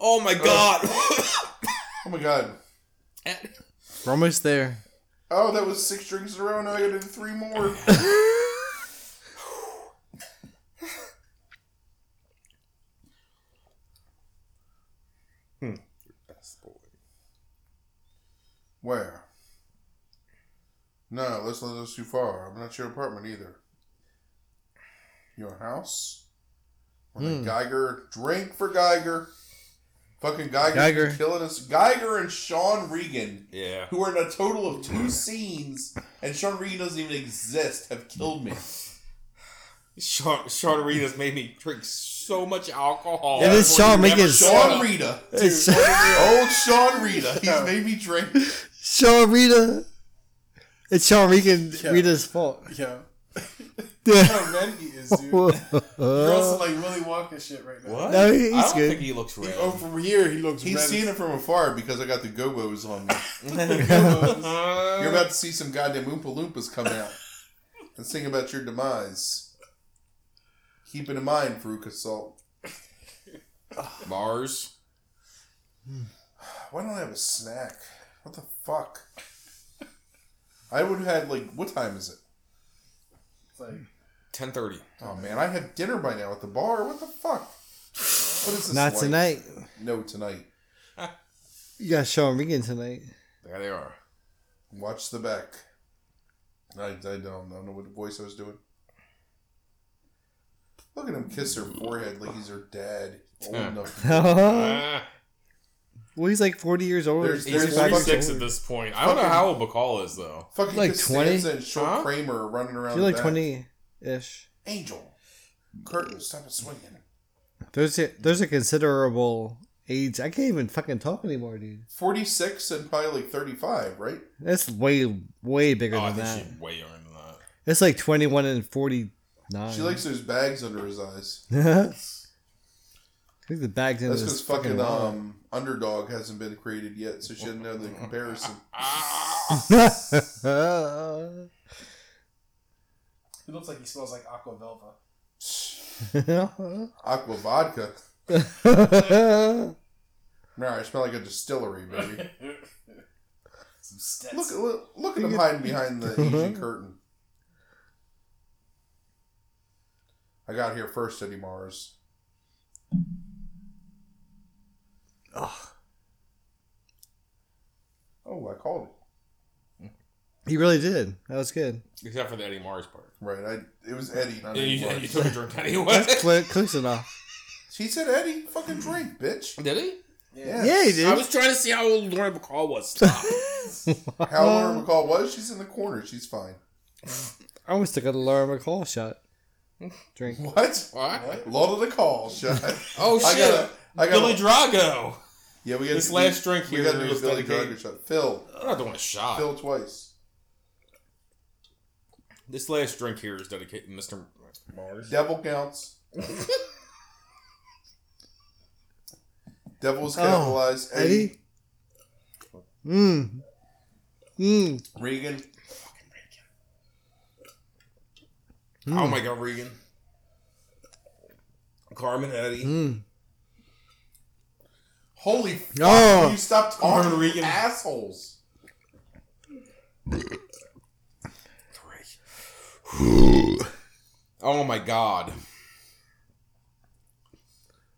Oh my god. (laughs) Oh my god. We're almost there. Oh, that was six drinks in a row. Now I got to do three (laughs) more. Hmm. Where? No, let's not us too far. I'm not your apartment either. Your house? Or the Hmm. Geiger drink for Geiger. Fucking Geiger, Geiger. killing us. Geiger and Sean Regan, yeah. who are in a total of two scenes, and Sean Regan doesn't even exist, have killed me. Sean Sean Reed has made me drink so much alcohol. It is Sean Regan's. Sean Rita. It's Old Sean Rita. He's made me drink. Sean Rita. It's Sean Regan. Rita's fault. yeah. (laughs) Yeah. How red he is, dude. You're also no, like Willy Wonka shit right now. What? he's I don't good. think he looks red. Oh, from here he looks He's red. seen it from afar because I got the gobos on me. (laughs) You're about to see some goddamn Oompa Loompas come out and sing about your demise. Keep it in mind, Veruca Salt. Mars. Why don't I have a snack? What the fuck? I would have had, like, what time is it? It's like, Ten thirty. Oh, man, I had dinner by now at the bar. What the fuck? What is this? Not like? tonight. No, tonight. You got Sean Regan (laughs) tonight. There they are. Watch the back. I, I don't know what voice I was doing. Look at him kiss her forehead like he's her dad. Old (laughs) enough. well, Uh, Ah. he's like 40 years old. There's- He's He's There's 45 46 46 years at old. this point. I don't know how old Bacall is though. Fucking Like Costanza 20? and Short Huh? Kramer are running around. You're like the back. 20 ish. Angel, curtain, stop it swinging. There's a, there's a considerable age. I can't even fucking talk anymore, dude. 46 and probably like 35, right? That's way way bigger Oh, I than think that. she's way younger than that. It's like twenty one and forty nine. She (laughs) likes those bags under his eyes. I think the bag's in That's this because fucking. uh, fucking wallet. um, Underdog hasn't been created yet, so she doesn't know the comparison. Ah! He looks like he smells like aqua velva. Aqua Vodka. (laughs) Man, I smell like a distillery, baby. (laughs) Some steps. Look, look, look at him hiding behind the Asian curtain. I got here first, Eddie Mars. Oh, I called it. you really did. That was good. Except for the Eddie Mars part. Right, I, it was Eddie, not And Eddie you, and you (laughs) Mars. took a drink anyway. That's cl- close enough. He said, Eddie, fucking drink, bitch. (laughs) Did he? Yeah. Yeah, you I did. was trying to see how old Lauren Bacall (laughs) was. Stop. How Lauren McCall was? She's in the corner. She's fine. (laughs) I almost took a Laura McCall shot. Drink. What? What? Lord of the call, shut. Oh I shit! gotta, I gotta, Billy Drago. yeah, we got This last drink We here gotta do a is Billy dedicated- Dragon shot. Phil, I'm not doing a shot. Phil twice. This last drink here is dedicated to Mr. Mars. Devil counts. Devil's Oh, capitalized. Eddie, Eddie. Mmm. Mmm. Regan. Oh my god, Regan. Carmen Eddie. Mmm. Holy fuck! Oh. You stopped talking, Arm Regan. assholes. Oh my god.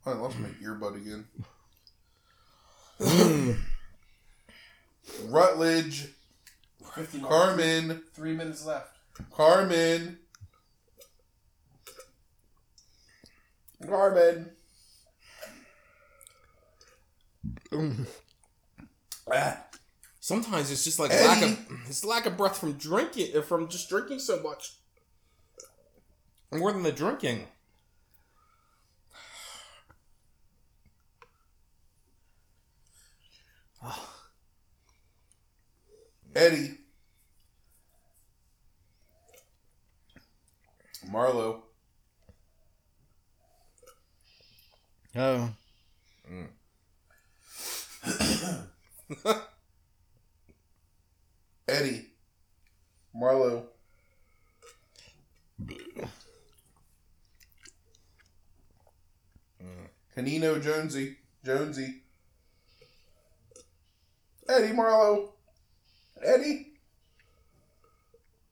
I lost my earbud again. (sighs) Rutledge, 50 more. Carmen, Three minutes left. Carmen, Carmen. Ah. Sometimes it's just like Eddie. lack of (clears throat) it's lack of breath from drinking from just drinking so much. More than the drinking. Eddie. Marlo. Oh. Eddie. Marlo. Canino Jonesy. Jonesy. Eddie Marlo. Eddie.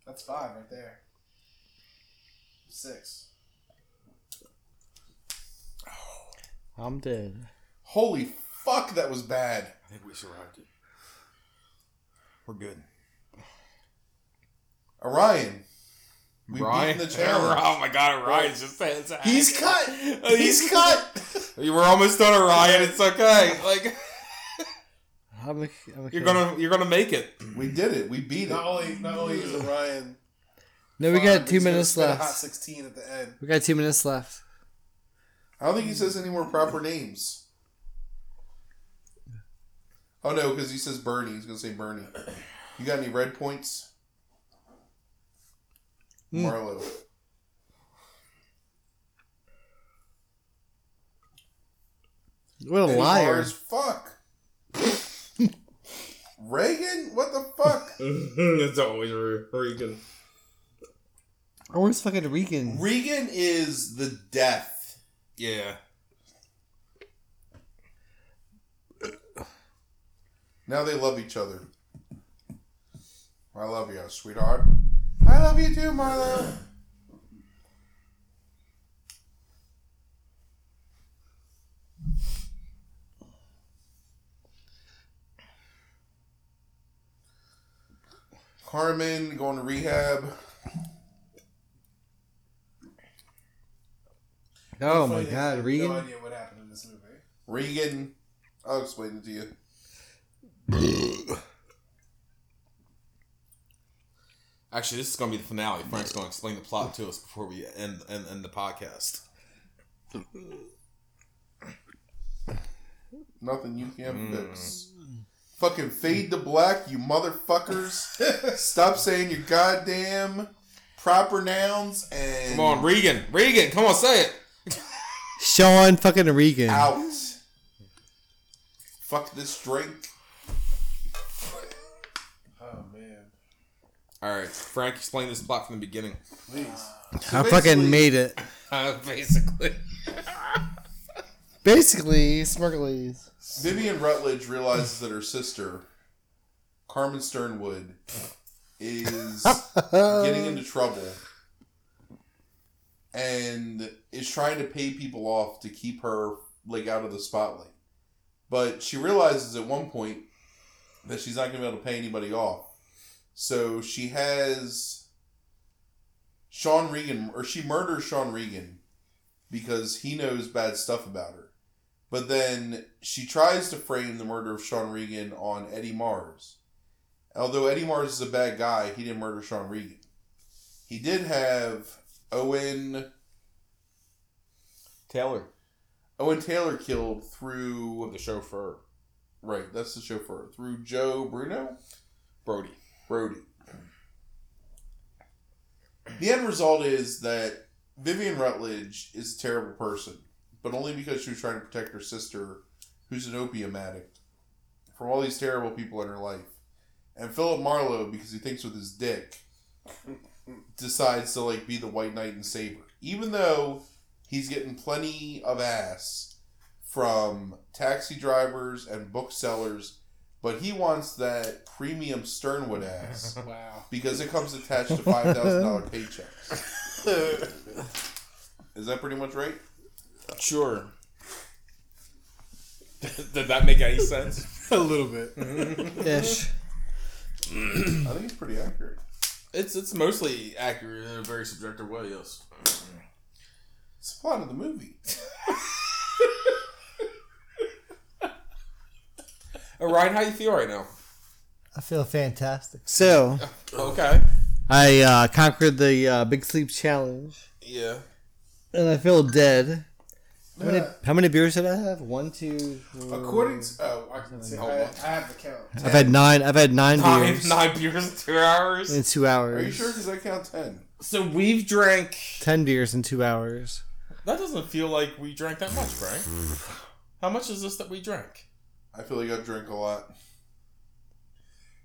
That's five right there. Six. I'm dead. Holy fuck, that was bad. I think we survived it. We're good. Orion. (laughs) We've Ryan, beaten the challenge. oh my god, Ryan's just fantastic. He's cut. (laughs) Oh, He's cut. You were almost done, Ryan. It's (laughs) okay. Like I'm, a, I'm a you're gonna you're gonna make (laughs) it. we did it. We beat it. Not only, not only is Orion. No, we five, got two he's gonna minutes spit a Hot left. sixteen at the end. We got two minutes left. I don't think he says any more proper names. Oh no, because he says Bernie. He's gonna say Bernie. You got any red points? Hmm. Marlo. What a Eddie liar. Mars, fuck. Reagan? What the fuck? it's always Regan. Oh, where's fucking Regan? Regan is the death. Yeah. Now they love each other. I love you, sweetheart. I love you too, Marlo. Carmen going to rehab. Oh Funny my thing, I god, have Regan. No idea what happened in this movie. Regan, I'll explain it to you. Actually, this is gonna be the finale. Frank's gonna explain the plot to us before we end end, end the podcast. Nothing you can't Mm. fix. Fucking fade to black, you motherfuckers. Stop saying your goddamn proper nouns and Come on, Regan. Regan, come on, say it. Sean fucking Regan. out. Fuck this drink. Oh man, All right, Frank, explain this plot from the beginning. (laughs) please. I fucking made it. Uh, basically, Basically, Smurglies. Vivian Rutledge realizes that her sister, Carmen Sternwood, is getting into trouble and is trying to pay people off to keep her like out of the spotlight. But she realizes at one point that she's not going to be able to pay anybody off. So she has Sean Regan, or she murders Sean Regan because he knows bad stuff about her. But then she tries to frame the murder of Sean Regan on Eddie Mars. Although Eddie Mars is a bad guy, he didn't murder Sean Regan. He did have Owen Taylor, Owen Taylor killed through the chauffeur, right, that's the chauffeur. Through Joe Bruno? Brody. Brody. The end result is that Vivian Rutledge is a terrible person, but only because she was trying to protect her sister, who's an opium addict, from all these terrible people in her life. And Philip Marlowe, because he thinks with his dick, decides to like be the white knight and save her, even though he's getting plenty of ass from taxi drivers and booksellers. But he wants that premium Sternwood ass Wow. because it comes attached to five thousand dollar paychecks. Is that pretty much right? Sure. Did that make any sense? A little bit. Ish. I think it's pretty accurate. (laughs) It's it's mostly accurate in a very subjective way. Yes. It's the plot of the movie. Uh, Ryan, how you feel right now? I feel fantastic. So, Okay. I uh, conquered the uh, Big Sleep Challenge, Yeah. and I feel dead. How many, how many beers did I have? One, two. Three. According to oh, I can see. Hold I, on. I have the count. I've had nine. I've had nine, Nine, beers nine beers in two hours. in two hours. Are you sure? Because I count ten. So we've drank. Ten beers in two hours. That doesn't feel like we drank that much, Frank. How much is this that we drank? I feel like I drink a lot.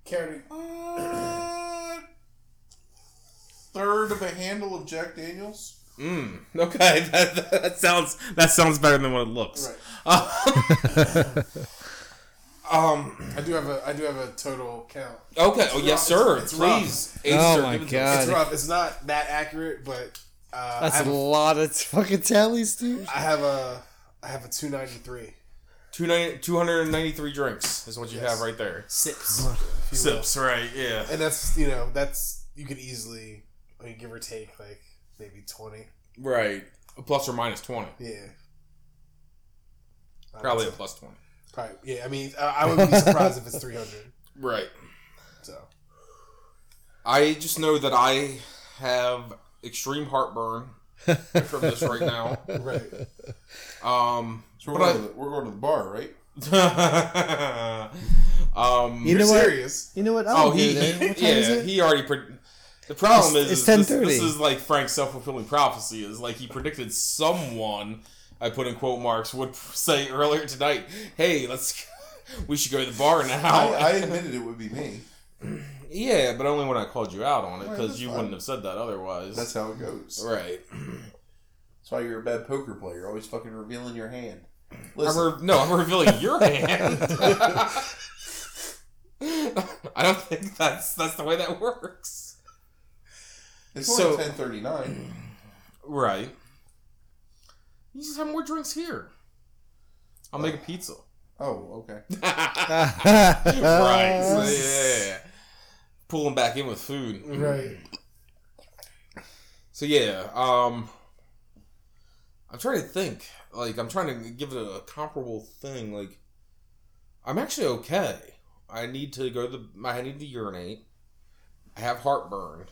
Carry Uh, third of a handle of Jack Daniels. Mm, okay, (laughs) that, that, that sounds that sounds better than what it looks. um. I do have a I do have a total count. Okay. Oh yes, sir. It's rough. Please. Ace, Oh sir, my give it to God. us. It's rough. It's not that accurate, but uh, I, That's have, a lot of fucking tallies, dude. I have a I have a two ninety three Two nine- 293 drinks is what you Yes. have right there. sips. if you will. Sips, right? Yeah. and that's you know that's you could easily I mean, give or take like maybe twenty. Right. A plus or minus 20. Yeah. I would Probably a say- plus 20. Probably, yeah. I mean, I, I wouldn't be surprised if it's three hundred. (laughs) Right. So I just know that I have extreme (laughs) heartburn from this right now. right, Um, So but we're, going to, the, we're going to the bar, right? I, (laughs) um, You know what? serious. You know what? I'll oh, he, do then. he What time is yeah, (laughs) it? he already. Pre- the problem It's- is, it's is this, 10:30. this is like Frank's self fulfilling prophecy. Is like he predicted someone. I put in quote marks would (laughs) say earlier tonight, "Hey, let's (laughs) we should go to the bar now." I, I admitted it would be me. Yeah, but only when I called you out on it Alright, because that's you fine. wouldn't have said that otherwise. That's how it goes. (laughs) right. That's why you're a bad poker player. You're Always fucking revealing your hand. I'm Listen, re- no, I'm revealing (laughs) your hand. (laughs) I don't think that's that's the way that works. it's so- only ten thirty nine. Right. You just have more drinks here. I'll make a (laughs) pizza. Oh, okay. right. right. so, yeah. Pull them back in with food. right. So yeah, um I'm trying to think. Like I'm trying to give it a comparable thing. Like I'm actually okay. I need to go to the I need to urinate. I have heartburn.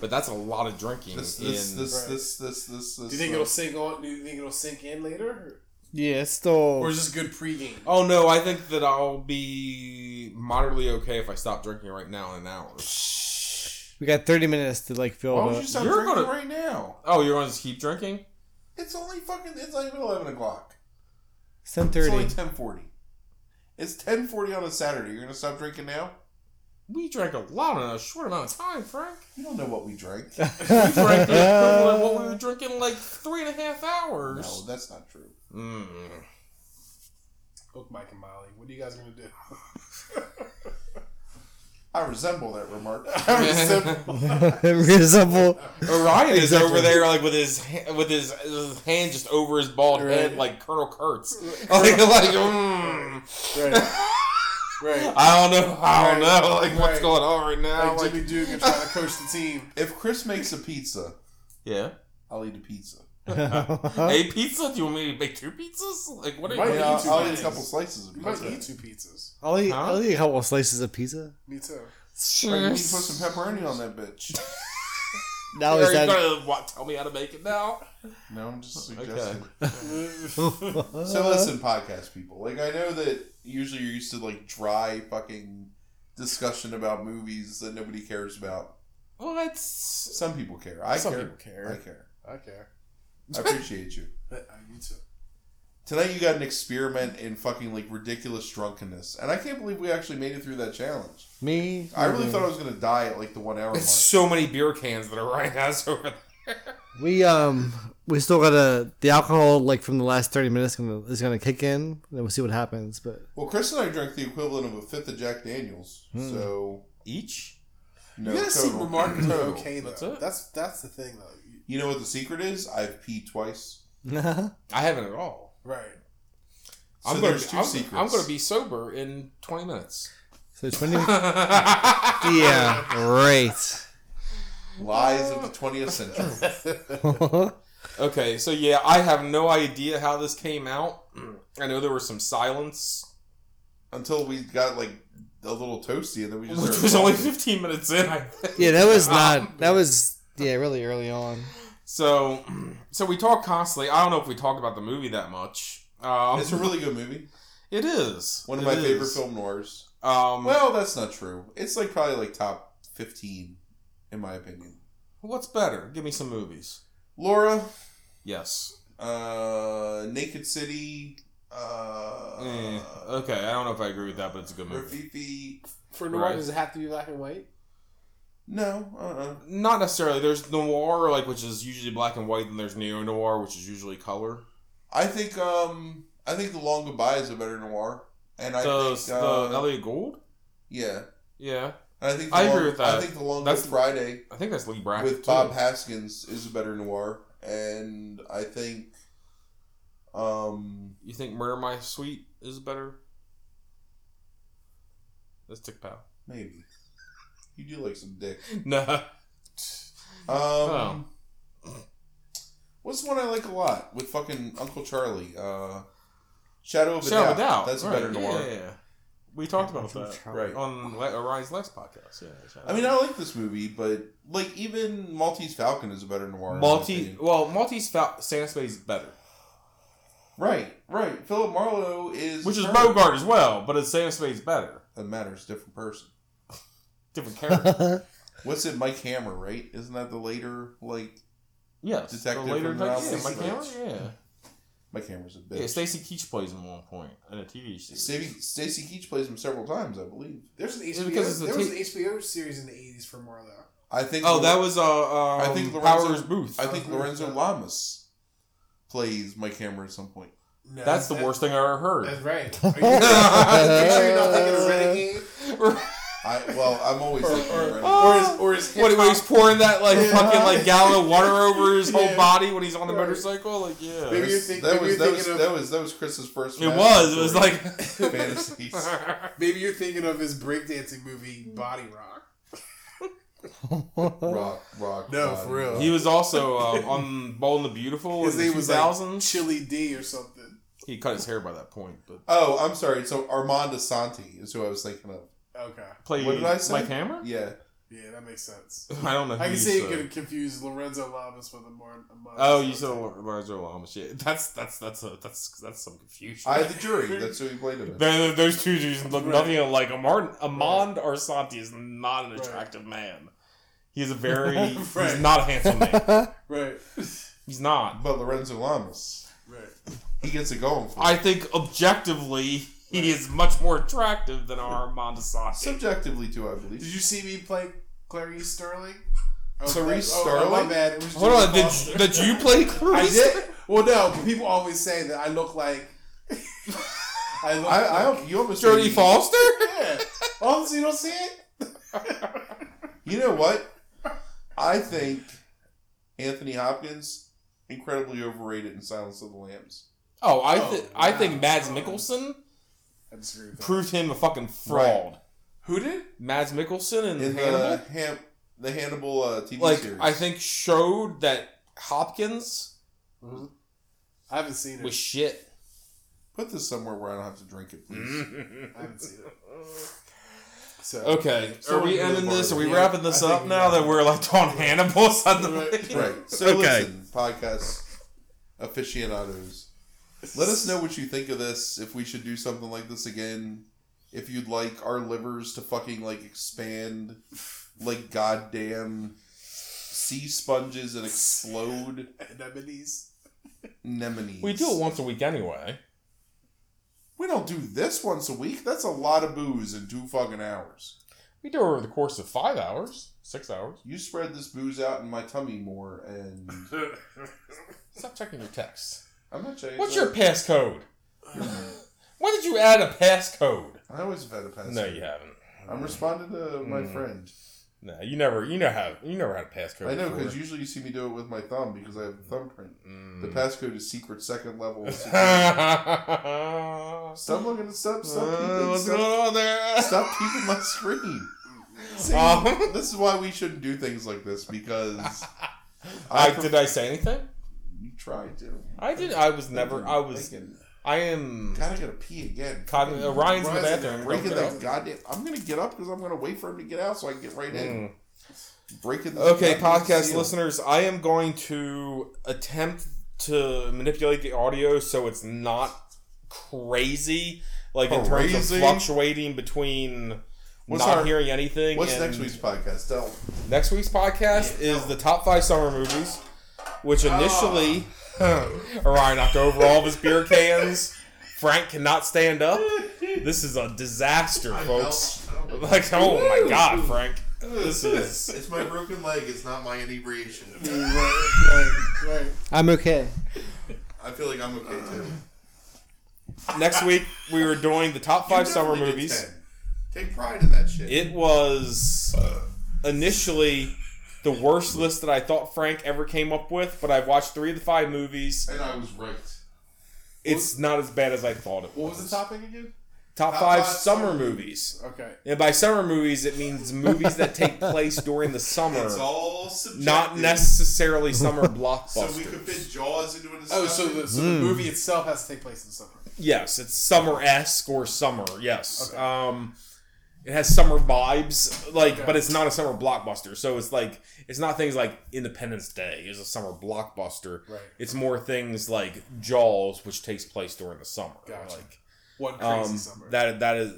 But that's a lot of drinking This, this, in this, Right. this, this, this, this. Do you think uh, it'll sink on? Do you think it'll sink in later? Yeah, it's still. Or is this good pregame? Oh no, I think that I'll be moderately okay if I stop drinking right now in an hour. We got 30 minutes to like fill Why don't up. you stop You're drinking gonna- right now? Oh, you're gonna just keep drinking? It's only fucking. It's not even eleven o'clock. It's 10 It's only 30. ten forty. It's ten forty on a Saturday. You're gonna stop drinking now? We drank a lot in a short amount of time, Frank. (laughs) You don't know what we drank. (laughs) We drank the equivalent of what we were drinking in, like three and a half no, hours. that's not true. Mm. Look, Mike and Molly, what are you guys gonna do? I resemble that (laughs) remark. I resemble. (laughs) Resemble. Orion is Exactly. over there, like with his ha- with his, his hand just over his bald head, like Colonel (laughs) Kurtz. like, like, mm. Right. right. I don't know, I don't Right. know, like what's Right. going on right now. Like like- Jimmy Dugan trying to coach (laughs) the team. if Chris makes a pizza, yeah, I'll eat a pizza. (laughs) a pizza? Do you want me to make two pizzas? Like, what are you? what Might are eat Yeah, you- two I'll eat pizzas. a couple slices of You might pizza. eat two pizzas. I'll eat, Huh? I'll eat a couple slices of pizza. Me too. Like, you need to put some pepperoni on that bitch. Now Are is you that. gonna what, tell me how to make it now? No, I'm just suggesting. Uh. (laughs) (laughs) so listen, podcast people. Like I know that usually you're used to like dry fucking discussion about movies that nobody cares about. Well, that's Some people care. I Some care. people care. I care. I care. I appreciate you. I, you uh, too. Tonight you got an experiment in fucking like ridiculous drunkenness, and I can't believe we actually made it through that challenge. Me? I really thought I was gonna die at like the one hour mark. it's so many beer cans that Orion has over there. We, um, we still gotta. The alcohol, like from the last 30 minutes, gonna, is gonna kick in, and we'll see what happens. But (laughs) Well, Chris and I drank the equivalent of a fifth of Jack Daniels, so Hmm. Each? no you gotta see total. remarkably Total. okay though. That's That's, it. that's the thing though. You- (clears throat) You know what the secret is? I've peed twice. I haven't at all. Right. So I'm gonna there's be, two I'm, secrets. I'm gonna be sober in 20 (laughs) minutes. (laughs) so 20. yeah, right. (laughs) lies of the twentieth century. Okay, so yeah, I have no idea how this came out. (clears throat) I know there was some silence, Until we got like a little toasty, and then we just which started was only (laughs) talking. 15 minutes in. (laughs) I think. Um, (laughs) Yeah, that was not. That was. Yeah, really early on. So, (clears throat) so we talk constantly. I don't know if we talk about the movie that much. Um, It's a really good movie. it is One of It my is. favorite film noirs. Um, Well, that's not true. It's like probably like top fifteen, in my opinion. what's better? Give me some movies. Laura, Yes. uh, Naked City, uh, Eh, okay, I don't know if I agree with that, but it's a good movie. Rafifi. For noir, noir, Right. does does it have to be black and white? No, uh, uh Not necessarily. There's noir, like which is usually black and white, and there's neo noir, which is usually color. I think um, I think The Long Goodbye is a better noir, and I the, think uh, the Elliot Gould. yeah, Yeah, and I think I The agree Long- with that. I think The Long Good That's- Friday I think that's Lee Brackett with too. Bob Haskins is a better noir, and I think um You think Murder My Sweet is better? That's Tick Pow. maybe you do like some dick. (laughs) No. Oh. Um, what's one I like a lot with fucking Uncle Charlie? Uh, Shadow of a Shadow Doubt. of a Doubt. That's a right, better yeah, noir. Yeah, yeah. We talked about that Right. on Le- Orion's Last podcast. Yeah. Shadow I mean, of a I like this movie, but like even Maltese Falcon is a better noir. Doubt. in my Maltese. opinion. Well, Maltese Fal- Santa Fe is better, Right, right. Philip Marlowe is which is Charlie. Bogart as well, but it's Santa Fe is better. That matters. Different person. Different character. What's it? Mike Hammer, right? Isn't that the later like yes. Detective The later, from yeah, Rouse Mike Lynch. Hammer. Yeah. Mike Hammer's a bitch. Yeah. Stacy Keach plays him at one point in a TV series. Stacey, Stacey Keach plays him several times, I believe. There's an It's HBO. because it's a there was tape. an HBO series in the '80s for Marlowe. I think. Oh, that was uh, um, I think Lorenzo- Powers Booth. I think Lorenzo Lamas plays Mike Hammer at some point. No, That's the that- worst thing I ever heard. (laughs) That's right. Are you, are you not thinking of Renegade? I well, I'm always (laughs) thinking of Renegade. Or is or is What, when he's pouring that like fucking like gallon of (laughs) water over his whole Yeah. body when he's on the Right. motorcycle, like yeah, Maybe you're it think, that maybe was you're that was, thinking of that was that was Chris's first. (laughs) was. It was (laughs) like (laughs) fantasies. maybe you're thinking of his breakdancing movie Body Rock. rock, rock. No, rock, for real. rock. he was also um, on Bold and the Beautiful. His in name the was like 2000s. Chili D or something. he cut his hair by that point, but Oh, I'm sorry. So Armand Asante is who I was thinking of. Okay. played What did I say? Mike Hammer. Yeah, Yeah, that makes sense. (laughs) I don't know. I who can you see you said. could confuse Lorenzo Lamas with a more. Oh, you said Lorenzo Lamas. Shit, (laughs) that's that's that's a, that's that's some confusion. (laughs) I, the (laughs) jury, that's who he played him. in. They're- they're- those two dudes look Right. nothing alike. Amar- Amand Arsanti is not an Right. attractive man. He's a (laughs) very he's Right. not a handsome (laughs) man. Right. He's not. But Lorenzo Lamas, Right. he gets it going for I him. think objectively he is much more attractive than our Armand Arsanti. Subjectively, too, I Did believe. you see me play Clarice Sterling? Oh, Clarice that- oh, Oh, my Starling? bad. It was Hold Julie on, did, Foster. did you play (laughs) I Clarice? did. Well, no, but people always say that I look like. (laughs) I look. I, I like, hope you almost Jodie made me- Foster? Yeah. Oh, so you don't see it? You know what? I think Anthony Hopkins incredibly overrated in Silence of the Lambs. Oh, I th- Oh, I think wow. Mads Mikkelsen I disagree with that. proved him a fucking fraud. Who did? uh, Mads Mikkelsen and In Hannibal. the, Ham, the Hannibal uh, TV like series. I think showed that Hopkins I haven't seen it. was shit. Put this somewhere where I don't have to drink it, please. Mm-hmm. I haven't seen it. So Okay, So are we we're really ending this? Are we bored. wrapping this Yeah, I up think now we are. that we're like on Hannibal suddenly? Right. Right. So Okay. listen, podcast aficionados. Let us know what you think of this. If we should do something like this again. If you'd like our livers to fucking like expand like goddamn sea sponges and explode (laughs) anemones. anemones. We do it once a week anyway. We don't do this once a week. That's a lot of booze in two fucking hours. We do it over the course of five hours, six hours. You spread this booze out in my tummy more, (laughs) and Stop checking your texts. I'm not checking. What's your passcode? when did you add a passcode? I always have had a pass. No, you haven't. I'm responding to my Mm, friend. No, you never. You know how. You never had a passcode. I know before. Mm. because usually you see me do it with my thumb because I have a thumbprint. (laughs) The passcode is secret second level. security. What's stop looking at stuff. Stop, peeping, Uh, going stop, on there? stop peeping my (laughs) screen. See, Um, this is why we shouldn't do things like (laughs) this because I, pref- did I say anything? you tried to. I did. I was never. I was. Thinking, I am. God, I gotta pee again. Cogn- uh, Ryan's in the Ryan's in bathroom. Breaking Okay. that goddamn. I'm gonna get up because I'm gonna wait for him to get out so I can get right in. Breaking. this Mm. Okay, goddamn podcast seal. listeners, I am going to attempt to manipulate the audio so it's not crazy, like in terms Crazy? of fluctuating between What's not our- hearing anything. What's and- next week's podcast? Tell. Next week's podcast is the top five summer movies, which initially Oh. (laughs) Orion knocked over all of his beer cans. Frank cannot stand up. This is a disaster, folks. Like, oh my god, Frank. This (laughs) is. It's my broken leg. It's not my inebriation. Right. (laughs) I'm okay. I feel like I'm okay Uh, too. Next week, we were doing the top five summer movies. Take pride in that shit. It was initially the worst list that I thought Frank ever came up with, but I've watched three of the five movies. and I was right. It's not as bad as I thought it was. What was the topic again? Top, five, summer movies. Okay. And by summer movies, it means movies that take place during the summer, It's all subjective. Uh, not necessarily summer (laughs) So blockbusters. (laughs) we could fit Jaws into a discussion. Oh, so the, so Hmm. the movie itself has to take place in summer. yes, it's summer esque or summer. Yes, um, it has summer vibes, like, but it's not a summer blockbuster. So it's like it's not things like Independence Day is a summer blockbuster. Right. It's more things like Jaws, which takes place during the summer. Gotcha. Like One crazy um, summer. that that is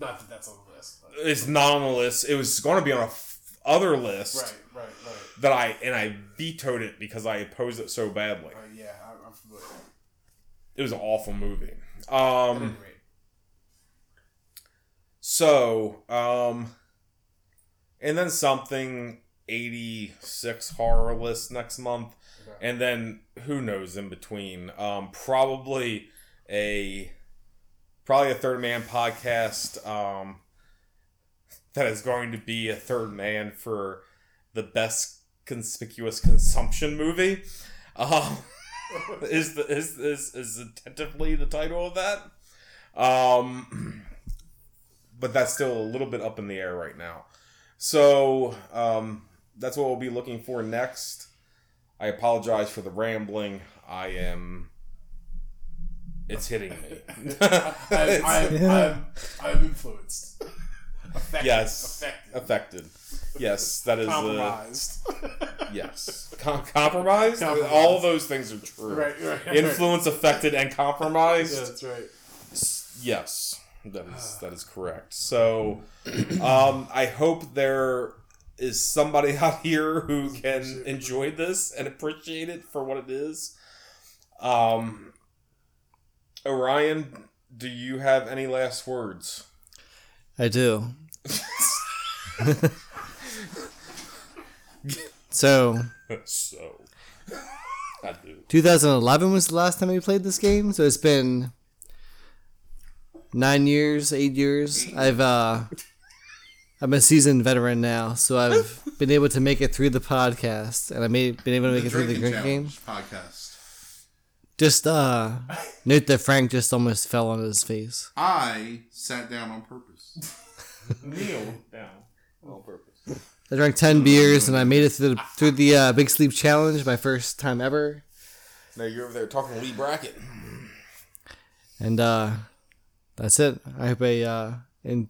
Not that that's on the list. But. it's not on the list. It was going to be on a f- other list. Right, right, right. that I and I vetoed it because I opposed it so badly. Uh, yeah, I, I'm familiar. It was an awful movie. Anyway, Um, so um, and then something eighty six horror list next month, Okay. and then who knows in between? Um, probably a probably a third man podcast. Um, that is going to be a third man for the best conspicuous consumption movie. Um, (laughs) is the is is is attentively the title of that. Um, (clears throat) but that's still a little bit up in the air right now. So um, that's what we'll be looking for next. I apologize for the rambling. I am. It's hitting me. (laughs) (laughs) I'm, I'm, I'm, I'm influenced. Affected. Yes. Affected. Affected. Yes, that is. Uh, Compromised. (laughs) yes. Com- compromised? Compromised. All those things are true. right, right. right. Influence, affected, and Yeah, compromised? that's right. Yes, that is that is correct. So, um, I hope there is somebody (laughs) out here who can enjoy this and appreciate it for what it is. Um, Orion, do you have any last words? (laughs) I do. so, so, I do. 2011 was the last time we played this game, so it's been nine years, eight years. I've uh, I'm a seasoned veteran now, so I've been able to make it through the podcast, and I made been able to make it through the drink game. Challenge podcast. Just uh, note that Frank just almost fell on his face. I sat down on purpose. Kneel down on purpose. I drank ten beers, and I made it through the, through the uh, big sleep challenge, my first time ever. Now you're over there talking Lee Brackett. And uh that's it. I hope I uh and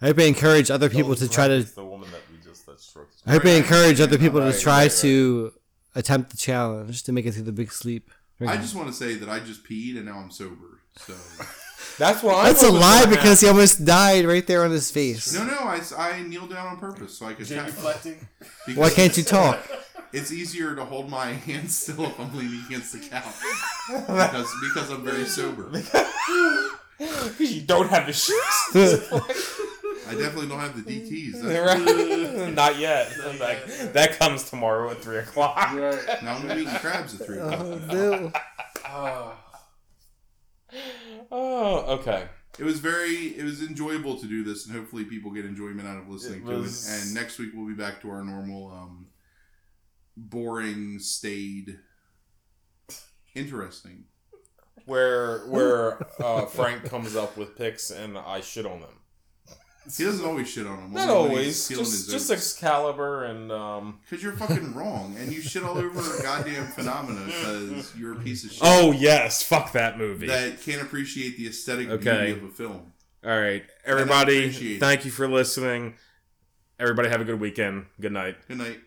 I hope I encourage other people to try to It's the woman that we just that struck. I hope I encourage other people Right, to right, try right. to attempt the challenge to make it through the big sleep. I just want to say that I just peed and now I'm sober. (laughs) So That's what That's a hoping lie will (laughs) because he almost died right there on his face. no, no, I, I kneeled down on purpose so I could tap. Genuflecting. because Why can't you talk? (laughs) It's easier to hold my (laughs) hand still if I'm leaning against (laughs) the couch because because I'm very sober. happen. you don't have the shoes. I definitely don't have the (laughs) DTS. That's- Right? (laughs) Not yet. Like, that comes tomorrow at three o'clock. (laughs) (laughs) Right. Now I'm gonna be eating crabs at three. o'clock. Uh-huh. Oh, no. Oh, Oh, okay. It was very it was enjoyable to do this, and hopefully people get enjoyment out of listening It to was- it. And next week we'll be back to our normal, um, boring, staid, interesting. Where where uh, Frank comes up with picks and I shit on them. He doesn't always shit on him. Not always. Just just Excalibur and um. because you're fucking wrong, and you shit all over goddamn phenomena because you're a piece of shit (laughs) Oh yes, fuck that movie. that can't appreciate the aesthetic Okay. beauty of a film. All right, I everybody. appreciate it. Thank you for listening. Everybody have a good weekend. Good night. Good night.